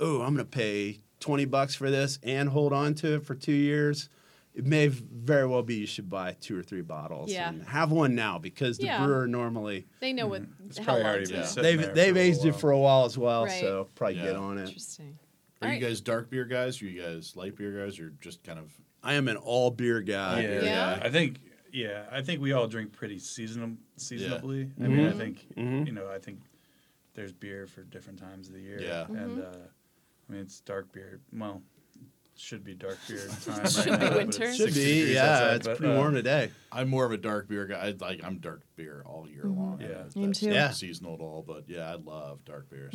[SPEAKER 2] oh, I'm going to pay 20 bucks for this and hold on to it for two years. It may very well be you should buy two or three bottles
[SPEAKER 3] Yeah.
[SPEAKER 2] and have one now because the
[SPEAKER 3] Yeah.
[SPEAKER 2] brewer normally
[SPEAKER 3] They know what
[SPEAKER 5] Mm-hmm. It's
[SPEAKER 3] how
[SPEAKER 5] probably
[SPEAKER 3] long
[SPEAKER 5] already
[SPEAKER 3] to
[SPEAKER 5] been
[SPEAKER 3] go.
[SPEAKER 5] set. Sitting
[SPEAKER 2] they've
[SPEAKER 5] there
[SPEAKER 2] they've
[SPEAKER 5] for a
[SPEAKER 2] aged it
[SPEAKER 5] while.
[SPEAKER 2] for a while as well,
[SPEAKER 3] Right.
[SPEAKER 2] so probably get
[SPEAKER 6] Yeah.
[SPEAKER 2] on it.
[SPEAKER 3] Interesting.
[SPEAKER 6] Are you
[SPEAKER 3] Alright.
[SPEAKER 6] guys dark beer guys? Are you guys light beer guys? Or just kind of
[SPEAKER 2] I am an all beer guy.
[SPEAKER 5] yeah,
[SPEAKER 3] Yeah?
[SPEAKER 5] I think yeah, I think we all drink pretty seasonal seasonably. I mean, I
[SPEAKER 2] Mm-hmm.
[SPEAKER 5] think you know, I think there's beer for different times of the year.
[SPEAKER 6] Yeah.
[SPEAKER 3] Mm-hmm.
[SPEAKER 5] and uh, I mean it's dark beer. Well, should be dark beer time. right
[SPEAKER 3] Should be
[SPEAKER 5] now, but
[SPEAKER 3] winter.
[SPEAKER 5] it's
[SPEAKER 2] Should
[SPEAKER 5] 60
[SPEAKER 2] be,
[SPEAKER 5] degrees
[SPEAKER 2] yeah.
[SPEAKER 5] outside,
[SPEAKER 2] it's
[SPEAKER 5] but,
[SPEAKER 2] pretty
[SPEAKER 5] uh,
[SPEAKER 2] warm today.
[SPEAKER 6] I'm more of a dark beer guy. I like I'm dark beer all year long. I know
[SPEAKER 5] Yeah. Me
[SPEAKER 6] that's
[SPEAKER 3] Mm-hmm. too. Mm-hmm.
[SPEAKER 6] not
[SPEAKER 2] Yeah.
[SPEAKER 6] seasonal at all, but yeah, I love dark beers.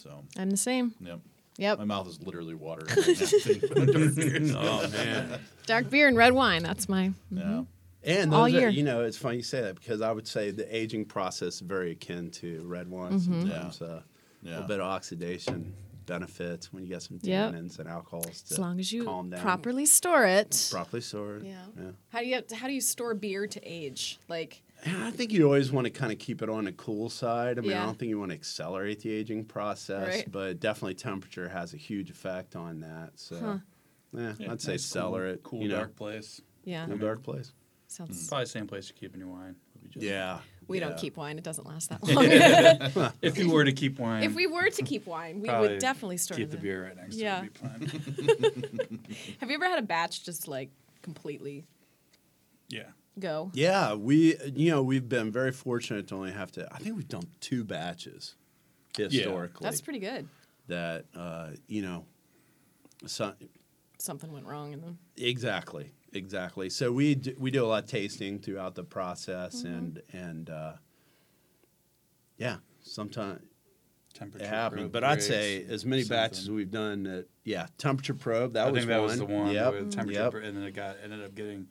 [SPEAKER 6] So,
[SPEAKER 3] I'm the same.
[SPEAKER 6] yep.
[SPEAKER 3] Yep.
[SPEAKER 6] My mouth is literally watering. right now thinking about dark beers.
[SPEAKER 2] Oh man.
[SPEAKER 3] Dark beer and red wine. That's my
[SPEAKER 6] Yeah.
[SPEAKER 3] Mm-hmm.
[SPEAKER 2] And those
[SPEAKER 3] All
[SPEAKER 2] are,
[SPEAKER 3] year.
[SPEAKER 2] you know, it's funny you say that because I would say the aging process is very akin to red wine.
[SPEAKER 3] Mm-hmm.
[SPEAKER 2] Sometimes uh, a
[SPEAKER 6] Yeah.
[SPEAKER 2] little bit of oxidation benefits when you get some
[SPEAKER 3] Yep.
[SPEAKER 2] tannins and alcohols. To
[SPEAKER 3] as long as you
[SPEAKER 2] calm down.
[SPEAKER 3] properly store it.
[SPEAKER 2] properly stored.
[SPEAKER 3] Yeah. How do you how do you store beer to age? Like
[SPEAKER 2] And I think you always want to kind of keep it on the cool side. I mean, I
[SPEAKER 3] Yeah.
[SPEAKER 2] don't think you want to accelerate the aging process,
[SPEAKER 3] Right.
[SPEAKER 2] but definitely temperature has a huge effect on that. So, yeah,
[SPEAKER 5] yeah,
[SPEAKER 2] I'd say
[SPEAKER 5] nice,
[SPEAKER 2] cellar
[SPEAKER 5] cool,
[SPEAKER 2] it.
[SPEAKER 5] Cool
[SPEAKER 2] you know,
[SPEAKER 5] dark place.
[SPEAKER 3] yeah.
[SPEAKER 2] cool dark place.
[SPEAKER 3] Sounds
[SPEAKER 5] Probably same place you're keeping your wine. would be just-
[SPEAKER 2] Yeah.
[SPEAKER 3] we
[SPEAKER 2] Mm. yeah.
[SPEAKER 3] don't keep wine. It doesn't last that long.
[SPEAKER 5] If you were to keep wine,
[SPEAKER 3] if we were to keep wine, we
[SPEAKER 5] probably
[SPEAKER 3] would definitely store
[SPEAKER 5] keep
[SPEAKER 3] it
[SPEAKER 5] the
[SPEAKER 3] in.
[SPEAKER 5] beer right next
[SPEAKER 3] Yeah.
[SPEAKER 5] to it. would be fine.
[SPEAKER 3] Have you ever had a batch just like completely
[SPEAKER 5] yeah.
[SPEAKER 3] go?
[SPEAKER 2] Yeah, we you know we've been very fortunate to only have to. I think we've done two batches historically.
[SPEAKER 3] That's pretty good.
[SPEAKER 2] That uh, you know, so,
[SPEAKER 3] Something went wrong in them.
[SPEAKER 2] exactly, exactly. So we do, we do a lot of tasting throughout the process,
[SPEAKER 3] Mm-hmm.
[SPEAKER 2] and and uh, yeah, sometimes
[SPEAKER 5] Temperature.
[SPEAKER 2] it happens.
[SPEAKER 5] probe
[SPEAKER 2] But I'd
[SPEAKER 5] breaks
[SPEAKER 2] say
[SPEAKER 5] and
[SPEAKER 2] as many
[SPEAKER 5] something.
[SPEAKER 2] batches we've done that. Yeah, temperature probe. That
[SPEAKER 5] I
[SPEAKER 2] was
[SPEAKER 5] think that
[SPEAKER 2] one.
[SPEAKER 5] was the one
[SPEAKER 2] Yep.
[SPEAKER 5] with temperature,
[SPEAKER 2] yep.
[SPEAKER 5] pr- and then it got ended up getting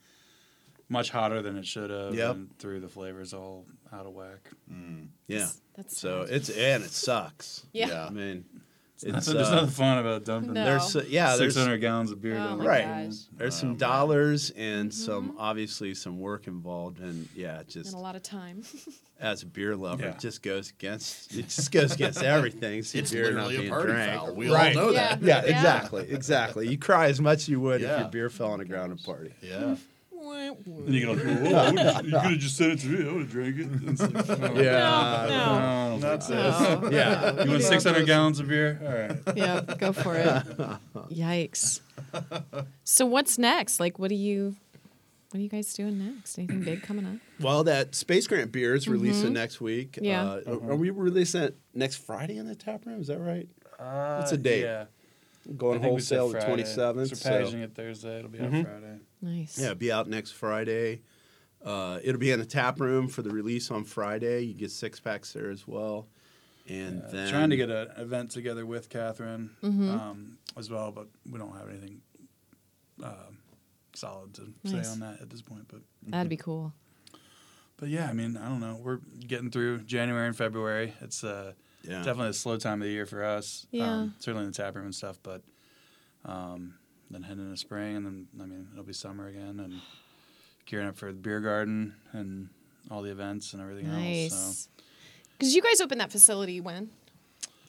[SPEAKER 5] much hotter than it should have,
[SPEAKER 2] Yep.
[SPEAKER 5] and threw the flavors all out of whack.
[SPEAKER 2] yeah.
[SPEAKER 3] That's- that's
[SPEAKER 2] so
[SPEAKER 3] sad.
[SPEAKER 2] it's and it sucks.
[SPEAKER 3] Yeah.
[SPEAKER 6] Yeah.
[SPEAKER 2] I mean,
[SPEAKER 5] There's
[SPEAKER 2] It's, uh,
[SPEAKER 5] nothing fun about dumping
[SPEAKER 3] No.
[SPEAKER 2] there's uh, yeah,
[SPEAKER 5] six
[SPEAKER 2] there's
[SPEAKER 5] hundred Oh, gallons of beer.
[SPEAKER 3] Oh
[SPEAKER 5] down
[SPEAKER 3] my
[SPEAKER 5] there.
[SPEAKER 2] Right.
[SPEAKER 3] gosh.
[SPEAKER 2] there's some dollars and some obviously some work involved, and yeah, it just
[SPEAKER 3] Mm-hmm. And a lot of time.
[SPEAKER 2] as a beer lover,
[SPEAKER 5] Yeah.
[SPEAKER 2] it just goes against it just goes against everything. See
[SPEAKER 6] It's
[SPEAKER 2] beer not
[SPEAKER 6] literally a
[SPEAKER 2] being
[SPEAKER 6] party
[SPEAKER 2] drank.
[SPEAKER 6] foul. We
[SPEAKER 2] Right.
[SPEAKER 6] all know
[SPEAKER 3] Yeah.
[SPEAKER 6] that.
[SPEAKER 2] Yeah, exactly, exactly. You cry as much as you would if
[SPEAKER 6] Yeah.
[SPEAKER 2] your beer fell on the ground at a party.
[SPEAKER 6] Yeah.
[SPEAKER 5] And you go, like, "Whoa, I would've- you could have just sent it to me. I would have drank it. And it's like, oh,
[SPEAKER 3] No, no.
[SPEAKER 5] no,
[SPEAKER 6] That's
[SPEAKER 3] no.
[SPEAKER 2] Yeah,
[SPEAKER 5] You want
[SPEAKER 3] Yeah.
[SPEAKER 5] 600 gallons of beer? All right.
[SPEAKER 3] yeah, go for it. Yikes. So what's next? Like, what do you, what are you guys doing next? Anything big coming up?
[SPEAKER 2] Well, that Space Grant beer is releasing next week.
[SPEAKER 3] Yeah.
[SPEAKER 2] Uh,
[SPEAKER 6] Mm-hmm.
[SPEAKER 2] Are we releasing it next Friday in the tap room? Is that right? What's the date?
[SPEAKER 5] Uh, Yeah. I
[SPEAKER 2] Going
[SPEAKER 5] think we said
[SPEAKER 2] wholesale the
[SPEAKER 5] Friday.
[SPEAKER 2] 27th.
[SPEAKER 5] So packaging
[SPEAKER 2] So, Mm-hmm.
[SPEAKER 5] it Thursday. It'll be out Friday.
[SPEAKER 3] Nice.
[SPEAKER 2] yeah, be out next Friday. Uh, it'll be in the tap room for the release on Friday. You get six packs there as well. And then
[SPEAKER 5] Uh, Trying to get an event together with Catherine
[SPEAKER 3] Mm-hmm.
[SPEAKER 5] um, as well, but we don't have anything um solid to
[SPEAKER 3] Nice.
[SPEAKER 5] say on that at this point. But
[SPEAKER 3] That'd be cool.
[SPEAKER 5] but yeah, I mean, I don't know. We're getting through January and February. It's uh,
[SPEAKER 2] Yeah.
[SPEAKER 5] definitely a slow time of the year for us.
[SPEAKER 3] Yeah.
[SPEAKER 5] Um, certainly in the tap room and stuff, but um, then heading into spring, and then I mean, it'll be summer again, and gearing up for the beer garden and all the events and everything else. So.
[SPEAKER 3] Nice. Because you guys opened that facility when?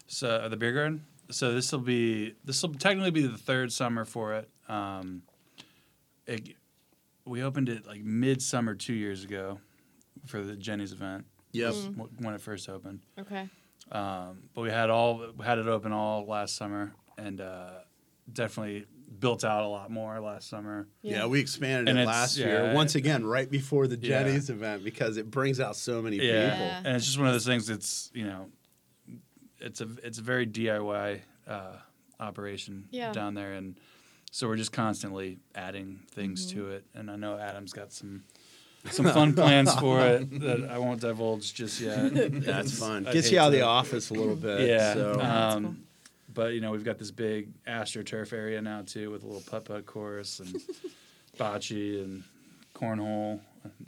[SPEAKER 5] So uh, the beer garden. So this will be this will technically be the third summer for it. Um, it we opened it like midsummer two years ago for the Jenny's event.
[SPEAKER 2] Yep.
[SPEAKER 5] was wh- When it first opened,
[SPEAKER 3] Okay.
[SPEAKER 5] um, but we had all had it open all last summer and uh, definitely built out a lot more last summer.
[SPEAKER 2] Yeah. we expanded
[SPEAKER 5] And
[SPEAKER 2] it
[SPEAKER 5] it's-
[SPEAKER 2] last
[SPEAKER 5] yeah.
[SPEAKER 2] year. Once again, right before the
[SPEAKER 5] Yeah.
[SPEAKER 2] Jenny's event because it brings out so many people.
[SPEAKER 3] Yeah.
[SPEAKER 5] And it's just one of those things that's, you know, it's a it's a very DIY uh, operation
[SPEAKER 3] Yeah.
[SPEAKER 5] down there and so we're just constantly adding things
[SPEAKER 3] Mm-hmm.
[SPEAKER 5] to it. And I know Adam's got some some fun plans for it that I won't divulge just yet.
[SPEAKER 2] That's fun.
[SPEAKER 5] I'd
[SPEAKER 2] Gets
[SPEAKER 5] hate
[SPEAKER 2] you out of
[SPEAKER 5] to-
[SPEAKER 2] the office a little bit.
[SPEAKER 5] Yeah.
[SPEAKER 2] So.
[SPEAKER 5] Um,
[SPEAKER 3] cool.
[SPEAKER 5] But you know, we've got this big astroturf area now too, with a little putt putt course and bocce and cornhole,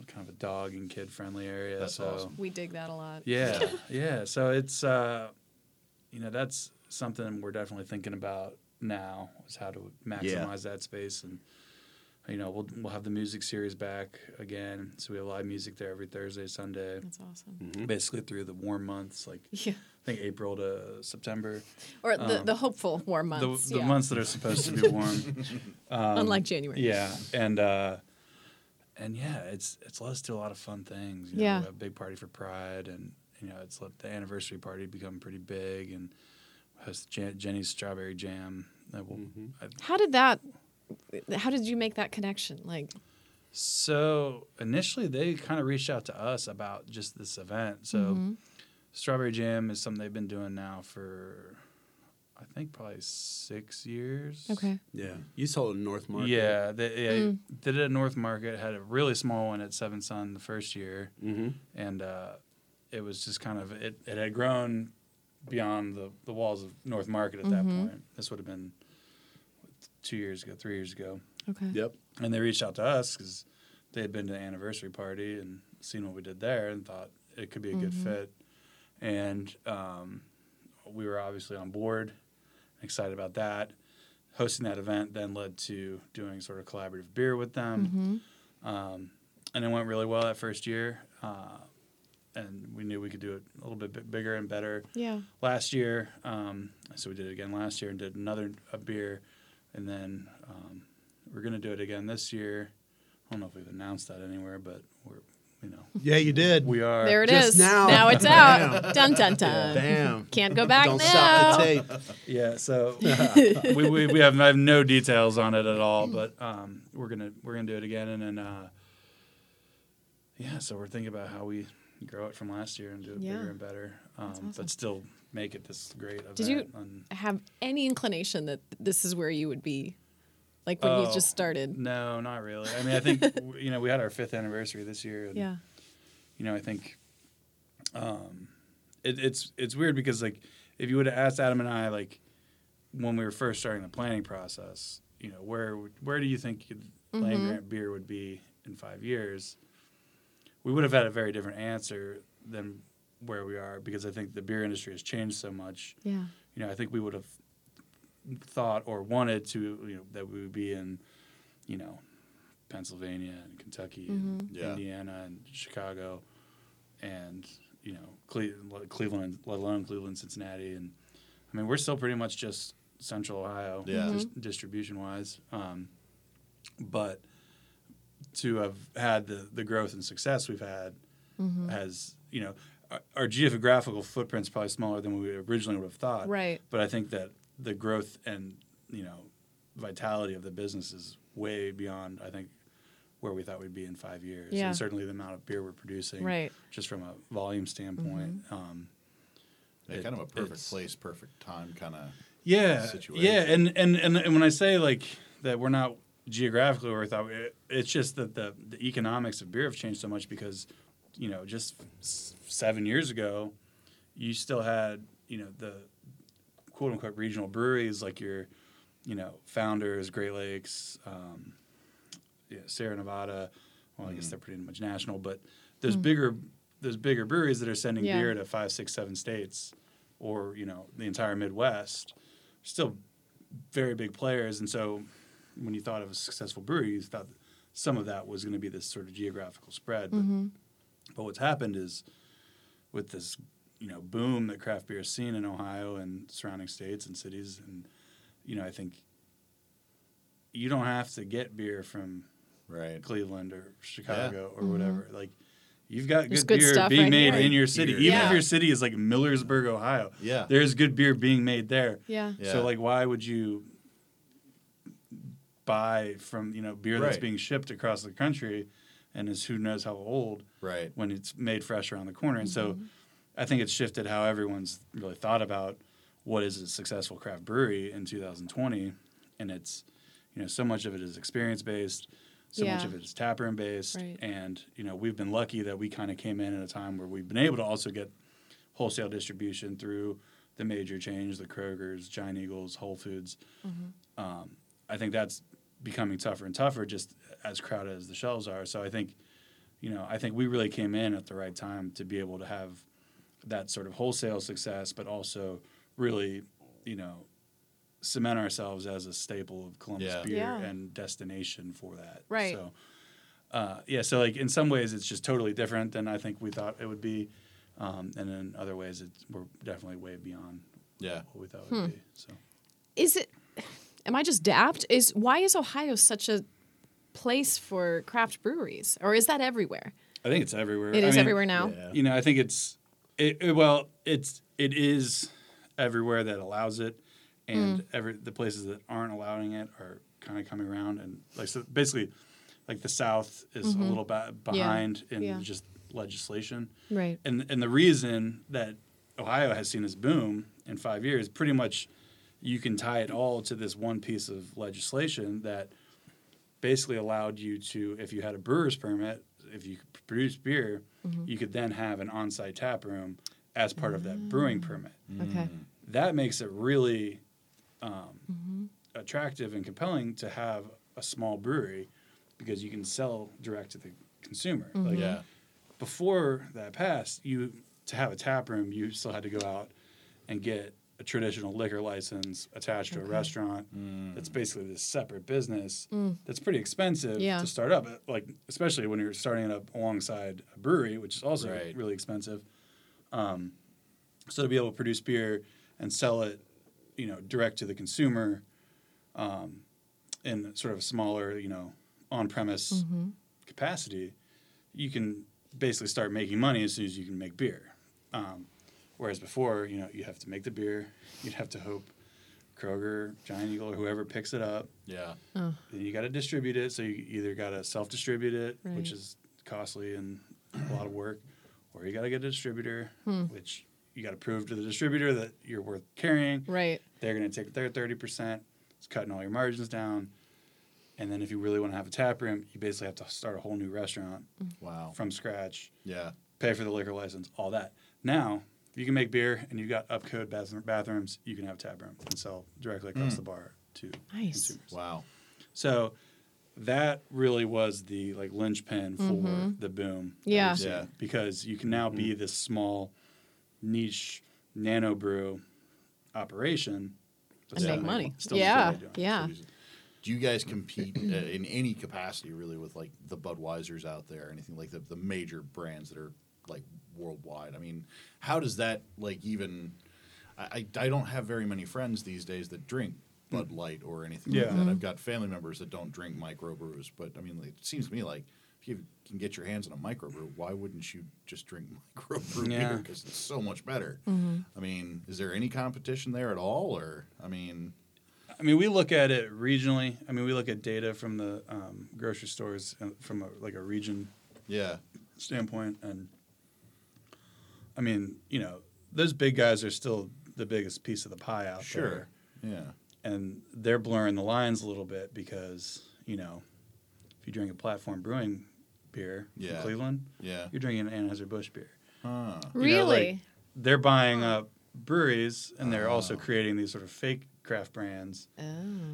[SPEAKER 5] kind of a dog and kid friendly area.
[SPEAKER 6] That's
[SPEAKER 5] so
[SPEAKER 6] awesome.
[SPEAKER 3] We dig that a lot.
[SPEAKER 5] yeah, yeah. So it's uh, you know that's something we're definitely thinking about now is how to maximize that space and you know we'll we'll have the music series back again. So we have live music there every Thursday, Sunday,
[SPEAKER 3] That's awesome.
[SPEAKER 5] basically through the warm months like
[SPEAKER 3] Yeah.
[SPEAKER 5] I think April to September,
[SPEAKER 3] Or the,
[SPEAKER 2] Um,
[SPEAKER 3] the hopeful warm months.
[SPEAKER 5] the the
[SPEAKER 3] yeah.
[SPEAKER 5] months that are supposed to be warm.
[SPEAKER 2] um,
[SPEAKER 3] Unlike January.
[SPEAKER 5] Yeah, and uh, and yeah, it's it's led us to a lot of fun things. You know,
[SPEAKER 3] Yeah.
[SPEAKER 5] we have a big party for Pride, and you know, it's let the anniversary party become pretty big, and host Jan- Jenny's Strawberry Jam. That will,
[SPEAKER 3] Mm-hmm.
[SPEAKER 5] I-
[SPEAKER 3] How did that? How did you make that connection? Like,
[SPEAKER 5] so initially, they kind of reached out to us about just this event. So
[SPEAKER 3] Mm-hmm.
[SPEAKER 5] Strawberry Jam is something they've been doing now for, I think, probably six years.
[SPEAKER 3] okay, Mm.
[SPEAKER 2] Yeah, you sold in North Market.
[SPEAKER 5] Yeah, they, they did it at North Market. Had a really small one at Seven Sun the first year,
[SPEAKER 2] Mhm.
[SPEAKER 5] and uh, it was just kind of it, it had grown beyond the, the walls of North Market at that point. This would have been two years ago, three years ago,
[SPEAKER 3] okay,
[SPEAKER 2] Yep.
[SPEAKER 5] and they reached out to us because they had been to the anniversary party and seen what we did there and thought it could be a good fit, and um, we were obviously on board, excited about that. Hosting that event then led to doing sort of collaborative beer with them, um, and it went really well that first year. Uh, and we knew we could do it a little bit bi- bigger and better
[SPEAKER 3] yeah,
[SPEAKER 5] last year. Um, so we did it again last year and did another a beer, and then um, we're gonna do it again this year. I don't know if we've announced that anywhere, but we're you know
[SPEAKER 2] Yeah, you did.
[SPEAKER 5] we are
[SPEAKER 3] there it
[SPEAKER 2] Uh, Just
[SPEAKER 3] is.
[SPEAKER 2] now.
[SPEAKER 3] it's out. dun dun dun.
[SPEAKER 2] Damn.
[SPEAKER 3] Can't go back
[SPEAKER 2] Don't
[SPEAKER 3] now.
[SPEAKER 2] stop the tape.
[SPEAKER 5] Yeah, so we, we, we have I have no details on it at all, but um, we're gonna we're gonna do it again, and then uh, yeah, so we're thinking about how we grow it from last year and do it
[SPEAKER 3] Yeah.
[SPEAKER 5] bigger and better, um,
[SPEAKER 3] awesome.
[SPEAKER 5] but still make it this great event.
[SPEAKER 3] Did you-
[SPEAKER 5] and-
[SPEAKER 3] Have any inclination that this is where you would be, like when you
[SPEAKER 5] Oh.
[SPEAKER 3] just started?
[SPEAKER 5] no, not really. I mean, I think w- you know we had our fifth anniversary this year. And,
[SPEAKER 3] Yeah,
[SPEAKER 5] you know, I think um, it, it's it's weird because like if you would have asked Adam and I like when we were first starting the planning process, you know, where would- where do you think you'd- land grant beer would be in five years? We would have had a very different answer than where we are because I think the beer industry has changed so much.
[SPEAKER 3] yeah,
[SPEAKER 5] You know, I think we would have thought or wanted to, you know, that we would be in, you know, Pennsylvania and Kentucky and
[SPEAKER 6] Yeah.
[SPEAKER 5] Indiana and Chicago and, you know, Cle- Cleveland, let alone Cleveland, Cincinnati. And I mean, we're still pretty much just central Ohio
[SPEAKER 6] Yeah.
[SPEAKER 5] dis- distribution wise. Um, but to have had the, the growth and success we've had
[SPEAKER 3] Mm-hmm.
[SPEAKER 5] has, you know, our, our geographical footprint's probably smaller than we originally would have thought.
[SPEAKER 3] Right.
[SPEAKER 5] But I think that the growth and, you know, vitality of the business is way beyond, I think, where we thought we'd be in five years.
[SPEAKER 3] Yeah.
[SPEAKER 5] And certainly the amount of beer we're producing,
[SPEAKER 3] Right. Mm-hmm.
[SPEAKER 5] just from a volume standpoint. Um,
[SPEAKER 6] Yeah,
[SPEAKER 5] It-
[SPEAKER 6] kind of a perfect
[SPEAKER 5] it's-
[SPEAKER 6] place, perfect time, kind of.
[SPEAKER 5] yeah
[SPEAKER 6] situation.
[SPEAKER 5] yeah and, and and and when i say like that we're not geographically where i thought we- it's just that the, the economics of beer have changed so much because you know just s- seven years ago you still had you know the quote unquote regional breweries like your you know founders great lakes um, yeah, sierra nevada well i guess they're pretty much national but there's bigger there's bigger breweries that are sending
[SPEAKER 3] Yeah.
[SPEAKER 5] beer to five six seven states or you know the entire midwest still very big players and so when you thought of a successful brewery you thought some of that was going to be this sort of geographical spread but, but what's happened is with this you know boom that craft beer is seen in ohio and surrounding states and cities and you know i think you don't have to get beer from
[SPEAKER 6] Right.
[SPEAKER 5] Cleveland or Chicago or whatever. Like you've got
[SPEAKER 3] Mm-hmm. There's good
[SPEAKER 5] good, beer
[SPEAKER 3] stuff
[SPEAKER 5] being
[SPEAKER 3] right
[SPEAKER 5] made
[SPEAKER 3] here.
[SPEAKER 5] in your city.
[SPEAKER 6] Here.
[SPEAKER 5] Even
[SPEAKER 3] Yeah.
[SPEAKER 5] if your city is like Millersburg, Ohio.
[SPEAKER 6] Yeah.
[SPEAKER 5] There's good beer being made there.
[SPEAKER 3] Yeah.
[SPEAKER 6] Yeah.
[SPEAKER 5] So like why would you buy from, you know, beer that's
[SPEAKER 6] Right.
[SPEAKER 5] being shipped across the country and is who knows how old
[SPEAKER 6] Right.
[SPEAKER 5] when it's made fresh around the corner. And so I think it's shifted how everyone's really thought about what is a successful craft brewery in 2020. And it's, you know, so much of it is experience based, so much
[SPEAKER 3] Yeah.
[SPEAKER 5] of it is taproom based.
[SPEAKER 3] Right.
[SPEAKER 5] And, you know, we've been lucky that we kind of came in at a time where we've been able to also get wholesale distribution through the major chains, the Kroger's, Giant Eagles, Whole Foods.
[SPEAKER 3] Mm-hmm.
[SPEAKER 5] Um, I think that's becoming tougher and tougher just as crowded as the shelves are. So I think, you know, I think we really came in at the right time to be able to have that sort of wholesale success, but also really, you know, cement ourselves as a staple of Columbus
[SPEAKER 6] Yeah.
[SPEAKER 5] beer
[SPEAKER 3] Yeah.
[SPEAKER 5] and destination for that.
[SPEAKER 3] Right.
[SPEAKER 5] So, uh, yeah, so like in some ways it's just totally different than I think we thought it would be. Um, and in other ways, it's, we're definitely way beyond
[SPEAKER 6] Yeah.
[SPEAKER 5] what we thought it
[SPEAKER 3] Hmm.
[SPEAKER 5] would be. So,
[SPEAKER 3] Is it? Am I just dapped? Is why is Ohio such a place for craft breweries, or is that everywhere?
[SPEAKER 5] I think it's everywhere.
[SPEAKER 3] It is
[SPEAKER 5] I mean,
[SPEAKER 3] everywhere now.
[SPEAKER 6] Yeah.
[SPEAKER 5] you know i think it's it, it- well it's it is everywhere that allows it and
[SPEAKER 3] Hmm.
[SPEAKER 5] every the places that aren't allowing it are kind of coming around and like so basically like the south is a little ba- behind
[SPEAKER 3] Mm-hmm.
[SPEAKER 5] in
[SPEAKER 3] Yeah.
[SPEAKER 5] just legislation
[SPEAKER 3] Right.
[SPEAKER 5] and and the reason that ohio has seen this boom in 5 years pretty much you can tie it all to this one piece of legislation that basically allowed you to, if you had a brewer's permit, if you could produce beer, you could then have an on-site tap room as part of that brewing permit.
[SPEAKER 3] Okay.
[SPEAKER 5] That makes it really um, attractive and compelling to have a small brewery because you can sell direct to the consumer. Like,
[SPEAKER 6] Yeah.
[SPEAKER 5] before that passed, you to have a tap room, you still had to go out and get a traditional liquor license attached to a restaurant. That's basically this separate business that's pretty expensive
[SPEAKER 3] Yeah.
[SPEAKER 5] to start up. Like especially when you're starting it up alongside a brewery, which is also
[SPEAKER 6] Right.
[SPEAKER 5] really expensive. Um, so to be able to produce beer and sell it, you know, direct to the consumer, um, in sort of a smaller, you know, on-premise capacity, you can basically start making money as soon as you can make beer. Um, whereas before, you know, you have to make the beer, you'd have to hope Kroger, Giant Eagle, or whoever picks it up.
[SPEAKER 6] Yeah.
[SPEAKER 3] Oh.
[SPEAKER 5] Then you got to distribute it. So you either got to self-distribute it,
[SPEAKER 3] Right.
[SPEAKER 5] which is costly and a lot of work, or you got to get a distributor,
[SPEAKER 3] Hmm.
[SPEAKER 5] which you got to prove to the distributor that you're worth carrying.
[SPEAKER 3] Right.
[SPEAKER 5] They're going to take their 30%. It's cutting all your margins down. And then if you really want to have a tap room, you basically have to start a whole new restaurant
[SPEAKER 3] Mm-hmm.
[SPEAKER 6] Wow.
[SPEAKER 5] from scratch,
[SPEAKER 6] yeah.
[SPEAKER 5] pay for the liquor license, all that. Now, you can make beer and you got upcode bathroom, bathrooms, you can have a tap room and sell directly across the bar to
[SPEAKER 3] Nice.
[SPEAKER 5] consumers.
[SPEAKER 6] Wow.
[SPEAKER 5] So that really was the like linchpin for the boom. that
[SPEAKER 3] Mm-hmm. Yeah.
[SPEAKER 5] we've seen,
[SPEAKER 6] Yeah.
[SPEAKER 5] Because you can now be this small niche nano brew operation
[SPEAKER 3] and
[SPEAKER 5] Yeah.
[SPEAKER 3] make money.
[SPEAKER 5] Still make
[SPEAKER 3] yeah,
[SPEAKER 5] money, yeah.
[SPEAKER 3] yeah.
[SPEAKER 6] Do you guys compete uh, in any capacity really with like the Budweisers out there, or anything like the the major brands that are like worldwide? I mean, how does that like even? I, I I don't have very many friends these days that drink Bud Light or anything
[SPEAKER 5] Yeah. Mm-hmm.
[SPEAKER 6] like that. I've got family members that don't drink microbrews, but I mean, like, it seems to me like if you can get your hands on a microbrew, why wouldn't you just drink microbrew
[SPEAKER 5] Yeah.
[SPEAKER 6] beer because it's so much better? I mean, is there any competition there at all, or I mean?
[SPEAKER 5] I mean, we look at it regionally. I mean, we look at data from the um, grocery stores and from a, like a region
[SPEAKER 6] Yeah,
[SPEAKER 5] standpoint, and I mean, you know, those big guys are still the biggest piece of the pie out
[SPEAKER 6] sure. Yeah.
[SPEAKER 5] there, and they're blurring the lines a little bit because you know, if you drink a platform brewing beer
[SPEAKER 6] Yeah.
[SPEAKER 5] in Cleveland,
[SPEAKER 6] Yeah.
[SPEAKER 5] you're drinking an Anheuser Busch beer.
[SPEAKER 6] Huh.
[SPEAKER 5] You know, like,
[SPEAKER 3] Really?
[SPEAKER 5] they're buying up breweries, and they're also creating these sort of fake craft brands
[SPEAKER 3] oh.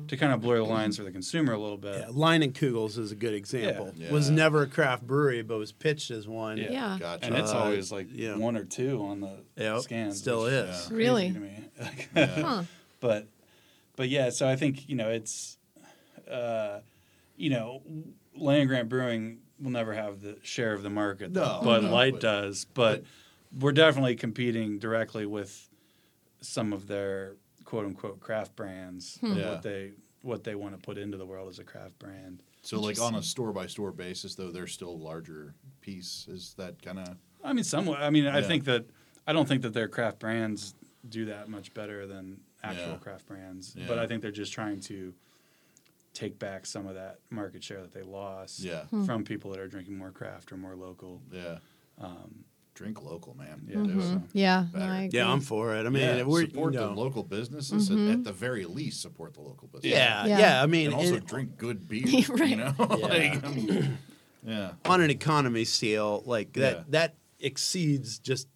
[SPEAKER 5] to kind of blur the lines for the consumer a little bit.
[SPEAKER 2] Yeah, Line and Kugels is a good example.
[SPEAKER 6] Yeah.
[SPEAKER 2] Was
[SPEAKER 6] Yeah.
[SPEAKER 2] never a craft brewery, but was pitched as one.
[SPEAKER 5] Yeah.
[SPEAKER 3] Yeah.
[SPEAKER 6] Gotcha.
[SPEAKER 5] and it's
[SPEAKER 2] Uh,
[SPEAKER 5] always like
[SPEAKER 2] yeah.
[SPEAKER 5] one or two on the
[SPEAKER 2] Yep,
[SPEAKER 5] scans.
[SPEAKER 2] still
[SPEAKER 5] which
[SPEAKER 2] is.
[SPEAKER 5] crazy
[SPEAKER 3] Really?
[SPEAKER 5] to me.
[SPEAKER 3] Huh.
[SPEAKER 5] but but yeah, so I think you know it's uh, you know Land Grant Brewing will never have the share of the market
[SPEAKER 6] No,
[SPEAKER 5] that Bud
[SPEAKER 6] no,
[SPEAKER 5] Light
[SPEAKER 6] but-
[SPEAKER 5] does, but, we're definitely competing directly with some of their quote unquote craft brands
[SPEAKER 3] Hmm.
[SPEAKER 5] and
[SPEAKER 6] Yeah.
[SPEAKER 5] what they what they want to put into the world as a craft brand.
[SPEAKER 6] So, like on a store by store basis, though, they're still a larger piece. Is that kind of
[SPEAKER 5] I mean, somewhat. I mean, I
[SPEAKER 6] Yeah.
[SPEAKER 5] think that I don't think that their craft brands do that much better than actual
[SPEAKER 6] Yeah.
[SPEAKER 5] craft brands.
[SPEAKER 6] Yeah.
[SPEAKER 5] But I think they're just trying to take back some of that market share that they lost
[SPEAKER 6] Yeah.
[SPEAKER 3] Hmm.
[SPEAKER 5] from people that are drinking more craft or more local.
[SPEAKER 6] yeah? Drink local, man.
[SPEAKER 5] Um, Yeah, do it.
[SPEAKER 6] So-
[SPEAKER 3] Yeah. no,
[SPEAKER 6] Better.
[SPEAKER 3] I
[SPEAKER 2] Yeah,
[SPEAKER 3] agree.
[SPEAKER 2] I'm for it. I mean,
[SPEAKER 6] Yeah,
[SPEAKER 2] we're
[SPEAKER 6] support
[SPEAKER 2] you
[SPEAKER 6] the
[SPEAKER 2] know,
[SPEAKER 6] local businesses at-
[SPEAKER 3] Mm-hmm.
[SPEAKER 6] at the very least. Support the local business.
[SPEAKER 2] yeah, yeah,
[SPEAKER 3] Yeah.
[SPEAKER 2] I mean,
[SPEAKER 6] and also
[SPEAKER 2] and
[SPEAKER 6] drink good beer.
[SPEAKER 3] Right.
[SPEAKER 6] You know, like, um, yeah,
[SPEAKER 2] on an economy scale, like that
[SPEAKER 6] Yeah.
[SPEAKER 2] that exceeds just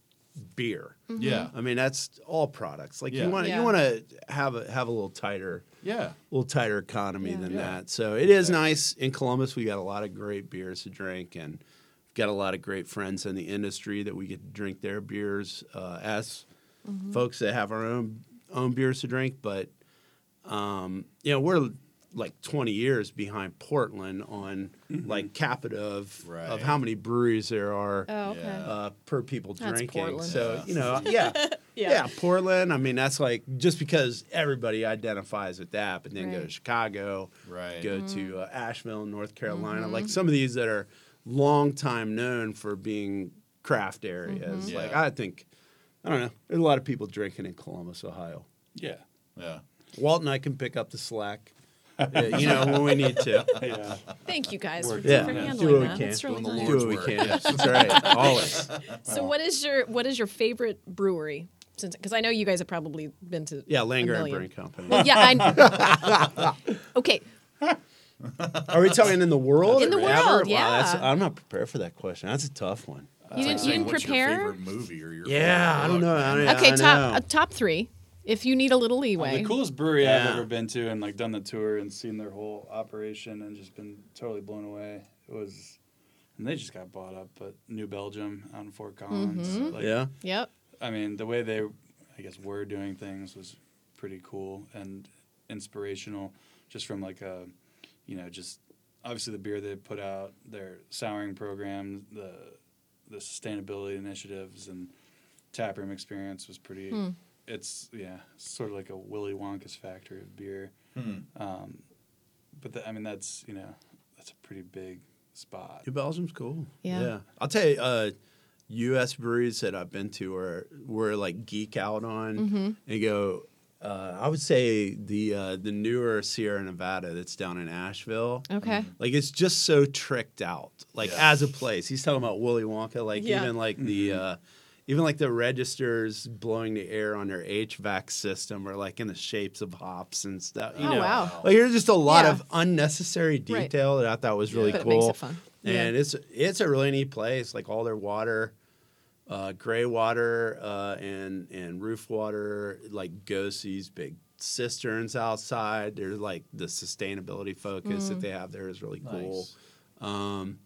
[SPEAKER 2] beer.
[SPEAKER 3] Mm-hmm.
[SPEAKER 6] yeah,
[SPEAKER 2] I mean, that's all products. Like
[SPEAKER 6] Yeah.
[SPEAKER 2] you want to
[SPEAKER 3] Yeah.
[SPEAKER 2] you want to have a have a little tighter
[SPEAKER 6] yeah.
[SPEAKER 2] little tighter economy
[SPEAKER 3] Yeah.
[SPEAKER 2] than
[SPEAKER 6] Yeah.
[SPEAKER 2] that. So it is
[SPEAKER 6] Yeah.
[SPEAKER 2] nice in Columbus. We got a lot of great beers to drink, and we've got a lot of great friends in the industry that we get to drink their beers uh, as
[SPEAKER 3] Mm-hmm.
[SPEAKER 2] folks that have our own own beers to drink. But um, you know, we're like 20 years behind Portland on like capita of of
[SPEAKER 6] Mm-hmm. Right.
[SPEAKER 2] how many breweries there are
[SPEAKER 3] Oh, okay.
[SPEAKER 6] Yeah.
[SPEAKER 2] uh, per people
[SPEAKER 3] That's
[SPEAKER 2] drinking.
[SPEAKER 3] Portland.
[SPEAKER 2] So you know, yeah. yeah,
[SPEAKER 3] Yeah.
[SPEAKER 2] Portland. I mean, that's like just because everybody identifies with that, but then go to
[SPEAKER 3] Right. Mm-hmm.
[SPEAKER 2] Chicago,
[SPEAKER 6] Right.
[SPEAKER 2] Go to uh, Asheville, North Carolina. Like some of these that are long time known for being craft areas.
[SPEAKER 3] Mm-hmm.
[SPEAKER 6] Mhm.
[SPEAKER 2] Like
[SPEAKER 6] Yeah.
[SPEAKER 2] I think, I don't know. There's a lot of people drinking in Columbus, Ohio.
[SPEAKER 5] Yeah.
[SPEAKER 6] Yeah.
[SPEAKER 2] Walt and I can pick up the slack. uh, you know when we need to.
[SPEAKER 5] Yeah.
[SPEAKER 3] Thank you guys for,
[SPEAKER 5] Work.
[SPEAKER 2] Yeah,
[SPEAKER 3] for
[SPEAKER 2] do
[SPEAKER 3] handling
[SPEAKER 2] what we
[SPEAKER 3] that.
[SPEAKER 2] can.
[SPEAKER 3] That's
[SPEAKER 6] Doing
[SPEAKER 3] really
[SPEAKER 6] the
[SPEAKER 3] nice.
[SPEAKER 2] Do
[SPEAKER 6] Lord's
[SPEAKER 2] what we
[SPEAKER 6] work,
[SPEAKER 2] can.
[SPEAKER 6] yes.
[SPEAKER 2] That's right. Always.
[SPEAKER 3] So what is your what is your favorite brewery? Since because I know you guys have probably been to
[SPEAKER 2] Yeah,
[SPEAKER 3] a
[SPEAKER 2] Langer
[SPEAKER 3] million.
[SPEAKER 2] Brewing Company.
[SPEAKER 3] Well, yeah. I, okay.
[SPEAKER 2] Are we talking in the world?
[SPEAKER 3] In the
[SPEAKER 2] or
[SPEAKER 3] world,
[SPEAKER 2] ever? Wow, that's,
[SPEAKER 3] yeah.
[SPEAKER 2] I'm not prepared for that question. That's a tough one.
[SPEAKER 3] You didn't, you didn't
[SPEAKER 6] What's your
[SPEAKER 3] prepare.
[SPEAKER 6] favorite movie or your?
[SPEAKER 2] Yeah,
[SPEAKER 6] favorite
[SPEAKER 2] I don't
[SPEAKER 6] book,
[SPEAKER 2] know.
[SPEAKER 6] man?
[SPEAKER 2] I don't,
[SPEAKER 3] Okay,
[SPEAKER 2] I
[SPEAKER 3] top
[SPEAKER 2] know.
[SPEAKER 3] uh, top three. If you need a little leeway.
[SPEAKER 5] The coolest brewery I've
[SPEAKER 2] Yeah.
[SPEAKER 5] ever been to and like done the tour and seen their whole operation and just been totally blown away was, and they just got bought up, but New Belgium out in Fort Collins. Like,
[SPEAKER 2] yeah.
[SPEAKER 3] Yep.
[SPEAKER 5] I mean, the way they, I guess, were doing things was pretty cool and inspirational, just from like a, you know, just obviously the beer they put out, their souring program, the the sustainability initiatives, and taproom experience was pretty. It's yeah, sort of like a Willy Wonka's factory of beer. Um, but the, I mean, that's you know, that's a pretty big spot.
[SPEAKER 2] New Belgium's cool.
[SPEAKER 3] Yeah.
[SPEAKER 2] I'll tell you, uh, U.S. breweries that I've been to are were like geek out on
[SPEAKER 3] Mm-hmm.
[SPEAKER 2] and go. Uh, I would say the uh, the newer Sierra Nevada that's down in Asheville.
[SPEAKER 3] Okay.
[SPEAKER 2] Like it's just so tricked out, like
[SPEAKER 6] Yeah.
[SPEAKER 2] as a place. He's talking about Willy Wonka, like
[SPEAKER 3] Yeah.
[SPEAKER 2] even like the uh, even like the registers blowing the air on their HVAC system are like in the shapes of hops and stuff. You
[SPEAKER 3] Oh,
[SPEAKER 2] know,
[SPEAKER 3] wow.
[SPEAKER 2] like there's just a lot
[SPEAKER 3] Yeah.
[SPEAKER 2] of unnecessary
[SPEAKER 3] Right.
[SPEAKER 2] detail that I thought was really
[SPEAKER 3] But it
[SPEAKER 2] cool.
[SPEAKER 3] makes it fun.
[SPEAKER 2] And
[SPEAKER 3] Yeah.
[SPEAKER 2] it's it's a really neat place. Like all their water, uh, gray water uh, and and roof water like goes to these big cisterns outside. There's like the sustainability focus that they have there is really cool.
[SPEAKER 6] Nice.
[SPEAKER 2] Um,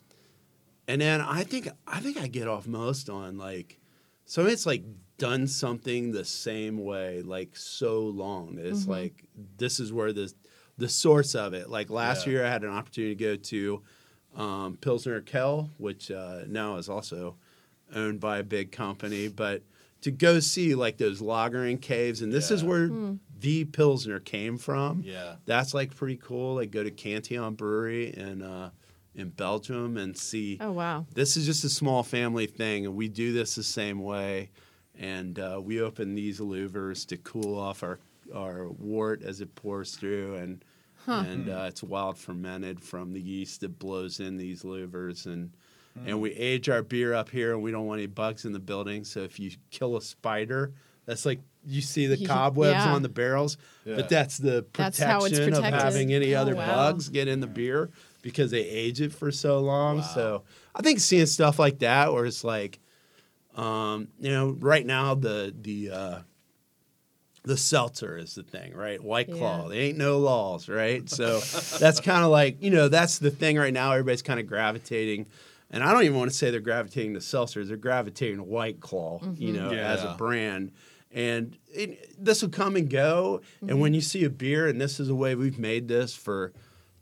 [SPEAKER 2] and then I think I think I get off most on like So it's like done something the same way like so long that it's like this is where the the source of it. Like last
[SPEAKER 6] Yeah.
[SPEAKER 2] year, I had an opportunity to go to um, Pilsner Kell, which uh, now is also owned by a big company, but to go see like those lagering caves, and this is
[SPEAKER 6] Yeah.
[SPEAKER 2] where the Pilsner came from.
[SPEAKER 6] Yeah.
[SPEAKER 2] that's like pretty cool. Like go to Cantillon Brewery in uh, in Belgium and see
[SPEAKER 3] Oh wow.
[SPEAKER 2] this is just a small family thing, and we do this the same way. And uh, we open these louvers to cool off our our wort as it pours through, and and uh, it's wild fermented from the yeast that blows in these louvers, and and we age our beer up here, and we don't want any bugs in the building. So if you kill a spider, that's like you see the
[SPEAKER 3] You-
[SPEAKER 2] cobwebs
[SPEAKER 3] yeah.
[SPEAKER 2] on the barrels,
[SPEAKER 6] Yeah.
[SPEAKER 2] but that's the
[SPEAKER 3] That's
[SPEAKER 2] protection
[SPEAKER 3] how it's
[SPEAKER 2] of
[SPEAKER 3] protected.
[SPEAKER 2] having any
[SPEAKER 3] Oh,
[SPEAKER 2] other
[SPEAKER 3] wow.
[SPEAKER 2] bugs get in the beer because they age it for so long.
[SPEAKER 6] Wow.
[SPEAKER 2] So I think seeing stuff like that where it's like, um, you know, right now the the uh, the seltzer is the thing, right? White
[SPEAKER 3] Yeah.
[SPEAKER 2] Claw. There ain't no laws, right? So that's kind of like you know that's the thing right now. Everybody's kind of gravitating. And I don't even want to say they're gravitating to seltzers; they're gravitating to White Claw,
[SPEAKER 3] Mm-hmm.
[SPEAKER 2] you know, as a
[SPEAKER 6] Yeah.
[SPEAKER 2] brand. And it, this will come and go. And
[SPEAKER 6] Mm-hmm.
[SPEAKER 2] when you see a beer, and this is the way we've made this for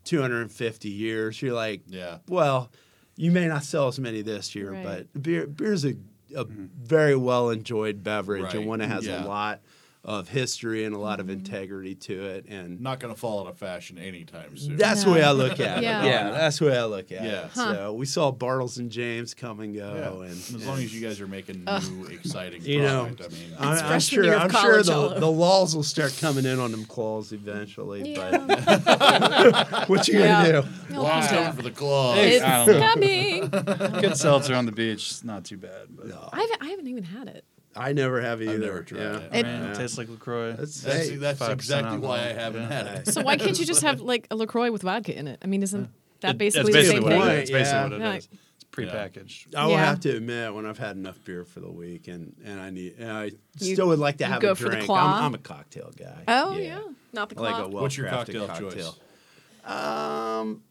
[SPEAKER 2] 250 years, you're like,
[SPEAKER 6] Yeah.
[SPEAKER 2] well, you may not sell as many this year,
[SPEAKER 3] Right.
[SPEAKER 2] but beer beer's a, a
[SPEAKER 6] Mm-hmm.
[SPEAKER 2] very well enjoyed beverage and
[SPEAKER 6] Right.
[SPEAKER 2] one that has
[SPEAKER 6] Yeah. Mm-hmm.
[SPEAKER 2] a lot of history and a lot of integrity to it. And
[SPEAKER 6] Not going to fall out of fashion anytime soon.
[SPEAKER 2] that's the way I look at
[SPEAKER 3] Yeah.
[SPEAKER 2] it. Yeah, that's the way I look at
[SPEAKER 6] Yeah.
[SPEAKER 2] it. So we saw Bartles and James come and go,
[SPEAKER 6] Yeah.
[SPEAKER 2] Oh, and
[SPEAKER 6] as long as you guys are making
[SPEAKER 3] Uh,
[SPEAKER 6] new, exciting
[SPEAKER 2] You know,
[SPEAKER 6] product, I mean,
[SPEAKER 2] I'm, I'm
[SPEAKER 3] freshman year
[SPEAKER 2] sure,
[SPEAKER 3] of
[SPEAKER 2] I'm sure
[SPEAKER 3] college all
[SPEAKER 2] the,
[SPEAKER 3] over.
[SPEAKER 2] the laws will start coming in on them claws eventually.
[SPEAKER 3] Yeah.
[SPEAKER 2] But what you gonna
[SPEAKER 3] Yeah.
[SPEAKER 2] do?
[SPEAKER 3] You'll
[SPEAKER 6] Lots
[SPEAKER 3] come
[SPEAKER 6] coming
[SPEAKER 3] back.
[SPEAKER 6] for the claw.
[SPEAKER 5] Hey,
[SPEAKER 3] It's
[SPEAKER 5] I don't know.
[SPEAKER 3] coming.
[SPEAKER 5] Good seltzer on the beach. It's not too bad. But
[SPEAKER 3] I haven't, I haven't even had it.
[SPEAKER 2] I never have either.
[SPEAKER 6] never tried
[SPEAKER 2] yeah.
[SPEAKER 6] it.
[SPEAKER 5] Man,
[SPEAKER 2] Yeah.
[SPEAKER 5] it tastes like LaCroix.
[SPEAKER 2] That's-
[SPEAKER 6] That's,
[SPEAKER 2] Hey,
[SPEAKER 6] that's
[SPEAKER 5] 5%
[SPEAKER 6] exactly
[SPEAKER 5] alcohol.
[SPEAKER 6] why I haven't had it.
[SPEAKER 3] So why can't you just have like a Lacroix with vodka in it? I mean, isn't that
[SPEAKER 5] It- that's
[SPEAKER 3] basically,
[SPEAKER 5] basically
[SPEAKER 3] the same
[SPEAKER 5] what
[SPEAKER 3] thing?
[SPEAKER 5] it is. That's basically
[SPEAKER 2] Yeah.
[SPEAKER 5] what it
[SPEAKER 3] Yeah.
[SPEAKER 5] is. It's prepackaged.
[SPEAKER 2] I will
[SPEAKER 3] Yeah.
[SPEAKER 2] have to admit when I've had enough beer for the week, and, and I need, and I
[SPEAKER 3] You-
[SPEAKER 2] still would like to
[SPEAKER 3] you
[SPEAKER 2] have
[SPEAKER 3] go
[SPEAKER 2] a
[SPEAKER 3] for the
[SPEAKER 2] drink.
[SPEAKER 3] claw?
[SPEAKER 2] I'm, I'm a cocktail guy.
[SPEAKER 3] Oh yeah. not the
[SPEAKER 2] I
[SPEAKER 3] claw.
[SPEAKER 2] like a well
[SPEAKER 6] What's your
[SPEAKER 2] cocktail,
[SPEAKER 6] cocktail
[SPEAKER 2] cocktail.
[SPEAKER 6] choice?
[SPEAKER 2] Um,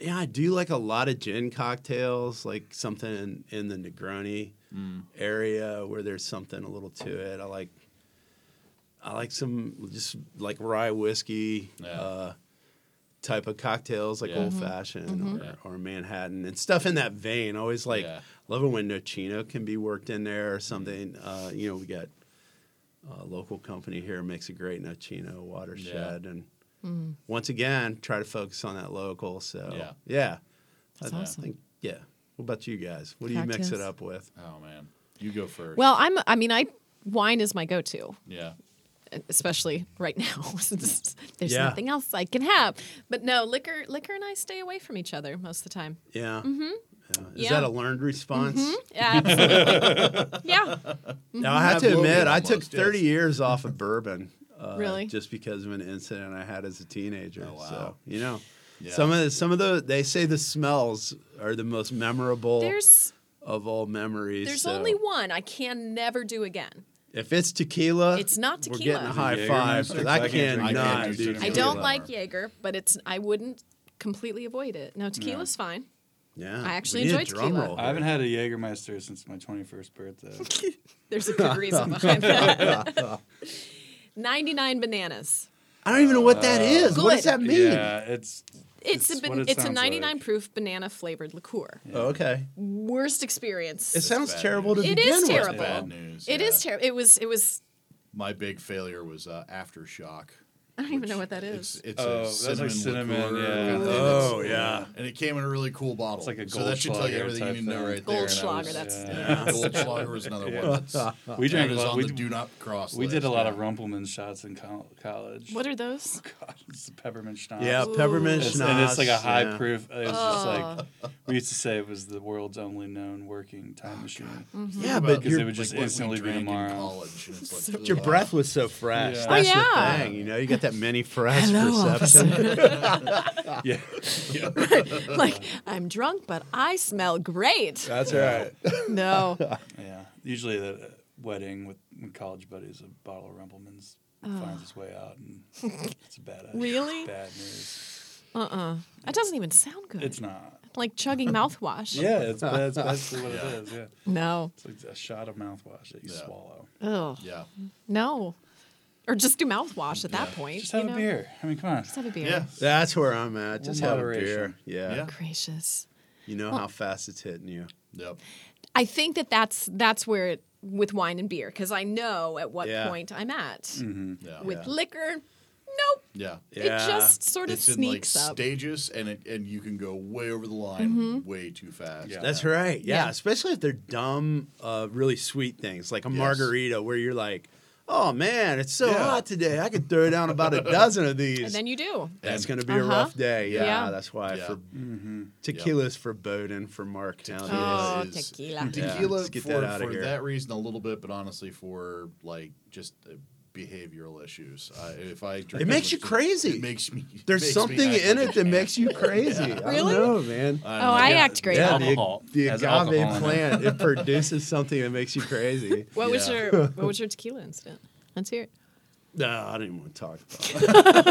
[SPEAKER 2] yeah, I do like a lot of gin cocktails, like something in, in the Negroni
[SPEAKER 6] Mm.
[SPEAKER 2] area where there's something a little to it. I like, I like some just like rye whiskey.
[SPEAKER 6] Yeah.
[SPEAKER 2] Uh, type of cocktails like
[SPEAKER 6] Yeah.
[SPEAKER 2] old fashioned or,
[SPEAKER 6] Yeah.
[SPEAKER 2] or Manhattan and stuff in that vein. I Always like
[SPEAKER 6] Yeah.
[SPEAKER 2] love it when Nocino can be worked in there or
[SPEAKER 6] Mm.
[SPEAKER 2] something. Uh, you know, we got a local company here makes a great Nocino watershed and once again try to focus on that local. So
[SPEAKER 6] Yeah.
[SPEAKER 2] yeah.
[SPEAKER 3] That's
[SPEAKER 2] I
[SPEAKER 3] awesome.
[SPEAKER 2] think yeah. What about you guys? What do you mix it
[SPEAKER 3] Cocktails.
[SPEAKER 2] up with?
[SPEAKER 6] Oh man, you go first.
[SPEAKER 3] Well, I'm. I mean, I wine is my go-to,
[SPEAKER 6] yeah,
[SPEAKER 3] especially right now since there's
[SPEAKER 2] Yeah.
[SPEAKER 3] nothing else I can have. But no, liquor, liquor, and I stay away from each other most of the time.
[SPEAKER 2] Yeah. Mm-hmm. Is
[SPEAKER 3] Yeah. Mm-hmm.
[SPEAKER 2] that a learned response?
[SPEAKER 3] Yeah, absolutely. yeah,
[SPEAKER 2] Now
[SPEAKER 3] Mm-hmm.
[SPEAKER 2] I have to
[SPEAKER 6] Absolutely,
[SPEAKER 2] admit, I took
[SPEAKER 6] almost, yes.
[SPEAKER 2] 30 years off of bourbon. Uh,
[SPEAKER 3] Really?
[SPEAKER 2] Just because of an incident I had as a teenager.
[SPEAKER 6] Oh, wow.
[SPEAKER 2] So you know,
[SPEAKER 6] Yeah.
[SPEAKER 2] some of the, some of the they say the smells are the most memorable
[SPEAKER 3] there's
[SPEAKER 2] of all memories.
[SPEAKER 3] there's
[SPEAKER 2] so
[SPEAKER 3] only one I can never do again.
[SPEAKER 2] If it's tequila,
[SPEAKER 3] It's not
[SPEAKER 2] We're getting
[SPEAKER 3] tequila.
[SPEAKER 2] a high
[SPEAKER 5] Jaegermeister,
[SPEAKER 2] five. 'cause I
[SPEAKER 5] I can't
[SPEAKER 6] drink
[SPEAKER 2] cannot
[SPEAKER 6] it.
[SPEAKER 2] do.
[SPEAKER 6] I
[SPEAKER 3] I
[SPEAKER 6] Yeah.
[SPEAKER 3] don't
[SPEAKER 2] tequila.
[SPEAKER 3] like Jaeger, but it's I wouldn't completely avoid it. No, tequila's fine.
[SPEAKER 2] Yeah.
[SPEAKER 3] I actually
[SPEAKER 2] We need a
[SPEAKER 3] enjoy
[SPEAKER 2] drum
[SPEAKER 3] tequila.
[SPEAKER 2] roll
[SPEAKER 5] I haven't
[SPEAKER 2] here.
[SPEAKER 5] had a Jägermeister since my 21st birthday.
[SPEAKER 3] There's a good reason behind that. 99 bananas.
[SPEAKER 2] I don't even know what that is. What does
[SPEAKER 3] Uh, Good.
[SPEAKER 2] that mean?
[SPEAKER 5] Yeah, it's
[SPEAKER 3] It's,
[SPEAKER 5] It's
[SPEAKER 3] a ban-
[SPEAKER 5] what it
[SPEAKER 3] it's a
[SPEAKER 5] sounds
[SPEAKER 3] 99
[SPEAKER 5] like.
[SPEAKER 3] proof banana flavored liqueur.
[SPEAKER 2] Oh, okay.
[SPEAKER 3] Worst experience.
[SPEAKER 2] It sounds
[SPEAKER 6] bad
[SPEAKER 2] terrible to
[SPEAKER 6] news.
[SPEAKER 3] It
[SPEAKER 2] begin
[SPEAKER 3] is
[SPEAKER 2] with.
[SPEAKER 3] terrible.
[SPEAKER 6] bad news.
[SPEAKER 3] It is
[SPEAKER 6] yeah.
[SPEAKER 3] terrible. It was it was
[SPEAKER 6] My big failure was uh, aftershock.
[SPEAKER 3] I don't even know what that
[SPEAKER 6] It's
[SPEAKER 3] is.
[SPEAKER 6] it's
[SPEAKER 5] Oh,
[SPEAKER 6] a
[SPEAKER 5] that's
[SPEAKER 6] cinnamon,
[SPEAKER 5] like cinnamon,
[SPEAKER 6] liqueur.
[SPEAKER 5] yeah.
[SPEAKER 6] and
[SPEAKER 2] Oh,
[SPEAKER 6] it's-
[SPEAKER 2] yeah.
[SPEAKER 6] and it came in a really cool bottle.
[SPEAKER 5] like a
[SPEAKER 6] so that should tell you
[SPEAKER 5] Goldschlager
[SPEAKER 6] everything you
[SPEAKER 5] type
[SPEAKER 6] need to know
[SPEAKER 5] thing.
[SPEAKER 6] right there. and I
[SPEAKER 3] Goldschlager,
[SPEAKER 6] was-
[SPEAKER 3] that's-
[SPEAKER 6] yeah.
[SPEAKER 3] yeah.
[SPEAKER 6] Goldschlager was another
[SPEAKER 5] Yeah.
[SPEAKER 6] one. That's,
[SPEAKER 5] we drank
[SPEAKER 6] that is
[SPEAKER 5] a lot.
[SPEAKER 6] on
[SPEAKER 5] We,
[SPEAKER 6] the do not cross.
[SPEAKER 5] we
[SPEAKER 6] list.
[SPEAKER 5] did a lot
[SPEAKER 6] yeah.
[SPEAKER 5] of Rumpelman shots in col- college.
[SPEAKER 3] What are those?
[SPEAKER 5] God, it's the peppermint schnapps.
[SPEAKER 2] Yeah,
[SPEAKER 3] Ooh.
[SPEAKER 2] peppermint
[SPEAKER 5] It's- and it's like a
[SPEAKER 2] schnapps,
[SPEAKER 5] high
[SPEAKER 2] yeah.
[SPEAKER 5] proof. It's just like we used to say it was the world's only known working time machine.
[SPEAKER 2] Yeah,
[SPEAKER 6] About-
[SPEAKER 2] but
[SPEAKER 5] Because
[SPEAKER 2] you're
[SPEAKER 5] it would just
[SPEAKER 6] like what we
[SPEAKER 5] instantly be
[SPEAKER 6] drank in
[SPEAKER 5] tomorrow.
[SPEAKER 6] college, and it's like,
[SPEAKER 2] But your
[SPEAKER 6] ugh.
[SPEAKER 2] breath was so fresh.
[SPEAKER 5] Yeah.
[SPEAKER 2] That's
[SPEAKER 3] Oh, yeah.
[SPEAKER 2] the thing. You know, you got that mini fresh perception.
[SPEAKER 5] Yeah,
[SPEAKER 3] like I'm drunk, but I smell great.
[SPEAKER 2] That's right.
[SPEAKER 3] No.
[SPEAKER 5] yeah. Usually at a wedding with, with college buddies, a bottle of Rumpelman's finds its way out, and it's a bad idea.
[SPEAKER 3] Really?
[SPEAKER 5] Bad news.
[SPEAKER 3] That doesn't even sound good.
[SPEAKER 5] It's not.
[SPEAKER 3] like chugging mouthwash.
[SPEAKER 5] Yeah, it's, that's basically what it is. Yeah,
[SPEAKER 3] No.
[SPEAKER 5] it's like a shot of mouthwash that you
[SPEAKER 6] Yeah.
[SPEAKER 5] swallow.
[SPEAKER 3] Oh
[SPEAKER 6] Yeah.
[SPEAKER 3] no. Or just do mouthwash at that point.
[SPEAKER 5] Just have
[SPEAKER 3] you
[SPEAKER 5] a
[SPEAKER 3] know?
[SPEAKER 5] beer. I mean, come on.
[SPEAKER 3] Just have a beer.
[SPEAKER 6] Yeah.
[SPEAKER 2] That's where I'm at. Just have a
[SPEAKER 5] Moderation.
[SPEAKER 2] beer. Yeah.
[SPEAKER 6] Yeah.
[SPEAKER 3] Gracious.
[SPEAKER 2] You know how fast it's hitting you.
[SPEAKER 6] Yep.
[SPEAKER 3] I think that that's that's where it with wine and beer because I know at what
[SPEAKER 2] Yeah.
[SPEAKER 3] point I'm at.
[SPEAKER 6] Mm-hmm. Yeah.
[SPEAKER 3] With
[SPEAKER 2] Yeah.
[SPEAKER 3] liquor, nope.
[SPEAKER 6] yeah.
[SPEAKER 3] It
[SPEAKER 2] Yeah.
[SPEAKER 3] just sort of
[SPEAKER 6] it's in like
[SPEAKER 3] sneaks up. Mm-hmm.
[SPEAKER 6] stages, and it and you can go way over the line, way too fast.
[SPEAKER 5] Yeah.
[SPEAKER 2] That's right. Yeah.
[SPEAKER 3] Yeah.
[SPEAKER 2] Especially if they're dumb, uh, really sweet things like a
[SPEAKER 6] Yes.
[SPEAKER 2] margarita where you're like, oh man, it's so
[SPEAKER 6] Yeah.
[SPEAKER 2] hot today. I could throw down about a dozen of these.
[SPEAKER 3] and then you do.
[SPEAKER 2] that's
[SPEAKER 6] And-
[SPEAKER 2] going to be a
[SPEAKER 3] Uh-huh.
[SPEAKER 2] rough day. Yeah.
[SPEAKER 3] Yeah.
[SPEAKER 2] That's why
[SPEAKER 6] Yeah.
[SPEAKER 2] for
[SPEAKER 5] Mm-hmm.
[SPEAKER 2] tequila's forbidden for Mark County.
[SPEAKER 3] Oh,
[SPEAKER 6] It is-
[SPEAKER 3] tequila.
[SPEAKER 2] Yeah,
[SPEAKER 6] Tequila
[SPEAKER 2] let's get
[SPEAKER 6] for,
[SPEAKER 2] that outta
[SPEAKER 6] for
[SPEAKER 2] here.
[SPEAKER 6] that reason a little bit, but honestly for like just uh, behavioral issues. I, if I drink
[SPEAKER 2] It
[SPEAKER 6] too
[SPEAKER 2] makes
[SPEAKER 6] much
[SPEAKER 2] you
[SPEAKER 6] tea-
[SPEAKER 2] crazy.
[SPEAKER 6] It makes me.
[SPEAKER 2] There's
[SPEAKER 6] makes me
[SPEAKER 2] something
[SPEAKER 6] act
[SPEAKER 2] in
[SPEAKER 6] like
[SPEAKER 2] it
[SPEAKER 6] a
[SPEAKER 2] that makes you crazy. I don't
[SPEAKER 3] Really?
[SPEAKER 2] know, man.
[SPEAKER 6] I
[SPEAKER 3] Oh, I act great.
[SPEAKER 2] yeah,
[SPEAKER 5] Alcohol
[SPEAKER 2] the, the
[SPEAKER 5] has
[SPEAKER 2] agave
[SPEAKER 5] alcohol in it.
[SPEAKER 2] plant it produces something that makes you crazy.
[SPEAKER 3] What was
[SPEAKER 6] Yeah.
[SPEAKER 3] your What was your tequila incident? Let's hear it.
[SPEAKER 2] No, I didn't want to talk about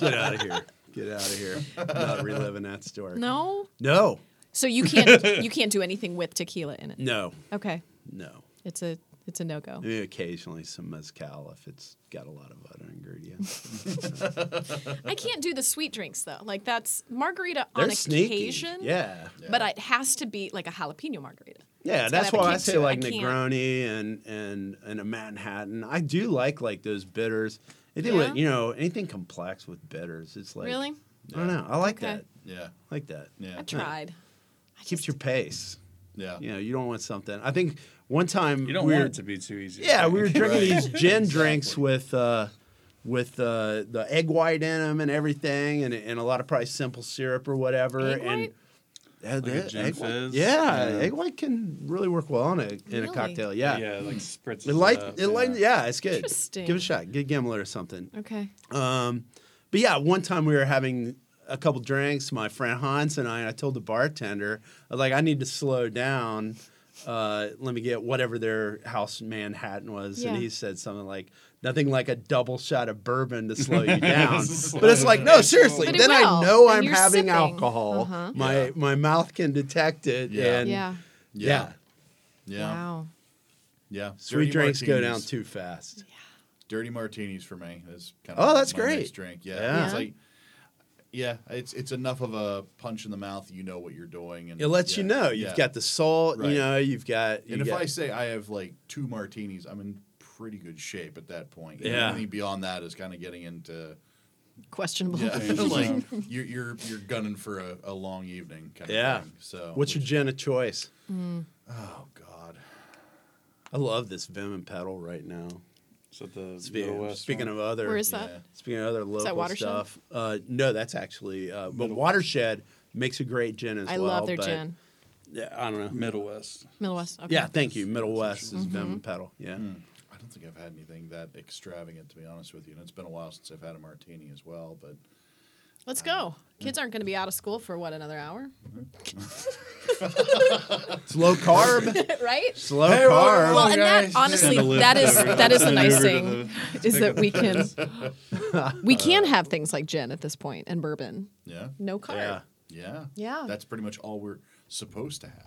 [SPEAKER 2] it. Get out of here. Get out of here. Not reliving that story.
[SPEAKER 3] No.
[SPEAKER 2] No.
[SPEAKER 3] So you can't you can't do anything with tequila in it.
[SPEAKER 2] No.
[SPEAKER 3] Okay,
[SPEAKER 2] No.
[SPEAKER 3] it's a it's a no go.
[SPEAKER 2] Maybe occasionally some mezcal if it's got a lot of other ingredients.
[SPEAKER 3] I can't do the sweet drinks though. Like that's margarita
[SPEAKER 2] They're
[SPEAKER 3] on
[SPEAKER 2] sneaky.
[SPEAKER 3] occasion.
[SPEAKER 2] Yeah.
[SPEAKER 3] But it has to be like a jalapeno margarita.
[SPEAKER 2] Yeah,
[SPEAKER 3] It's
[SPEAKER 2] that's
[SPEAKER 3] gotta
[SPEAKER 2] why I
[SPEAKER 3] keep
[SPEAKER 2] say
[SPEAKER 3] to it.
[SPEAKER 2] like
[SPEAKER 3] I can't.
[SPEAKER 2] Negroni and and and a Manhattan. I do like like those bitters. It did
[SPEAKER 3] Yeah?
[SPEAKER 2] you know anything complex with bitters. It's like
[SPEAKER 3] Really?
[SPEAKER 2] I don't know. I like
[SPEAKER 3] Okay.
[SPEAKER 2] that.
[SPEAKER 6] Yeah.
[SPEAKER 2] I like that.
[SPEAKER 6] Yeah.
[SPEAKER 3] I've tried. I
[SPEAKER 2] Keeps
[SPEAKER 3] just-
[SPEAKER 2] your pace.
[SPEAKER 6] Yeah.
[SPEAKER 2] You know, you don't want something. I think one time
[SPEAKER 5] You don't
[SPEAKER 2] we
[SPEAKER 5] want
[SPEAKER 2] were-
[SPEAKER 5] it to be too easy.
[SPEAKER 2] Yeah, we were
[SPEAKER 5] Right.
[SPEAKER 2] drinking these gin
[SPEAKER 6] Exactly.
[SPEAKER 2] drinks with uh, with uh, the egg white in them and everything, and, and a lot of probably simple syrup or whatever.
[SPEAKER 3] Egg
[SPEAKER 2] and
[SPEAKER 3] white?
[SPEAKER 2] Yeah,
[SPEAKER 5] Like a
[SPEAKER 2] the-
[SPEAKER 5] gin
[SPEAKER 2] egg white-
[SPEAKER 5] fizz?
[SPEAKER 2] yeah,
[SPEAKER 5] Yeah.
[SPEAKER 2] egg white can really work well in a in
[SPEAKER 3] Really?
[SPEAKER 2] a cocktail.
[SPEAKER 5] Yeah,
[SPEAKER 2] Yeah,
[SPEAKER 5] like spritz.
[SPEAKER 2] it light
[SPEAKER 5] up,
[SPEAKER 2] it light yeah, it's good.
[SPEAKER 3] Interesting.
[SPEAKER 2] Give it a shot. Get gimlet or something.
[SPEAKER 3] Okay.
[SPEAKER 2] Um, but yeah, one time we were having a couple drinks, my friend Hans and I, and I told the bartender, I was like, I need to slow down. Uh, let me get whatever their house Manhattan was. And
[SPEAKER 3] Yeah.
[SPEAKER 2] he said something like, nothing like a double shot of bourbon to slow you down. but it's like, no, seriously.
[SPEAKER 3] But it
[SPEAKER 2] Then I
[SPEAKER 3] will,
[SPEAKER 2] know
[SPEAKER 3] and
[SPEAKER 2] I'm
[SPEAKER 3] you're
[SPEAKER 2] having
[SPEAKER 3] sipping.
[SPEAKER 2] alcohol.
[SPEAKER 3] Uh-huh.
[SPEAKER 2] My my mouth can detect it.
[SPEAKER 6] Yeah.
[SPEAKER 2] And yeah.
[SPEAKER 3] yeah.
[SPEAKER 6] Yeah. Yeah.
[SPEAKER 3] Wow.
[SPEAKER 6] Yeah.
[SPEAKER 2] Sweet
[SPEAKER 6] Dirty
[SPEAKER 2] drinks go down
[SPEAKER 6] martinis.
[SPEAKER 2] too fast.
[SPEAKER 6] Dirty martinis for me. That's kind
[SPEAKER 2] Oh,
[SPEAKER 6] of
[SPEAKER 2] that's
[SPEAKER 6] my
[SPEAKER 2] great.
[SPEAKER 6] next drink. Yeah.
[SPEAKER 2] Yeah.
[SPEAKER 6] It's
[SPEAKER 3] Yeah.
[SPEAKER 6] like yeah, it's it's enough of a punch in the mouth. You know what you're doing, and
[SPEAKER 2] It lets
[SPEAKER 6] yeah,
[SPEAKER 2] you know. You've
[SPEAKER 6] yeah.
[SPEAKER 2] got the salt,
[SPEAKER 6] Right.
[SPEAKER 2] you know, you've got. you
[SPEAKER 6] And if
[SPEAKER 2] got-
[SPEAKER 6] I say I have like two martinis, I'm in pretty good shape at that point. You know,
[SPEAKER 2] Yeah.
[SPEAKER 6] Anything beyond that is kind of getting into
[SPEAKER 3] Questionable.
[SPEAKER 6] yeah,
[SPEAKER 5] Yeah.
[SPEAKER 6] like you're you're you're gunning for a, a long evening kind
[SPEAKER 2] Yeah.
[SPEAKER 6] of thing. So
[SPEAKER 2] What's your gin of choice?
[SPEAKER 6] oh god
[SPEAKER 2] I love this Vim and Pedal right now.
[SPEAKER 5] So the
[SPEAKER 2] Speaking,
[SPEAKER 5] Midwest
[SPEAKER 2] speaking
[SPEAKER 5] one.
[SPEAKER 2] of other,
[SPEAKER 3] Where is
[SPEAKER 6] Yeah.
[SPEAKER 3] that?
[SPEAKER 2] speaking of other local
[SPEAKER 3] that Watershed?
[SPEAKER 2] stuff. Uh, no, that's actually, uh, but Watershed makes a great gin as
[SPEAKER 3] I
[SPEAKER 2] well.
[SPEAKER 3] love their
[SPEAKER 2] but-
[SPEAKER 3] gin.
[SPEAKER 2] Yeah, I don't know.
[SPEAKER 5] Middle West.
[SPEAKER 3] Middle West. Okay. Mm-hmm.
[SPEAKER 2] Yeah, thank you. Middle West is Vim and Pedal. Yeah,
[SPEAKER 6] I don't think I've had anything that extravagant to be honest with you, and it's been a while since I've had a martini as well. But
[SPEAKER 3] Let's go. Kids aren't going to be out of school for what another hour,
[SPEAKER 2] it's low carb.
[SPEAKER 3] right?
[SPEAKER 2] it's low
[SPEAKER 6] Hey,
[SPEAKER 2] carb.
[SPEAKER 3] Well, and
[SPEAKER 6] guys.
[SPEAKER 3] that honestly,
[SPEAKER 5] Send a lift
[SPEAKER 3] that is
[SPEAKER 5] over-
[SPEAKER 3] that is the
[SPEAKER 5] send an
[SPEAKER 3] nice
[SPEAKER 5] Uber to
[SPEAKER 3] thing is that we can we can have things like gin at this point and bourbon,
[SPEAKER 6] yeah,
[SPEAKER 3] no carb.
[SPEAKER 2] Yeah.
[SPEAKER 6] yeah,
[SPEAKER 3] Yeah.
[SPEAKER 6] that's pretty much all we're supposed to have.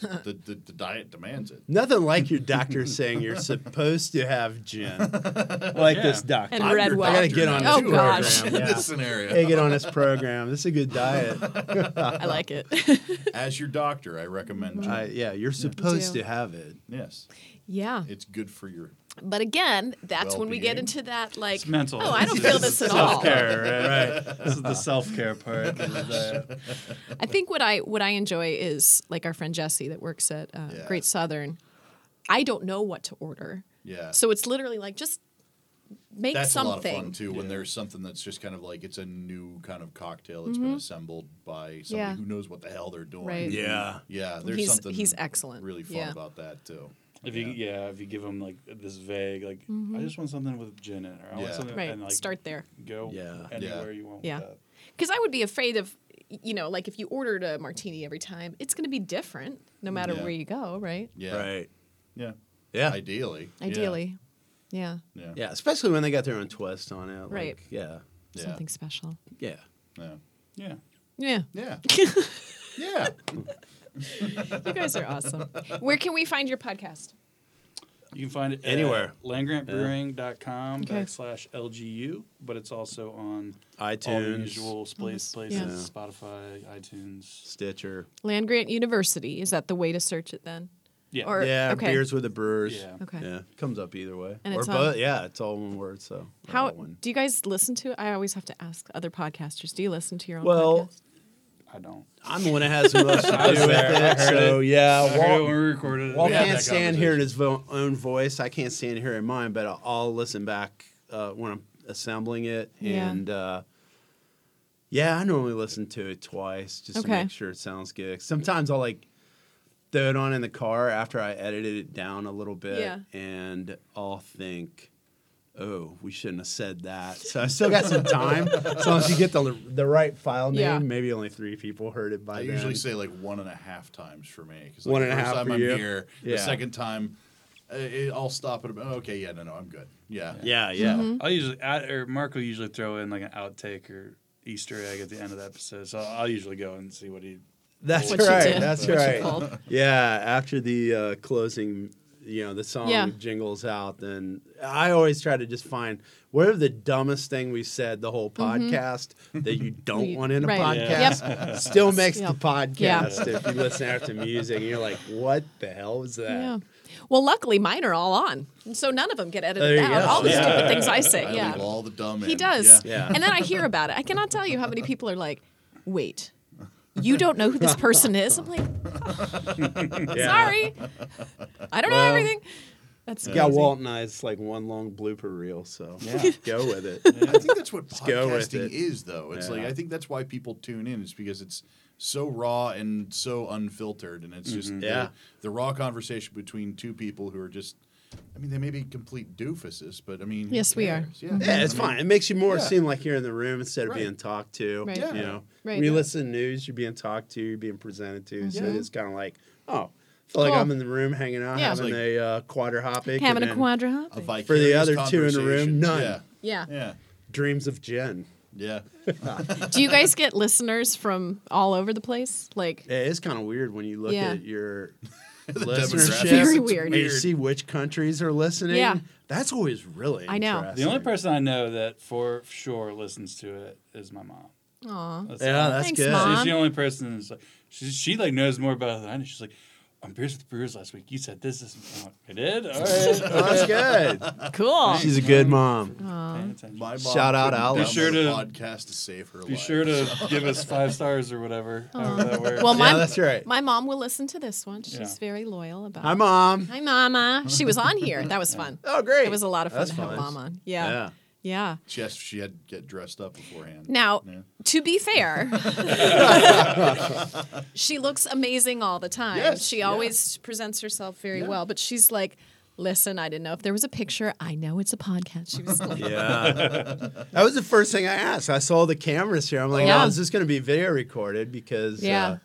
[SPEAKER 6] the, the the diet demands it.
[SPEAKER 2] Nothing like your doctor saying you're supposed to have gin, like this doctor.
[SPEAKER 3] And
[SPEAKER 2] I'm
[SPEAKER 3] red
[SPEAKER 2] your
[SPEAKER 3] wine.
[SPEAKER 2] I gotta get on this
[SPEAKER 3] Oh,
[SPEAKER 6] Too
[SPEAKER 2] program.
[SPEAKER 3] gosh.
[SPEAKER 6] in
[SPEAKER 2] Yeah.
[SPEAKER 6] this scenario.
[SPEAKER 2] Gotta get on this program. This is a good diet.
[SPEAKER 3] I like it.
[SPEAKER 6] As your doctor, I recommend you.
[SPEAKER 2] I, yeah, you're supposed
[SPEAKER 3] do.
[SPEAKER 2] to have it.
[SPEAKER 6] yes,
[SPEAKER 3] yeah,
[SPEAKER 6] it's good for your.
[SPEAKER 3] but again, that's when we get
[SPEAKER 6] Well-being.
[SPEAKER 3] into that like,
[SPEAKER 5] It's mental.
[SPEAKER 3] oh, I don't feel this at all.
[SPEAKER 5] Self care, right? This is the self care part. This is the-
[SPEAKER 3] I think what I what I enjoy is like our friend Jesse that works at uh,
[SPEAKER 6] Yeah.
[SPEAKER 3] Great Southern. I don't know what to order,
[SPEAKER 6] Yeah.
[SPEAKER 3] so it's literally like just make
[SPEAKER 6] that's
[SPEAKER 3] something.
[SPEAKER 6] a lot of fun too when there's something that's just kind of like it's a new kind of cocktail that's been assembled by somebody
[SPEAKER 3] Mm-hmm. Yeah.
[SPEAKER 6] who knows what the hell they're doing.
[SPEAKER 3] Right.
[SPEAKER 2] Yeah.
[SPEAKER 6] Yeah, there's
[SPEAKER 3] He's-
[SPEAKER 6] something
[SPEAKER 3] he's excellent.
[SPEAKER 6] Really fun
[SPEAKER 3] Yeah.
[SPEAKER 6] about that too.
[SPEAKER 5] if you yeah, if you give them like this vague, like I just want something with gin in it, or I
[SPEAKER 6] Yeah.
[SPEAKER 5] want something
[SPEAKER 3] Mm-hmm. Right,
[SPEAKER 5] and like
[SPEAKER 3] start there.
[SPEAKER 5] Go
[SPEAKER 2] Yeah.
[SPEAKER 5] anywhere
[SPEAKER 6] Yeah.
[SPEAKER 5] you want.
[SPEAKER 3] Yeah.
[SPEAKER 5] With that.
[SPEAKER 3] Because I would be afraid of, you know, like if you ordered a martini every time, it's going to be different no matter
[SPEAKER 6] Yeah.
[SPEAKER 3] where you go, right?
[SPEAKER 6] Yeah.
[SPEAKER 2] Right.
[SPEAKER 6] Yeah.
[SPEAKER 2] Yeah.
[SPEAKER 6] Ideally. Yeah.
[SPEAKER 3] Ideally. Yeah.
[SPEAKER 6] Yeah.
[SPEAKER 2] Yeah, especially when they got their own twist on it. Like,
[SPEAKER 3] Right.
[SPEAKER 2] Yeah.
[SPEAKER 6] Yeah.
[SPEAKER 3] Something special.
[SPEAKER 2] Yeah.
[SPEAKER 6] Yeah.
[SPEAKER 5] Yeah.
[SPEAKER 3] Yeah.
[SPEAKER 6] Yeah. Yeah.
[SPEAKER 3] You guys are awesome. Where can we find your podcast?
[SPEAKER 5] You can find it
[SPEAKER 2] Anywhere.
[SPEAKER 5] at landgrantbrewing.com
[SPEAKER 3] Okay.
[SPEAKER 5] backslash LGU, but it's also on all the
[SPEAKER 2] iTunes,
[SPEAKER 5] usual place, places,
[SPEAKER 3] Yeah.
[SPEAKER 5] Spotify, iTunes.
[SPEAKER 2] Stitcher.
[SPEAKER 3] Land Grant University. Is that the way to search it then?
[SPEAKER 5] Yeah.
[SPEAKER 3] Or-
[SPEAKER 2] yeah,
[SPEAKER 3] okay.
[SPEAKER 2] beers with the brewers.
[SPEAKER 5] Yeah.
[SPEAKER 3] Okay.
[SPEAKER 2] Yeah, comes up either way.
[SPEAKER 3] And
[SPEAKER 2] or
[SPEAKER 3] it's
[SPEAKER 2] both.
[SPEAKER 3] on-
[SPEAKER 2] Yeah, it's all one word. So or
[SPEAKER 3] How
[SPEAKER 2] all one.
[SPEAKER 3] do you guys listen to? I always have to ask other podcasters. Do you listen to your own
[SPEAKER 2] Well,
[SPEAKER 3] podcast?
[SPEAKER 5] I don't.
[SPEAKER 2] I'm the one that has the most to
[SPEAKER 5] I was
[SPEAKER 2] do with
[SPEAKER 5] there. I
[SPEAKER 2] it.
[SPEAKER 5] heard
[SPEAKER 2] So
[SPEAKER 5] it. I
[SPEAKER 2] yeah,
[SPEAKER 5] heard it
[SPEAKER 2] Walt,
[SPEAKER 5] when we recorded it.
[SPEAKER 2] Walt
[SPEAKER 5] We had
[SPEAKER 2] can't
[SPEAKER 5] that
[SPEAKER 2] stand hearing
[SPEAKER 5] conversation.
[SPEAKER 2] his vo- own voice. I can't stand hearing mine, but I'll, I'll listen back uh, when I'm assembling it.
[SPEAKER 3] Yeah.
[SPEAKER 2] And uh, yeah, I normally listen to it twice just to
[SPEAKER 3] Okay.
[SPEAKER 2] make sure it sounds good. Sometimes I'll like throw it on in the car after I edited it down a little bit,
[SPEAKER 3] Yeah.
[SPEAKER 2] and I'll think. Oh, we shouldn't have said that. So I still got some time. As long as you get the the right file name,
[SPEAKER 3] Yeah.
[SPEAKER 2] maybe only three people heard it by
[SPEAKER 6] I
[SPEAKER 2] then.
[SPEAKER 6] usually say like one and a half times for me. 'cause, like,
[SPEAKER 2] One
[SPEAKER 6] the
[SPEAKER 2] and a
[SPEAKER 6] first
[SPEAKER 2] half
[SPEAKER 6] time
[SPEAKER 2] for
[SPEAKER 6] I'm
[SPEAKER 2] you?
[SPEAKER 6] here,
[SPEAKER 2] Yeah.
[SPEAKER 6] the second time, uh, it, I'll stop at. about- Okay, yeah, no, no, I'm good. Yeah,
[SPEAKER 2] Yeah, yeah. Mm-hmm.
[SPEAKER 5] I'll usually add, or Mark will usually throw in like an outtake or Easter egg at the end of the episode. So I'll usually go and see what he.
[SPEAKER 2] That's
[SPEAKER 3] What you
[SPEAKER 2] right.
[SPEAKER 3] did,
[SPEAKER 2] That's
[SPEAKER 3] what you
[SPEAKER 2] right.
[SPEAKER 3] pulled.
[SPEAKER 2] Yeah, after the uh, closing, you know, the song
[SPEAKER 3] Yeah.
[SPEAKER 2] jingles out, then I always try to just find whatever the dumbest thing we said the whole podcast that you don't
[SPEAKER 3] Mm-hmm. You-
[SPEAKER 2] want in a
[SPEAKER 3] right. Yeah.
[SPEAKER 2] podcast still makes
[SPEAKER 3] Yep.
[SPEAKER 2] the podcast
[SPEAKER 3] Yeah.
[SPEAKER 2] if you listen after music and you're like, what the hell was that?
[SPEAKER 3] Yeah. Well, luckily mine are all on, and so none of them get edited
[SPEAKER 2] There you
[SPEAKER 3] out.
[SPEAKER 2] go.
[SPEAKER 3] All the
[SPEAKER 2] Yeah.
[SPEAKER 3] stupid things I
[SPEAKER 6] I
[SPEAKER 3] say.
[SPEAKER 6] leave
[SPEAKER 3] Yeah.
[SPEAKER 6] all the dumb.
[SPEAKER 3] He
[SPEAKER 6] in.
[SPEAKER 3] does.
[SPEAKER 6] Yeah.
[SPEAKER 2] Yeah.
[SPEAKER 3] And then I hear about it. I cannot tell you how many people are like, wait, you don't know who this person is? I'm like,
[SPEAKER 2] Yeah.
[SPEAKER 3] sorry. I don't know
[SPEAKER 2] Well,
[SPEAKER 3] everything. That's
[SPEAKER 2] Yeah,
[SPEAKER 3] crazy.
[SPEAKER 2] Walt and I, it's like one long blooper reel, so
[SPEAKER 5] Yeah.
[SPEAKER 2] go with it.
[SPEAKER 6] I think that's what
[SPEAKER 2] go with
[SPEAKER 6] podcasting
[SPEAKER 2] it.
[SPEAKER 6] is, though. It's like
[SPEAKER 2] Yeah.
[SPEAKER 6] I think that's why people tune in. It's because it's so raw and so unfiltered, and it's just the,
[SPEAKER 2] Mm-hmm. Yeah.
[SPEAKER 6] the raw conversation between two people who are just. I mean, they may be complete doofuses, but I mean, who
[SPEAKER 3] Yes, we are.
[SPEAKER 6] cares? Yeah,
[SPEAKER 2] Yeah, it's
[SPEAKER 6] I mean,
[SPEAKER 2] fine. It makes you more
[SPEAKER 6] Yeah.
[SPEAKER 2] seem like you're in the room instead of
[SPEAKER 6] Right.
[SPEAKER 2] being talked to.
[SPEAKER 3] Right.
[SPEAKER 2] You
[SPEAKER 6] Yeah.
[SPEAKER 2] know,
[SPEAKER 3] Right.
[SPEAKER 2] when you
[SPEAKER 3] Yeah.
[SPEAKER 2] listen to news, you're being talked to, you're being presented to. So
[SPEAKER 6] Yeah.
[SPEAKER 2] it's kind of like, oh, I feel like
[SPEAKER 3] Cool.
[SPEAKER 2] I'm in the room hanging out,
[SPEAKER 3] Yeah.
[SPEAKER 2] having
[SPEAKER 6] It's like-
[SPEAKER 2] a uh, quadra hopic,
[SPEAKER 3] Having
[SPEAKER 2] and
[SPEAKER 3] a
[SPEAKER 2] then
[SPEAKER 3] quadra
[SPEAKER 6] A
[SPEAKER 3] hopping.
[SPEAKER 2] For the
[SPEAKER 6] vicarious
[SPEAKER 2] other two in the room,
[SPEAKER 6] conversation.
[SPEAKER 2] none.
[SPEAKER 6] Yeah,
[SPEAKER 3] yeah.
[SPEAKER 6] yeah,
[SPEAKER 2] dreams of gin.
[SPEAKER 6] yeah.
[SPEAKER 3] Do you guys get listeners from all over the place? Like,
[SPEAKER 2] It is kind of weird when you look
[SPEAKER 3] Yeah.
[SPEAKER 2] at your
[SPEAKER 6] demographics.
[SPEAKER 2] listenership.
[SPEAKER 3] Very
[SPEAKER 2] and
[SPEAKER 3] weird.
[SPEAKER 2] You see which countries are listening.
[SPEAKER 3] Yeah.
[SPEAKER 2] That's always really.
[SPEAKER 3] I know.
[SPEAKER 2] interesting.
[SPEAKER 5] The only person I know that for sure listens to it is my mom.
[SPEAKER 3] aw.
[SPEAKER 5] That's
[SPEAKER 2] Yeah, that's
[SPEAKER 3] Thanks,
[SPEAKER 2] good.
[SPEAKER 3] Mom.
[SPEAKER 5] She's the only person that's like she, she like knows more about it than I do. She's like, I'm Beers with the Brewers last week. You said this, this and I'm like, I did? All right.
[SPEAKER 2] Oh, that's good.
[SPEAKER 3] Cool.
[SPEAKER 2] She's a good mom.
[SPEAKER 5] Paying attention.
[SPEAKER 6] My mom
[SPEAKER 2] Shout out
[SPEAKER 6] couldn't
[SPEAKER 2] Alex.
[SPEAKER 5] Be sure
[SPEAKER 6] download
[SPEAKER 5] to-
[SPEAKER 6] a podcast to save her
[SPEAKER 5] Be
[SPEAKER 6] life.
[SPEAKER 5] sure to give us five stars or whatever. however that works.
[SPEAKER 3] Well, my
[SPEAKER 2] yeah, that's right.
[SPEAKER 3] my mom will listen to this one. She's
[SPEAKER 5] Yeah.
[SPEAKER 3] very loyal about.
[SPEAKER 2] Hi, mom.
[SPEAKER 3] Hi, Mama. She was on here. That was fun.
[SPEAKER 2] Oh, great.
[SPEAKER 3] It was a lot of fun
[SPEAKER 2] That's
[SPEAKER 3] to have
[SPEAKER 2] fun.
[SPEAKER 3] mom on. Yeah. yeah.
[SPEAKER 2] Yeah.
[SPEAKER 6] Yes, she had to get dressed up beforehand.
[SPEAKER 3] Now,
[SPEAKER 6] Yeah.
[SPEAKER 3] to be fair, she looks amazing all the time.
[SPEAKER 6] Yes,
[SPEAKER 3] she
[SPEAKER 6] yeah.
[SPEAKER 3] always presents herself very well, but she's like, listen, I didn't know if there was a picture. I know it's a podcast. She was like,
[SPEAKER 2] Yeah. that was the first thing I asked. I saw the cameras here. I'm like,
[SPEAKER 3] Yeah.
[SPEAKER 2] oh, is this going to be video recorded? Because
[SPEAKER 3] Yeah.
[SPEAKER 2] uh,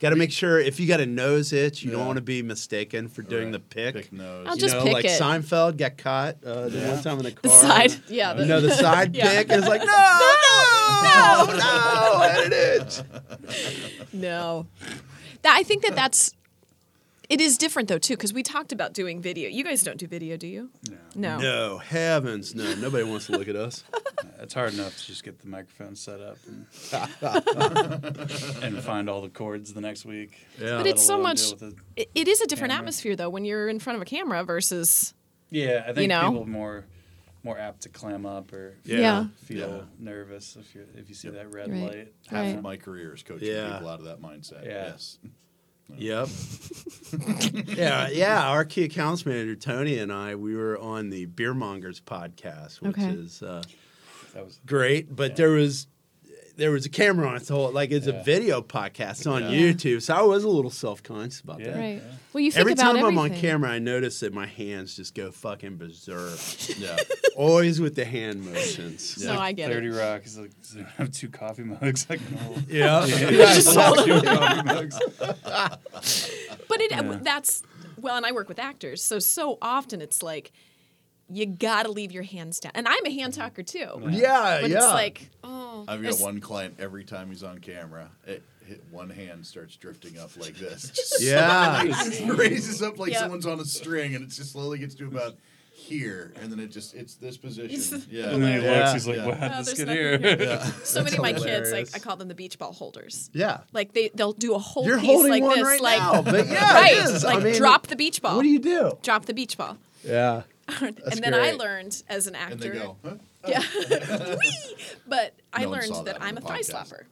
[SPEAKER 2] got to make sure if you got a nose itch, you don't
[SPEAKER 6] Yeah.
[SPEAKER 2] want to be mistaken for doing
[SPEAKER 6] Right.
[SPEAKER 2] the pick.
[SPEAKER 6] Pick nose.
[SPEAKER 3] I'll
[SPEAKER 2] You
[SPEAKER 3] just
[SPEAKER 2] know,
[SPEAKER 3] pick
[SPEAKER 2] like
[SPEAKER 3] it.
[SPEAKER 2] Seinfeld got caught uh, the one time in the car.
[SPEAKER 3] the side. Yeah.
[SPEAKER 2] You know, the side
[SPEAKER 3] Yeah.
[SPEAKER 2] pick. And it's like, no, no, no, no, edit it.
[SPEAKER 3] No. That, I think that that's. It is different though too, because we talked about doing video. You guys don't do video, do you? No.
[SPEAKER 2] No, heavens, no. Nobody wants to look at us.
[SPEAKER 5] It's hard enough to just get the microphone set up and, and find all the chords the next week.
[SPEAKER 2] Yeah.
[SPEAKER 3] But it's
[SPEAKER 5] Let
[SPEAKER 3] so
[SPEAKER 5] alone
[SPEAKER 3] much.
[SPEAKER 5] deal with it.
[SPEAKER 3] It, it is a different
[SPEAKER 5] Camera.
[SPEAKER 3] atmosphere though when you're in front of a camera versus.
[SPEAKER 5] Yeah, I think
[SPEAKER 3] know?
[SPEAKER 5] people are more more apt to clam up or
[SPEAKER 2] Yeah. Yeah.
[SPEAKER 5] feel
[SPEAKER 6] Yeah.
[SPEAKER 5] nervous if you if you see that red
[SPEAKER 3] Right.
[SPEAKER 5] light.
[SPEAKER 6] Half
[SPEAKER 3] Right.
[SPEAKER 6] of my career is coaching
[SPEAKER 2] Yeah.
[SPEAKER 6] people out of that mindset.
[SPEAKER 5] Yeah.
[SPEAKER 6] Yes.
[SPEAKER 2] Yep. yeah, yeah. Our key accounts manager Tony and I, we were on the Beer Mongers podcast, which
[SPEAKER 3] Okay.
[SPEAKER 2] is uh,
[SPEAKER 5] That was
[SPEAKER 2] great. But there was there was a camera on it, so like it's
[SPEAKER 5] Yeah.
[SPEAKER 2] a video podcast on
[SPEAKER 5] Yeah.
[SPEAKER 2] YouTube. So I was a little self conscious about
[SPEAKER 5] Yeah.
[SPEAKER 2] that.
[SPEAKER 5] Right.
[SPEAKER 3] Well, you think
[SPEAKER 2] Every
[SPEAKER 3] about
[SPEAKER 2] time
[SPEAKER 3] everything.
[SPEAKER 2] I'm on camera, I notice that my hands just go fucking berserk.
[SPEAKER 6] Yeah.
[SPEAKER 2] Always with the hand motions.
[SPEAKER 3] No, I get
[SPEAKER 5] Thirty
[SPEAKER 3] it.
[SPEAKER 5] Rock is like I have two coffee mugs. I can hold.
[SPEAKER 2] Yeah.
[SPEAKER 5] Just two coffee mugs.
[SPEAKER 3] But it that's well, and I work with actors, so so often it's like you gotta leave your hands down, and I'm a
[SPEAKER 7] Mm-hmm.
[SPEAKER 3] hand talker too.
[SPEAKER 2] Yeah,
[SPEAKER 3] But
[SPEAKER 2] yeah.
[SPEAKER 3] it's like, oh,
[SPEAKER 6] I've got
[SPEAKER 3] There's-
[SPEAKER 6] one client every time he's on camera. It, hit one hand starts drifting up like this. Just
[SPEAKER 7] Yeah.
[SPEAKER 6] slowly raises up like
[SPEAKER 3] Yep.
[SPEAKER 6] someone's on a string, and it just slowly gets to about here, and then it just it's this position. Yeah.
[SPEAKER 5] And then he
[SPEAKER 7] Yeah.
[SPEAKER 5] looks, he's like,
[SPEAKER 6] Yeah.
[SPEAKER 5] wow,
[SPEAKER 3] Oh,
[SPEAKER 5] this
[SPEAKER 3] there's
[SPEAKER 5] kid
[SPEAKER 3] nothing
[SPEAKER 5] here.
[SPEAKER 3] here. So many of my kids,
[SPEAKER 7] hilarious.
[SPEAKER 3] like I call them the beach ball holders.
[SPEAKER 7] Yeah.
[SPEAKER 3] Like they they'll do a whole
[SPEAKER 7] You're
[SPEAKER 3] piece
[SPEAKER 7] holding
[SPEAKER 3] like
[SPEAKER 7] one
[SPEAKER 3] this,
[SPEAKER 7] right
[SPEAKER 3] like
[SPEAKER 7] now, but yeah, it
[SPEAKER 3] right,
[SPEAKER 7] is. I
[SPEAKER 3] like
[SPEAKER 7] mean,
[SPEAKER 3] drop the beach ball.
[SPEAKER 7] What do you do?
[SPEAKER 3] drop the beach ball.
[SPEAKER 7] Yeah.
[SPEAKER 3] and
[SPEAKER 7] That's
[SPEAKER 3] then I
[SPEAKER 7] great.
[SPEAKER 3] learned as an actor.
[SPEAKER 6] And they go, huh?
[SPEAKER 3] Yeah. Whee! But I
[SPEAKER 6] No one
[SPEAKER 3] learned
[SPEAKER 6] saw
[SPEAKER 3] that,
[SPEAKER 6] that on
[SPEAKER 3] I'm
[SPEAKER 6] the
[SPEAKER 3] a thigh
[SPEAKER 6] podcast.
[SPEAKER 3] slapper.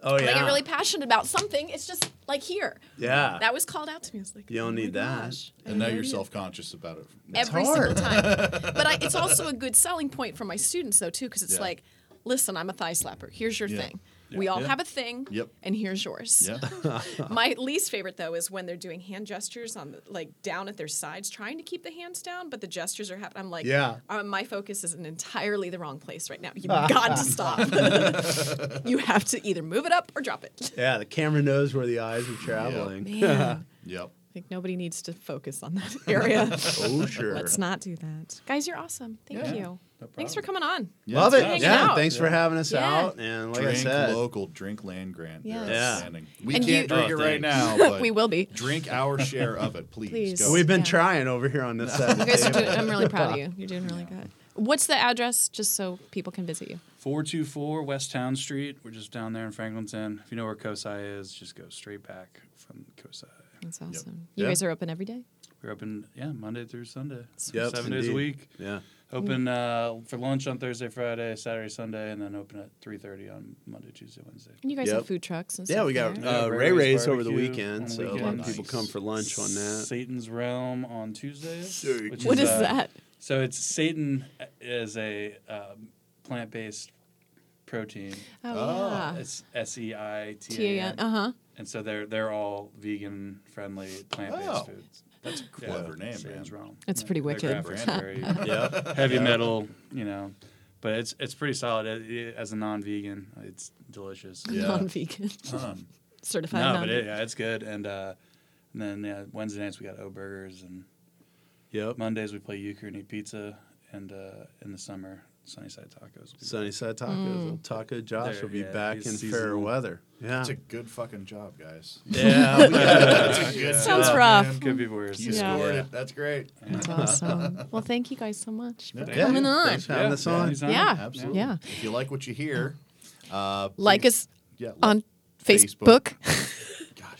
[SPEAKER 7] Oh
[SPEAKER 3] When I
[SPEAKER 7] yeah.
[SPEAKER 3] get really passionate about something, it's just like here.
[SPEAKER 7] yeah.
[SPEAKER 3] That was called out to me. I was like,
[SPEAKER 7] You don't
[SPEAKER 3] oh my
[SPEAKER 7] need that.
[SPEAKER 3] gosh. I
[SPEAKER 6] and now
[SPEAKER 3] really
[SPEAKER 6] you're
[SPEAKER 3] need-
[SPEAKER 6] self conscious about it.
[SPEAKER 3] every
[SPEAKER 7] hard.
[SPEAKER 3] single time. But I, it's also a good selling point for my students though too, because it's
[SPEAKER 6] Yeah.
[SPEAKER 3] like, listen, I'm a thigh slapper. Here's your
[SPEAKER 6] Yeah.
[SPEAKER 3] thing. We all
[SPEAKER 6] Yeah.
[SPEAKER 3] have a thing,
[SPEAKER 6] Yep.
[SPEAKER 3] and here's yours.
[SPEAKER 6] Yeah.
[SPEAKER 3] My least favorite though is when they're doing hand gestures on the, like down at their sides, trying to keep the hands down, but the gestures are happening. I'm like,
[SPEAKER 7] Yeah.
[SPEAKER 3] uh, my focus is in entirely the wrong place right now. You've got to stop. you have to either move it up or drop it.
[SPEAKER 7] yeah. The camera knows where the eyes are traveling.
[SPEAKER 3] Man,
[SPEAKER 6] Yep.
[SPEAKER 3] I think nobody needs to focus on that area.
[SPEAKER 7] Oh sure.
[SPEAKER 3] Let's not do that, guys. You're awesome. Thank
[SPEAKER 6] Yeah.
[SPEAKER 3] you. Thanks for coming on.
[SPEAKER 7] Love
[SPEAKER 6] it's
[SPEAKER 7] it.
[SPEAKER 3] hanging
[SPEAKER 7] Yeah.
[SPEAKER 3] out.
[SPEAKER 7] Thanks for having us
[SPEAKER 3] Yeah.
[SPEAKER 7] out. And like
[SPEAKER 6] drink
[SPEAKER 7] I said,
[SPEAKER 6] local, drink land grant. They're
[SPEAKER 3] Yes.
[SPEAKER 7] Yeah.
[SPEAKER 6] outstanding. We
[SPEAKER 3] And
[SPEAKER 6] can't
[SPEAKER 3] you-
[SPEAKER 6] drink
[SPEAKER 7] Oh,
[SPEAKER 6] it right
[SPEAKER 7] thanks.
[SPEAKER 6] now, but
[SPEAKER 3] we will be.
[SPEAKER 6] drink our share of it, please.
[SPEAKER 3] Please.
[SPEAKER 6] Go.
[SPEAKER 7] we've been
[SPEAKER 3] Yeah.
[SPEAKER 7] trying over here on this side. of the
[SPEAKER 3] You guys are
[SPEAKER 7] table.
[SPEAKER 3] doing, I'm really proud of you. You're doing really good. What's the address just so people can visit you?
[SPEAKER 5] 424 West Town Street. We're just down there in Franklinton. If you know where Kosai is, just go straight back from Kosai.
[SPEAKER 3] That's awesome. You
[SPEAKER 7] Yeah.
[SPEAKER 3] guys are open every day?
[SPEAKER 5] We're open, yeah, Monday through Sunday.
[SPEAKER 7] Yep,
[SPEAKER 5] seven days a
[SPEAKER 7] indeed.
[SPEAKER 5] week.
[SPEAKER 7] Yeah.
[SPEAKER 5] Open uh, for lunch on Thursday, Friday, Saturday, Sunday, and then open at 3.30 on Monday, Tuesday, Wednesday.
[SPEAKER 3] And you guys
[SPEAKER 7] Yep.
[SPEAKER 3] have food trucks and stuff.
[SPEAKER 7] Yeah, we got
[SPEAKER 3] there?
[SPEAKER 7] uh,
[SPEAKER 5] Yeah,
[SPEAKER 7] Ray
[SPEAKER 5] Ray
[SPEAKER 7] Ray's
[SPEAKER 5] Ray's
[SPEAKER 7] over the
[SPEAKER 5] barbecue
[SPEAKER 7] weekend,
[SPEAKER 5] on
[SPEAKER 7] so a lot of
[SPEAKER 5] weekends.
[SPEAKER 7] people come for lunch on that.
[SPEAKER 5] Satan's Realm on Tuesdays. which
[SPEAKER 3] What is
[SPEAKER 5] uh,
[SPEAKER 3] that?
[SPEAKER 5] So it's Satan is a um, plant-based protein.
[SPEAKER 3] Oh, yeah.
[SPEAKER 5] It's S E I T A
[SPEAKER 3] T-A-N. Uh
[SPEAKER 5] N.
[SPEAKER 3] huh.
[SPEAKER 5] And so they're they're all vegan friendly plant based
[SPEAKER 6] Wow.
[SPEAKER 5] foods.
[SPEAKER 6] That's a Oh. clever name, man.
[SPEAKER 5] Satan's Realm.
[SPEAKER 3] That's pretty
[SPEAKER 5] Their
[SPEAKER 3] wicked.
[SPEAKER 5] graphics are very
[SPEAKER 7] Yeah.
[SPEAKER 5] heavy metal, you know, but it's it's pretty solid It- it- as a non-vegan. It's delicious.
[SPEAKER 6] Yeah.
[SPEAKER 3] Non vegan.
[SPEAKER 6] Um,
[SPEAKER 3] Certified
[SPEAKER 5] No,
[SPEAKER 3] non
[SPEAKER 5] but it, yeah, it's good. And, uh, and then yeah, Wednesday nights we got O burgers, and
[SPEAKER 7] Yep.
[SPEAKER 5] Mondays we play euchre and eat pizza, and uh, in the summer Sunnyside tacos.
[SPEAKER 7] Sunnyside Tacos.
[SPEAKER 3] Mm.
[SPEAKER 7] Old Taco Josh
[SPEAKER 5] There,
[SPEAKER 7] will be
[SPEAKER 5] yeah,
[SPEAKER 7] back in
[SPEAKER 5] he's
[SPEAKER 7] fair
[SPEAKER 5] seasonal.
[SPEAKER 7] weather. Yeah.
[SPEAKER 6] That's a good fucking job, guys.
[SPEAKER 7] yeah.
[SPEAKER 3] Sounds rough.
[SPEAKER 5] Could be worse.
[SPEAKER 6] You
[SPEAKER 3] Yeah.
[SPEAKER 6] scored it. That's great.
[SPEAKER 3] That's awesome. well, thank you guys so much. for
[SPEAKER 6] Yeah.
[SPEAKER 7] yeah.
[SPEAKER 3] Coming on.
[SPEAKER 7] Thanks for having us on.
[SPEAKER 5] anytime.
[SPEAKER 3] Yeah.
[SPEAKER 6] Absolutely.
[SPEAKER 3] Yeah.
[SPEAKER 6] If you like what you hear, uh,
[SPEAKER 3] Like
[SPEAKER 6] please-
[SPEAKER 3] us
[SPEAKER 6] yeah, like-
[SPEAKER 3] on
[SPEAKER 6] Facebook.
[SPEAKER 3] Facebook.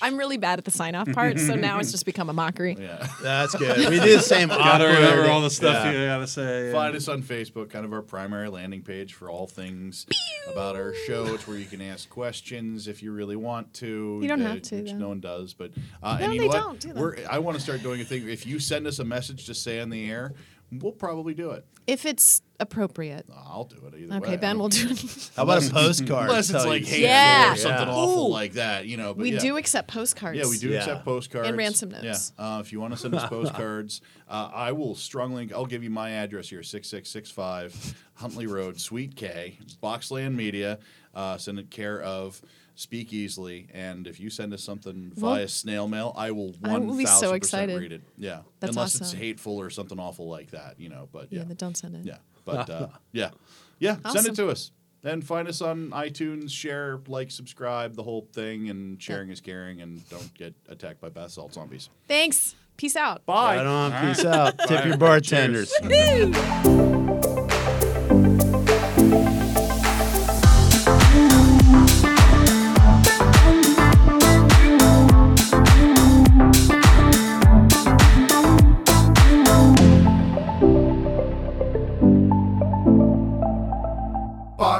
[SPEAKER 3] I'm really bad at the sign off part, so now it's just become a mockery.
[SPEAKER 6] Yeah.
[SPEAKER 7] That's good. We do the same
[SPEAKER 5] Gotta remember all
[SPEAKER 7] awkward.
[SPEAKER 5] the stuff
[SPEAKER 6] Yeah.
[SPEAKER 5] you gotta say.
[SPEAKER 6] Find
[SPEAKER 5] and-
[SPEAKER 6] us on Facebook, kind of our primary landing page for all things about our show. It's where you can ask questions if you really want to.
[SPEAKER 3] You don't
[SPEAKER 6] uh,
[SPEAKER 3] have to,
[SPEAKER 6] which
[SPEAKER 3] though.
[SPEAKER 6] No one does, but uh,
[SPEAKER 3] No,
[SPEAKER 6] and you
[SPEAKER 3] they
[SPEAKER 6] know what?
[SPEAKER 3] don't, do they?
[SPEAKER 6] We're, I want to start doing a thing. If you send us a message to say on the air, we'll probably do it.
[SPEAKER 3] If it's appropriate.
[SPEAKER 6] I'll do it either way.
[SPEAKER 3] Okay, Ben,
[SPEAKER 6] I
[SPEAKER 3] we'll
[SPEAKER 6] mean,
[SPEAKER 3] do it.
[SPEAKER 7] How about a postcard?
[SPEAKER 6] Unless it's
[SPEAKER 7] Tell
[SPEAKER 6] like
[SPEAKER 7] you-
[SPEAKER 6] hey
[SPEAKER 3] Yeah.
[SPEAKER 6] or something
[SPEAKER 7] Yeah.
[SPEAKER 6] awful
[SPEAKER 3] Ooh.
[SPEAKER 6] like that, you know. But
[SPEAKER 3] We
[SPEAKER 6] yeah.
[SPEAKER 3] do accept postcards.
[SPEAKER 6] Yeah, we do
[SPEAKER 7] Yeah.
[SPEAKER 6] accept postcards
[SPEAKER 3] And ransom notes.
[SPEAKER 6] Yeah, uh, if you want to send us postcards, uh, I will strongly. I'll give you my address here: six six six five Huntley Road, Suite K, Boxland Media. Uh, send it care of Speak Easily, and if you send us something
[SPEAKER 3] Well,
[SPEAKER 6] via snail mail, I will
[SPEAKER 3] I
[SPEAKER 6] one
[SPEAKER 3] will be so
[SPEAKER 6] thousand percent
[SPEAKER 3] excited.
[SPEAKER 6] read it. Yeah,
[SPEAKER 3] That's
[SPEAKER 6] unless it's
[SPEAKER 3] awesome.
[SPEAKER 6] hateful or something awful like that, you know. But
[SPEAKER 3] Yeah,
[SPEAKER 6] yeah,
[SPEAKER 3] then don't send it.
[SPEAKER 6] yeah, but uh, yeah, yeah. Send
[SPEAKER 3] Awesome.
[SPEAKER 6] it to us. And find us on iTunes. Share, like, subscribe, the whole thing. And sharing is caring. And don't get attacked by bath salt zombies.
[SPEAKER 3] Thanks. Peace out.
[SPEAKER 7] Right on. Peace out. Tip your bartenders.